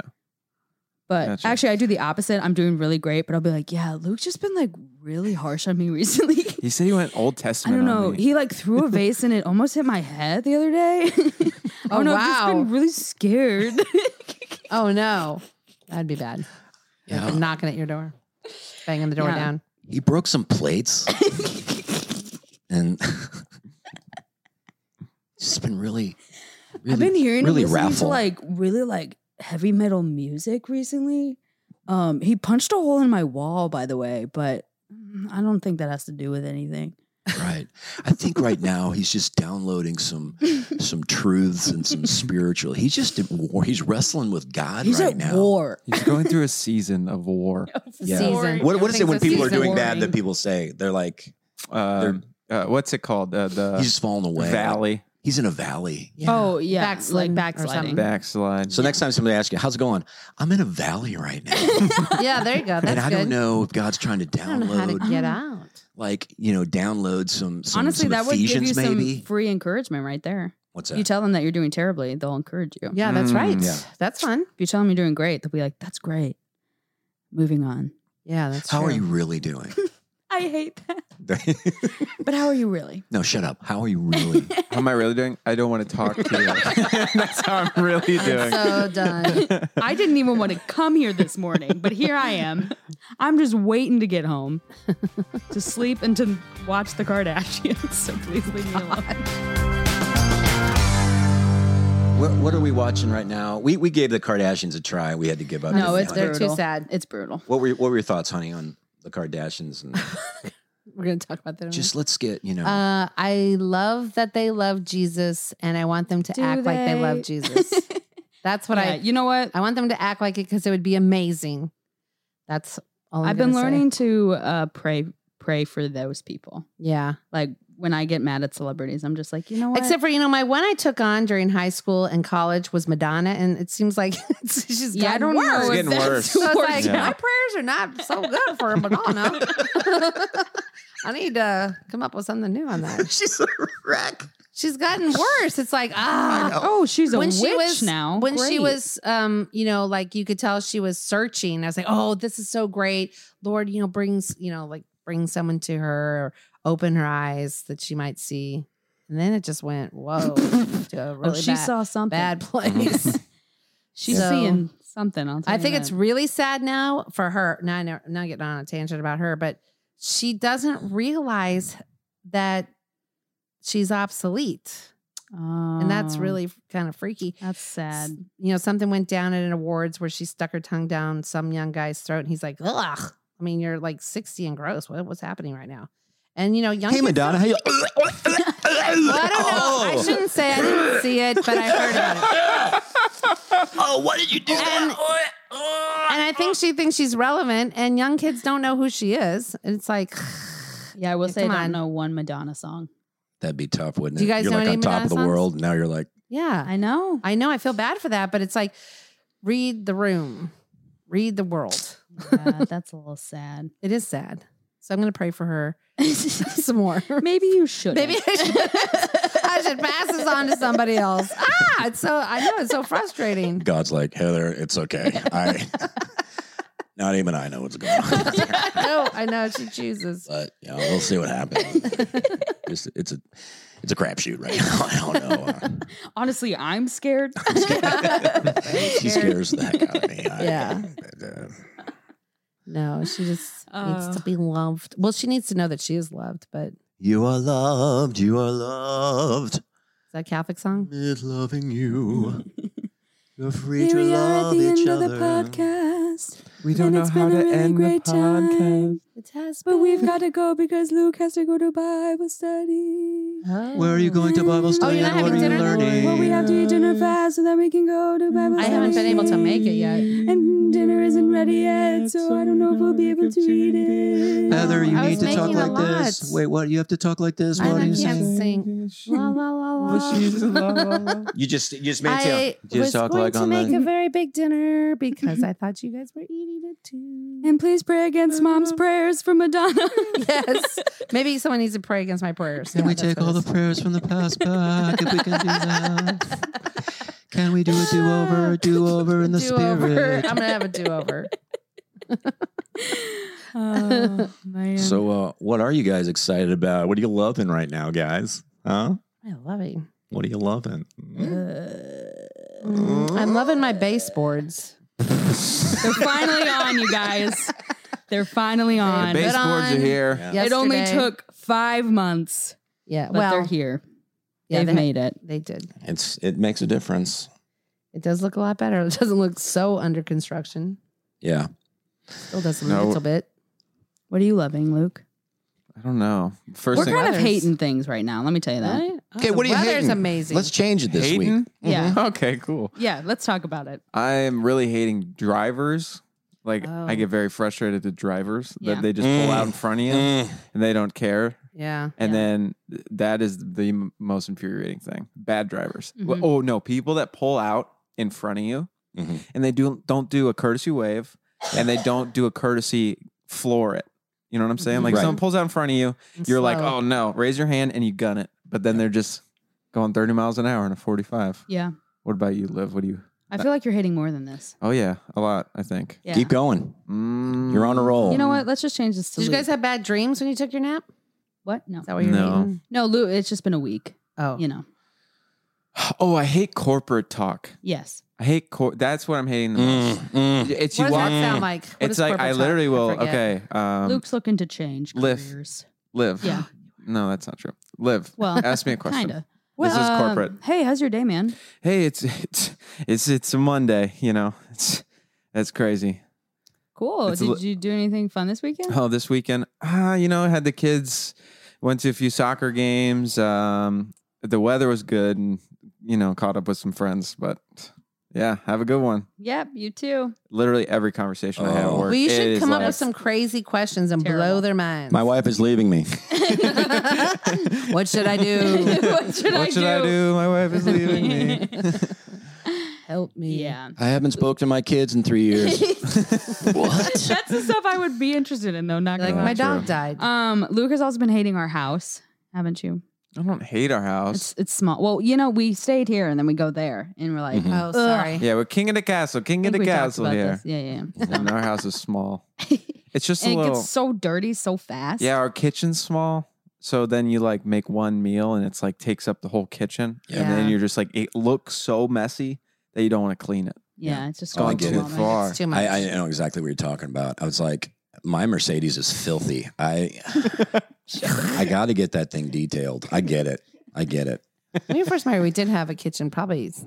A: But
C: Gotcha.
A: actually, I do the opposite. I'm doing really great, but I'll be like, yeah, Luke's just been like really harsh on me recently.
C: He said he went Old
A: I
C: Testament.
A: don't know.
C: On me.
A: He like threw a vase and it almost hit my head the other day. I
B: Oh,
A: don't know. I've just
B: wow.
A: been really scared.
B: Oh no, that'd be bad.
D: Yeah.
B: Like, knocking at your door, banging the door
A: Yeah.
B: down.
D: He broke some plates. and it's been really, really
A: I've been hearing
D: really
A: him listening
D: raffle.
A: to like really like heavy metal music recently. Um, he punched a hole in my wall, by the way, but mm, I don't think that has to do with anything.
D: Right. I think right now he's just downloading some some truths and some spiritual. He's just at war. He's wrestling with God
A: He's
D: right
A: at
D: now.
A: war.
C: He's going through a season of war.
D: Yeah.
B: Season.
D: What, what is it when
B: Everything's a
D: people are
B: season.
D: doing bad
A: warning.
D: that people say? They're like,
C: Um, uh, what's it called? Uh, the
D: he's just falling away.
C: valley.
D: He's in a valley.
H: Yeah.
A: Oh yeah,
B: Backsli-
A: Hmm?
B: backsliding.
C: Backslide.
D: So next time somebody asks you, how's it going? I'm in a valley right now.
B: yeah, there you go. That's
D: and I
B: good.
D: don't know if God's trying to
B: I don't know how to
D: download,
B: get out.
D: like, you know, download some, some,
A: Honestly,
D: some
A: that would give you
D: Ephesians maybe.
A: some free encouragement right there.
D: What's
A: You
D: that?
A: tell them that you're doing terribly, they'll encourage you.
B: Yeah, that's
C: Mm,
B: right.
D: yeah.
B: That's fun.
A: If you tell them you're doing great, they'll be like, "That's great." Moving on.
B: Yeah, that's
D: How
B: true.
D: are you really doing?
A: I hate that. But how are you really?
D: no, shut up. How are you really?
C: How am I really doing? I don't want to talk to you. That's how I'm really doing.
B: So done.
A: I didn't even want to come here this morning, but here I am. I'm just waiting to get home, to sleep, and to watch the Kardashians. So please leave me alone.
D: what, what are we watching right now? We, we gave the Kardashians a try. We had to give up.
A: No,
D: didn't we,
A: it's
D: honey?
B: They're too
A: brutal.
B: sad.
A: It's brutal.
D: What were, your- what were your thoughts, honey, on the Kardashians? And
B: We're gonna talk about that. in a
D: just let's get, you know.
B: Uh, I love that they love Jesus, and I want them to
A: Do
B: act like they love
A: they?
B: Jesus. That's what
A: yeah,
B: I
A: you know what?
B: I want them to act like it because it would be amazing. That's all i
A: I've been learning to uh, pray pray for those people.
B: Yeah,
A: Like when I get mad at celebrities, I'm just like, you know what?
B: except for you know, my one I took on during high school and college was Madonna, and it seems like it's, she's
A: yeah, I don't
B: gotten worse.
A: know.
C: It's
A: if
C: getting
A: that's
C: worse.
B: So it's
A: worked
B: like
C: Yeah.
B: my prayers are not so good for Madonna. I need to come up with something new on that.
D: She's a wreck.
B: She's gotten worse. It's like ah,
A: Oh, she's a
B: when
A: witch
B: she was
A: now.
B: when
A: Great.
B: she was um you know like you could tell she was searching i was like oh this is so great lord you know brings you know like bring someone to her or open her eyes that she might see and then it just went whoa to a really
A: oh, she
B: bad,
A: saw something. Uh-huh.
B: bad place
A: She's
B: So-
A: seeing something. I'll tell
B: i
A: you
B: think
A: that.
B: it's really sad now for her now i know not getting on a tangent about her but she doesn't realize that she's obsolete and that's
A: Oh,
B: really kind of freaky
A: that's sad.
B: you know, something went down at an awards where she stuck her tongue down some young guy's throat, and he's like, "Ugh." I mean, you're like 60 and gross. What, what's happening right now? And you know, young.
D: Hey,
B: kids-
D: Madonna, how you?
B: Well, I don't know. I shouldn't say I didn't see it, but I heard about it.
D: Oh, what did you do?
B: And, and I think she thinks she's relevant, and young kids don't know who she is. And it's like,
A: Yeah, I will
B: Yeah,
A: say I
B: come
A: don't
B: on.
A: know one Madonna song.
D: That'd be tough, wouldn't it?
B: Do you guys
D: are
B: know
D: like
B: any
D: on top of the
B: Madonna songs?
D: world. Now you're like,
B: yeah,
A: I know.
B: I know. I feel bad for that, but it's like, read the room, read the world.
A: Yeah, that's a little sad.
B: It is sad. So I'm going to pray for her some more.
A: Maybe you should.
B: Maybe I should, I should pass this on to somebody else. Ah, it's so I know it's so frustrating.
D: God's like, Heather, it's okay. I, not even I know what's going on.
B: no, I know she chooses.
D: but you know, we'll see what happens. It's, it's a, it's a crapshoot right now. I don't know. Uh,
A: Honestly, I'm scared.
D: she scares the heck out of me. I-
B: Yeah.
D: uh,
B: No, she just
A: Oh.
B: needs to be loved. Well, she needs to know that she is loved. But is
D: you are loved. You are loved.
B: that a Catholic song?
D: It's loving you. You're free
I: Here
D: to
I: we are at
D: love
I: the
D: each
I: end
D: other.
I: of the podcast,
C: We
I: and it's been a really great time.
B: It has,
I: But we've got to go because Luke has to go to Bible study.
B: Oh.
F: Where are you going to Bible
B: Oh,
F: study?
B: you're not
F: and what
B: having
F: are you
B: dinner?
F: learning? Mm.
I: Well, we have to eat dinner fast so that we can go to Bible
B: I
I: study.
B: haven't been able to make it yet.
I: And dinner isn't ready yet, so I don't know if we'll be able to eat it.
F: Heather, you
B: I
F: need
B: was
F: to talk
B: making a
F: like this.
B: lot.
F: Wait, what? You have to talk like this.
B: I
F: What are you
B: can't
F: saying?
B: sing. La la la la.
D: You just, you just
B: I
C: Just
B: was
C: talk
B: going
C: like
B: to
C: on
B: make
C: the-
B: a very big dinner because I thought you guys were eating it too.
I: And please pray against
A: Uh-huh.
I: mom's prayers for Madonna.
B: yes. Maybe someone needs to pray against my prayers.
F: Can
B: Yeah,
F: we
B: that's
F: take
B: what
F: all
B: it
F: the
B: is.
F: prayers from the past back if we can do that? Can we do a do-over, a do-over in the
B: Ah, Do-over.
F: spirit?
B: I'm gonna have a do-over.
A: oh, man.
D: So, uh, what are you guys excited about? What are you loving right now, guys? Huh?
B: I love it.
D: What are you loving?
A: Uh,
B: Mm, I'm loving my baseboards.
A: They're finally on, you guys. They're finally
C: The
A: on.
B: ba-
C: baseboards
B: on.
C: are here.
A: it only
B: Yesterday-
A: took five months,
B: Yeah.
A: but
B: well,
A: they're here.
B: yeah,
A: They've
B: they,
A: made it.
B: They did.
D: It's it makes a difference.
B: It does look a lot better. It doesn't look so under construction.
D: Yeah.
B: Still does a
C: No.
B: little bit.
A: What are you loving, Luke?
C: I don't know. 1st
A: We're
C: thing,
A: kind of
B: Weathers.
A: hating things right now. Let me tell you that.
B: Right? Oh,
D: Okay,
B: the
D: what are you
B: weather's
D: hating?
B: amazing.
D: Let's change it this
C: hating.
D: week.
A: Yeah.
F: Mm-hmm.
C: Okay, cool.
A: Yeah, let's talk about it.
C: I am really hating drivers Like I
B: Oh.
C: get very frustrated at the drivers
A: Yeah.
C: that they just pull out in
D: Mm.
C: front of you
D: Mm.
C: and they don't care.
B: Yeah.
C: And
A: Yeah.
C: then th- that is the m- most infuriating thing. Bad drivers. Well,
B: Mhm.
C: Oh no, people that pull out in front of you
D: Mhm.
C: and they do don't do a courtesy wave and they don't do a courtesy floor it. You know what I'm saying? Like
D: Right.
C: someone pulls out in front of you,
B: And
C: you're like,
B: slow.
C: oh no, raise your hand and you gun it. But then they're just going 30 miles an hour in a 45.
A: Yeah.
C: What about you, Liv? What do you?
A: I feel like you're hating more than this.
C: Oh yeah, a lot. I think.
A: Yeah.
D: Eh, Keep going.
C: Mm.
D: You're on a roll.
A: You know what? Let's just change this to
B: Did you guys
A: Lou.
B: have bad dreams when you took your nap?
A: what? No.
B: Is that what you're
C: No.
B: eating?
A: No, Lou, it's just been a week.
B: Oh.
A: You know.
C: Oh, I hate corporate talk.
A: Yes.
C: I hate cor- that's what I'm hating the most.
D: Mm, mm.
C: It's
B: what
C: you
B: does
C: walk.
B: that sound like? What
C: It's
B: does
C: like
B: corporate
C: I
B: talk?
C: literally will.
B: forget.
C: okay, um,
A: Luke's looking to change
C: Liv.
A: careers.
C: live.
A: Yeah.
C: No, that's not true. Live.
A: Well,
C: ask me a question.
A: Kinda.
C: This is
A: um,
C: corporate.
A: hey, how's your day, man?
C: Hey, it's it's it's it's a Monday. You know, it's that's crazy.
A: Cool.
C: It's a
A: Did
C: li-
A: you do anything fun this weekend?
C: Oh, this weekend, ah, you know, I had the kids. Went to a few soccer games. Um, the weather was good, and you know, caught up with some friends. But yeah, have a good one.
A: Yep, you too.
C: Literally every conversation I had at
D: Oh.
C: work.
B: Well, you
C: it
B: should
C: is
B: come up
C: like-
B: with some crazy questions and
A: Terrible.
B: blow their minds.
D: My wife is leaving me.
B: what should I do?
A: what should, I,
C: What should
A: do?
C: I do? My wife is leaving me.
B: Help me.
A: Yeah.
D: I haven't spoke to my kids in three years. what?
A: That's the stuff I would be interested in though, not
B: Like
A: gonna
B: my
A: lie.
B: dog died.
A: Um, Luke has also been hating our house, haven't you?
C: I don't hate our house.
A: It's it's small. Well, you know, we stayed here and then we go there and we're like,
D: Mhm.
B: oh, sorry.
C: yeah, we're king of the castle, king
A: I
C: of
A: think we
C: Mm-hmm. the
A: talked
C: castle
A: about
C: here.
A: this. Yeah, yeah. yeah.
C: and our house is small. It's just
A: And
C: a
A: it
C: little.
A: gets so dirty so fast.
C: yeah, our kitchen's small. So then you like make one meal and it's like takes up the whole kitchen. And then
B: Yeah.
C: you're just like, it looks so messy that you don't want to clean it.
A: Yeah, it's just
D: Oh, I
A: going
D: get it.
C: Too far.
B: It's too much.
D: I, I know exactly what you're talking about. I was like, my Mercedes is filthy. I I got to get that thing detailed. I get it. I get it.
B: when we were first married, we did have a kitchen, probably s-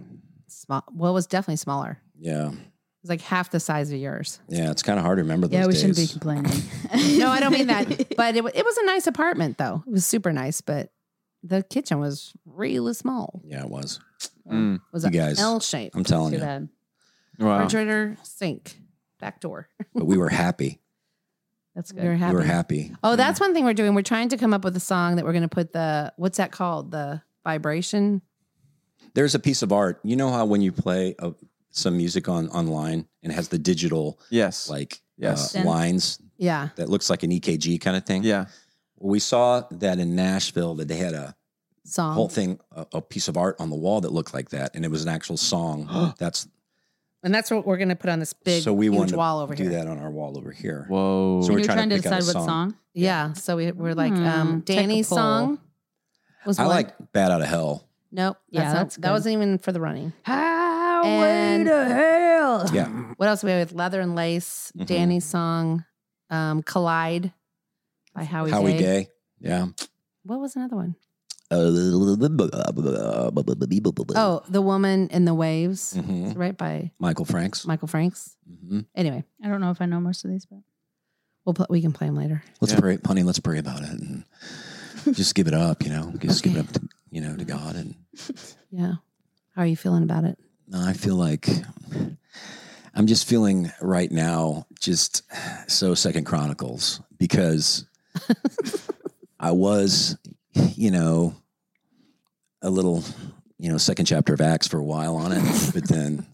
B: small. Well, it was definitely smaller. It
D: Yeah.
B: was like half the size of yours.
D: Yeah. It's kind of hard to remember those
A: Yeah, we
D: days.
A: shouldn't be complaining.
B: No, I don't mean that. But it, wa- it was a nice apartment, though. It was super nice, but the kitchen was really small.
D: Yeah, it was.
C: Mm,
B: It was
D: You
B: an
D: guys,
B: L shape.
D: I'm telling
A: Too
D: you.
A: bad.
C: wow.
B: Refrigerator, sink, back door.
D: But we were happy.
A: That's
B: We were
A: good.
B: happy.
D: We were happy.
B: Oh, that's one thing we're doing. We're trying to come up with a song that we're going to put the what's that called? The vibration.
D: There's a piece of art. You know how when you play uh some music on online and it has the digital
C: Yes.
D: like
C: Yes.
D: uh,
A: Synth.
D: lines
B: Yeah.
D: that looks like an E EKG kind of thing.
C: yeah.
D: Well, we saw that in Nashville that they had a
B: Song.
D: whole thing, a, a piece of art on the wall that looked like that, and it was an actual song. That's
B: And that's what we're going to put on this big
D: so we
B: huge
D: wanted to
B: wall over
D: do
B: here.
D: that on our wall over here.
C: Whoa.
D: So we're
A: You're
D: trying
A: trying
D: to
A: to
D: pick out
A: decide
D: a
A: what
D: song.
A: song.
B: Yeah. So we, we're like,
A: Hmm,
B: um,
A: take a
B: Danny's
A: poll.
B: song was
D: I
B: one.
D: like "Bad Out of Hell."
B: Nope.
A: Yeah,
B: That's not,
A: that's
B: that
A: good.
B: wasn't even for the running.
A: Highway
B: And-
A: to hell.
D: Yeah,
B: What else do we have with Leather and Lace?
D: Mhm.
B: Danny's song, um, Collide by Howie,
D: Howie
B: Day.
D: Day. Yeah.
B: What was another one?
D: Oh,
B: Oh, The Woman in the Waves,
D: hmm
B: right by
D: Michael Franks.
B: Michael Franks.
D: hmm
B: Anyway,
A: I don't know if I know most of these, but
B: we'll pl- we can play them later.
D: Let's
C: Yeah.
D: pray, honey. Let's pray about it and just give it up. You know, just give it up. To, you know, to God and
B: Yeah. How are you feeling about it?
D: No, I feel like I'm just feeling right now just so Second Chronicles because I was, you know, a little, you know, second chapter of Acts for a while on it, but then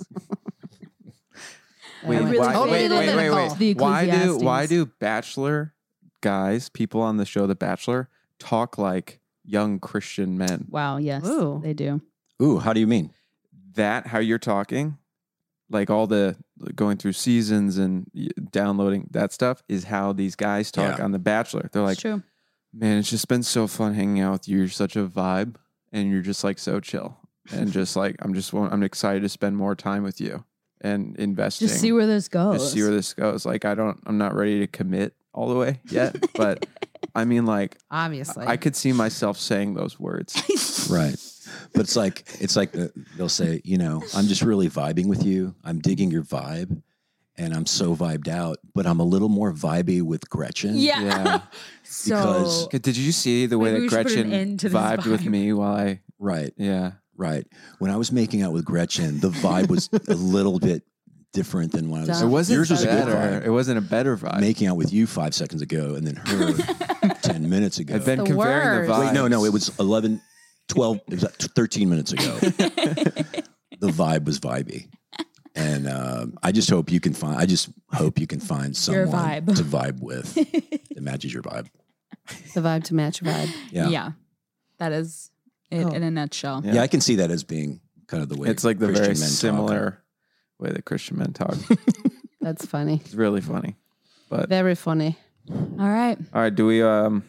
C: Wait,
B: I went
C: why,
B: totally
C: wait,
B: to
C: wait,
B: the
C: wait,
B: ball.
C: wait.
A: The
C: Why do why
A: Ecclesiastes.
C: do bachelor guys, people on the show The Bachelor, talk like young Christian men?
A: wow, yes,
B: Ooh.
A: they do.
D: ooh, how do you mean?
C: That how you're talking, like all the going through seasons and y- downloading that stuff is how these guys talk
D: Yeah.
C: on The Bachelor. They're like,
A: it's true.
C: man, it's just been so fun hanging out with you. You're such a vibe, and you're just like so chill, and just like I'm just want- I'm excited to spend more time with you and investing.
A: Just see where this goes.
C: just see where this goes. Like I don't, I'm not ready to commit all the way yet, but I mean, like
B: Obviously.
C: I could see myself saying those words.
D: Right. But it's like it's like the, they'll say, you know, I'm just really vibing with you. I'm digging your vibe and I'm so vibed out, but I'm a little more vibey with Gretchen.
A: yeah.
C: Yeah.
A: so
D: because-
C: Did you see the way
A: Maybe we
C: that
A: should put an
C: Gretchen
A: end to this
C: vibed with
A: vibe.
C: me while I?
D: Right.
C: Yeah.
D: Right. When I was making out with Gretchen, the vibe was a little bit different than when I was.
B: It
C: wasn't
D: yours was a good
C: better.
D: vibe.
C: It wasn't a better vibe.
D: Making out with you five seconds ago, and then her ten minutes ago.
C: I've been
B: The
C: comparing the
B: worst.
C: vibes.
D: Wait, no, no, it was 11, 12, it was like 13 minutes ago. the vibe was vibey. And um, I just hope you can find, I just hope you can find
A: Your
D: someone
A: vibe.
D: to vibe with that matches your vibe.
B: The vibe to match your vibe.
D: Yeah.
A: yeah.
D: yeah.
A: That is it
B: Oh.
A: in a nutshell.
C: Yeah.
D: I can see that as being kind of the way
C: It's like the
D: Christian
C: very
D: men talk.
C: similar way that Christian men talk.
B: That's funny.
C: it's really funny. But
B: Very funny.
A: All right.
C: all right, do we? Um,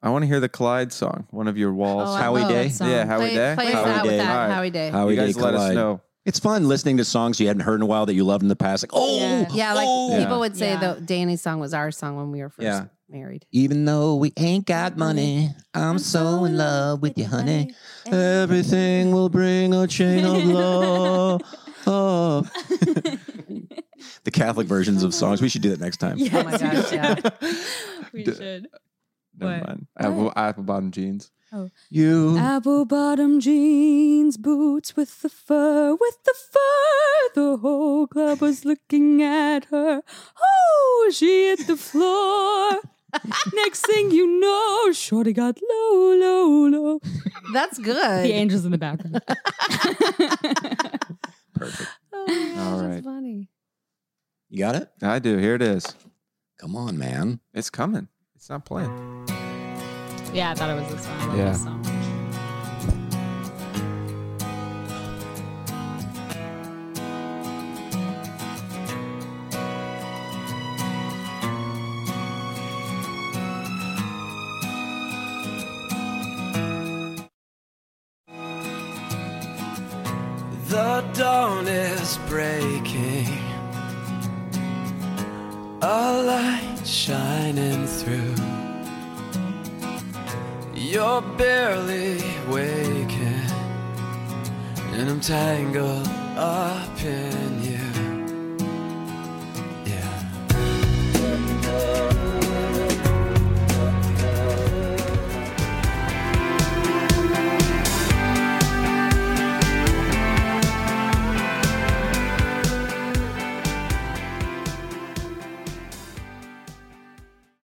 C: I want to hear the Clyde song, one of your walls.
B: Oh, I
D: Howie
A: Oh,
B: love
D: Day?
B: that song.
C: Yeah, Howie
B: play,
C: Day.
B: Play us
D: Howie
B: out
D: Day.
B: with that
C: All right.
B: Howie Day.
D: How
C: you
D: we
C: guys
D: did
C: let us
D: collide.
C: know.
D: It's fun listening to songs you hadn't heard in a while that you loved in the past. Like, oh,
A: Yeah.
B: Yeah, like
D: oh.
C: Yeah.
B: people would say
A: Yeah.
B: the Danny's song was our song when we were first
C: Yeah.
B: married.
H: Even though we ain't got money, I'm so in love with you, honey.
F: Everything will bring a chain of love. Oh,
D: the Catholic versions of songs. We should do that next time.
A: Yes.
B: Oh my gosh, yeah.
A: we
C: D-
A: should.
C: Never
A: What?
C: mind. Apple, apple bottom jeans.
F: you.
I: Apple bottom jeans, boots with the fur, with the fur. The whole club was looking at her. Oh, she hit the floor. Next thing you know, Shorty got low, low, low.
B: That's
A: The
B: good.
A: angels in the background.
D: Perfect.
B: Oh my gosh,
C: All right.
B: That's funny.
D: You got it?
C: I do. Here it is.
D: Come on, man.
C: It's coming. It's not playing.
A: yeah, I thought it was this one. I love
C: Yeah.
A: this song.
J: The dawn is breaking, a light shining through. You're barely waking, and I'm tangled up in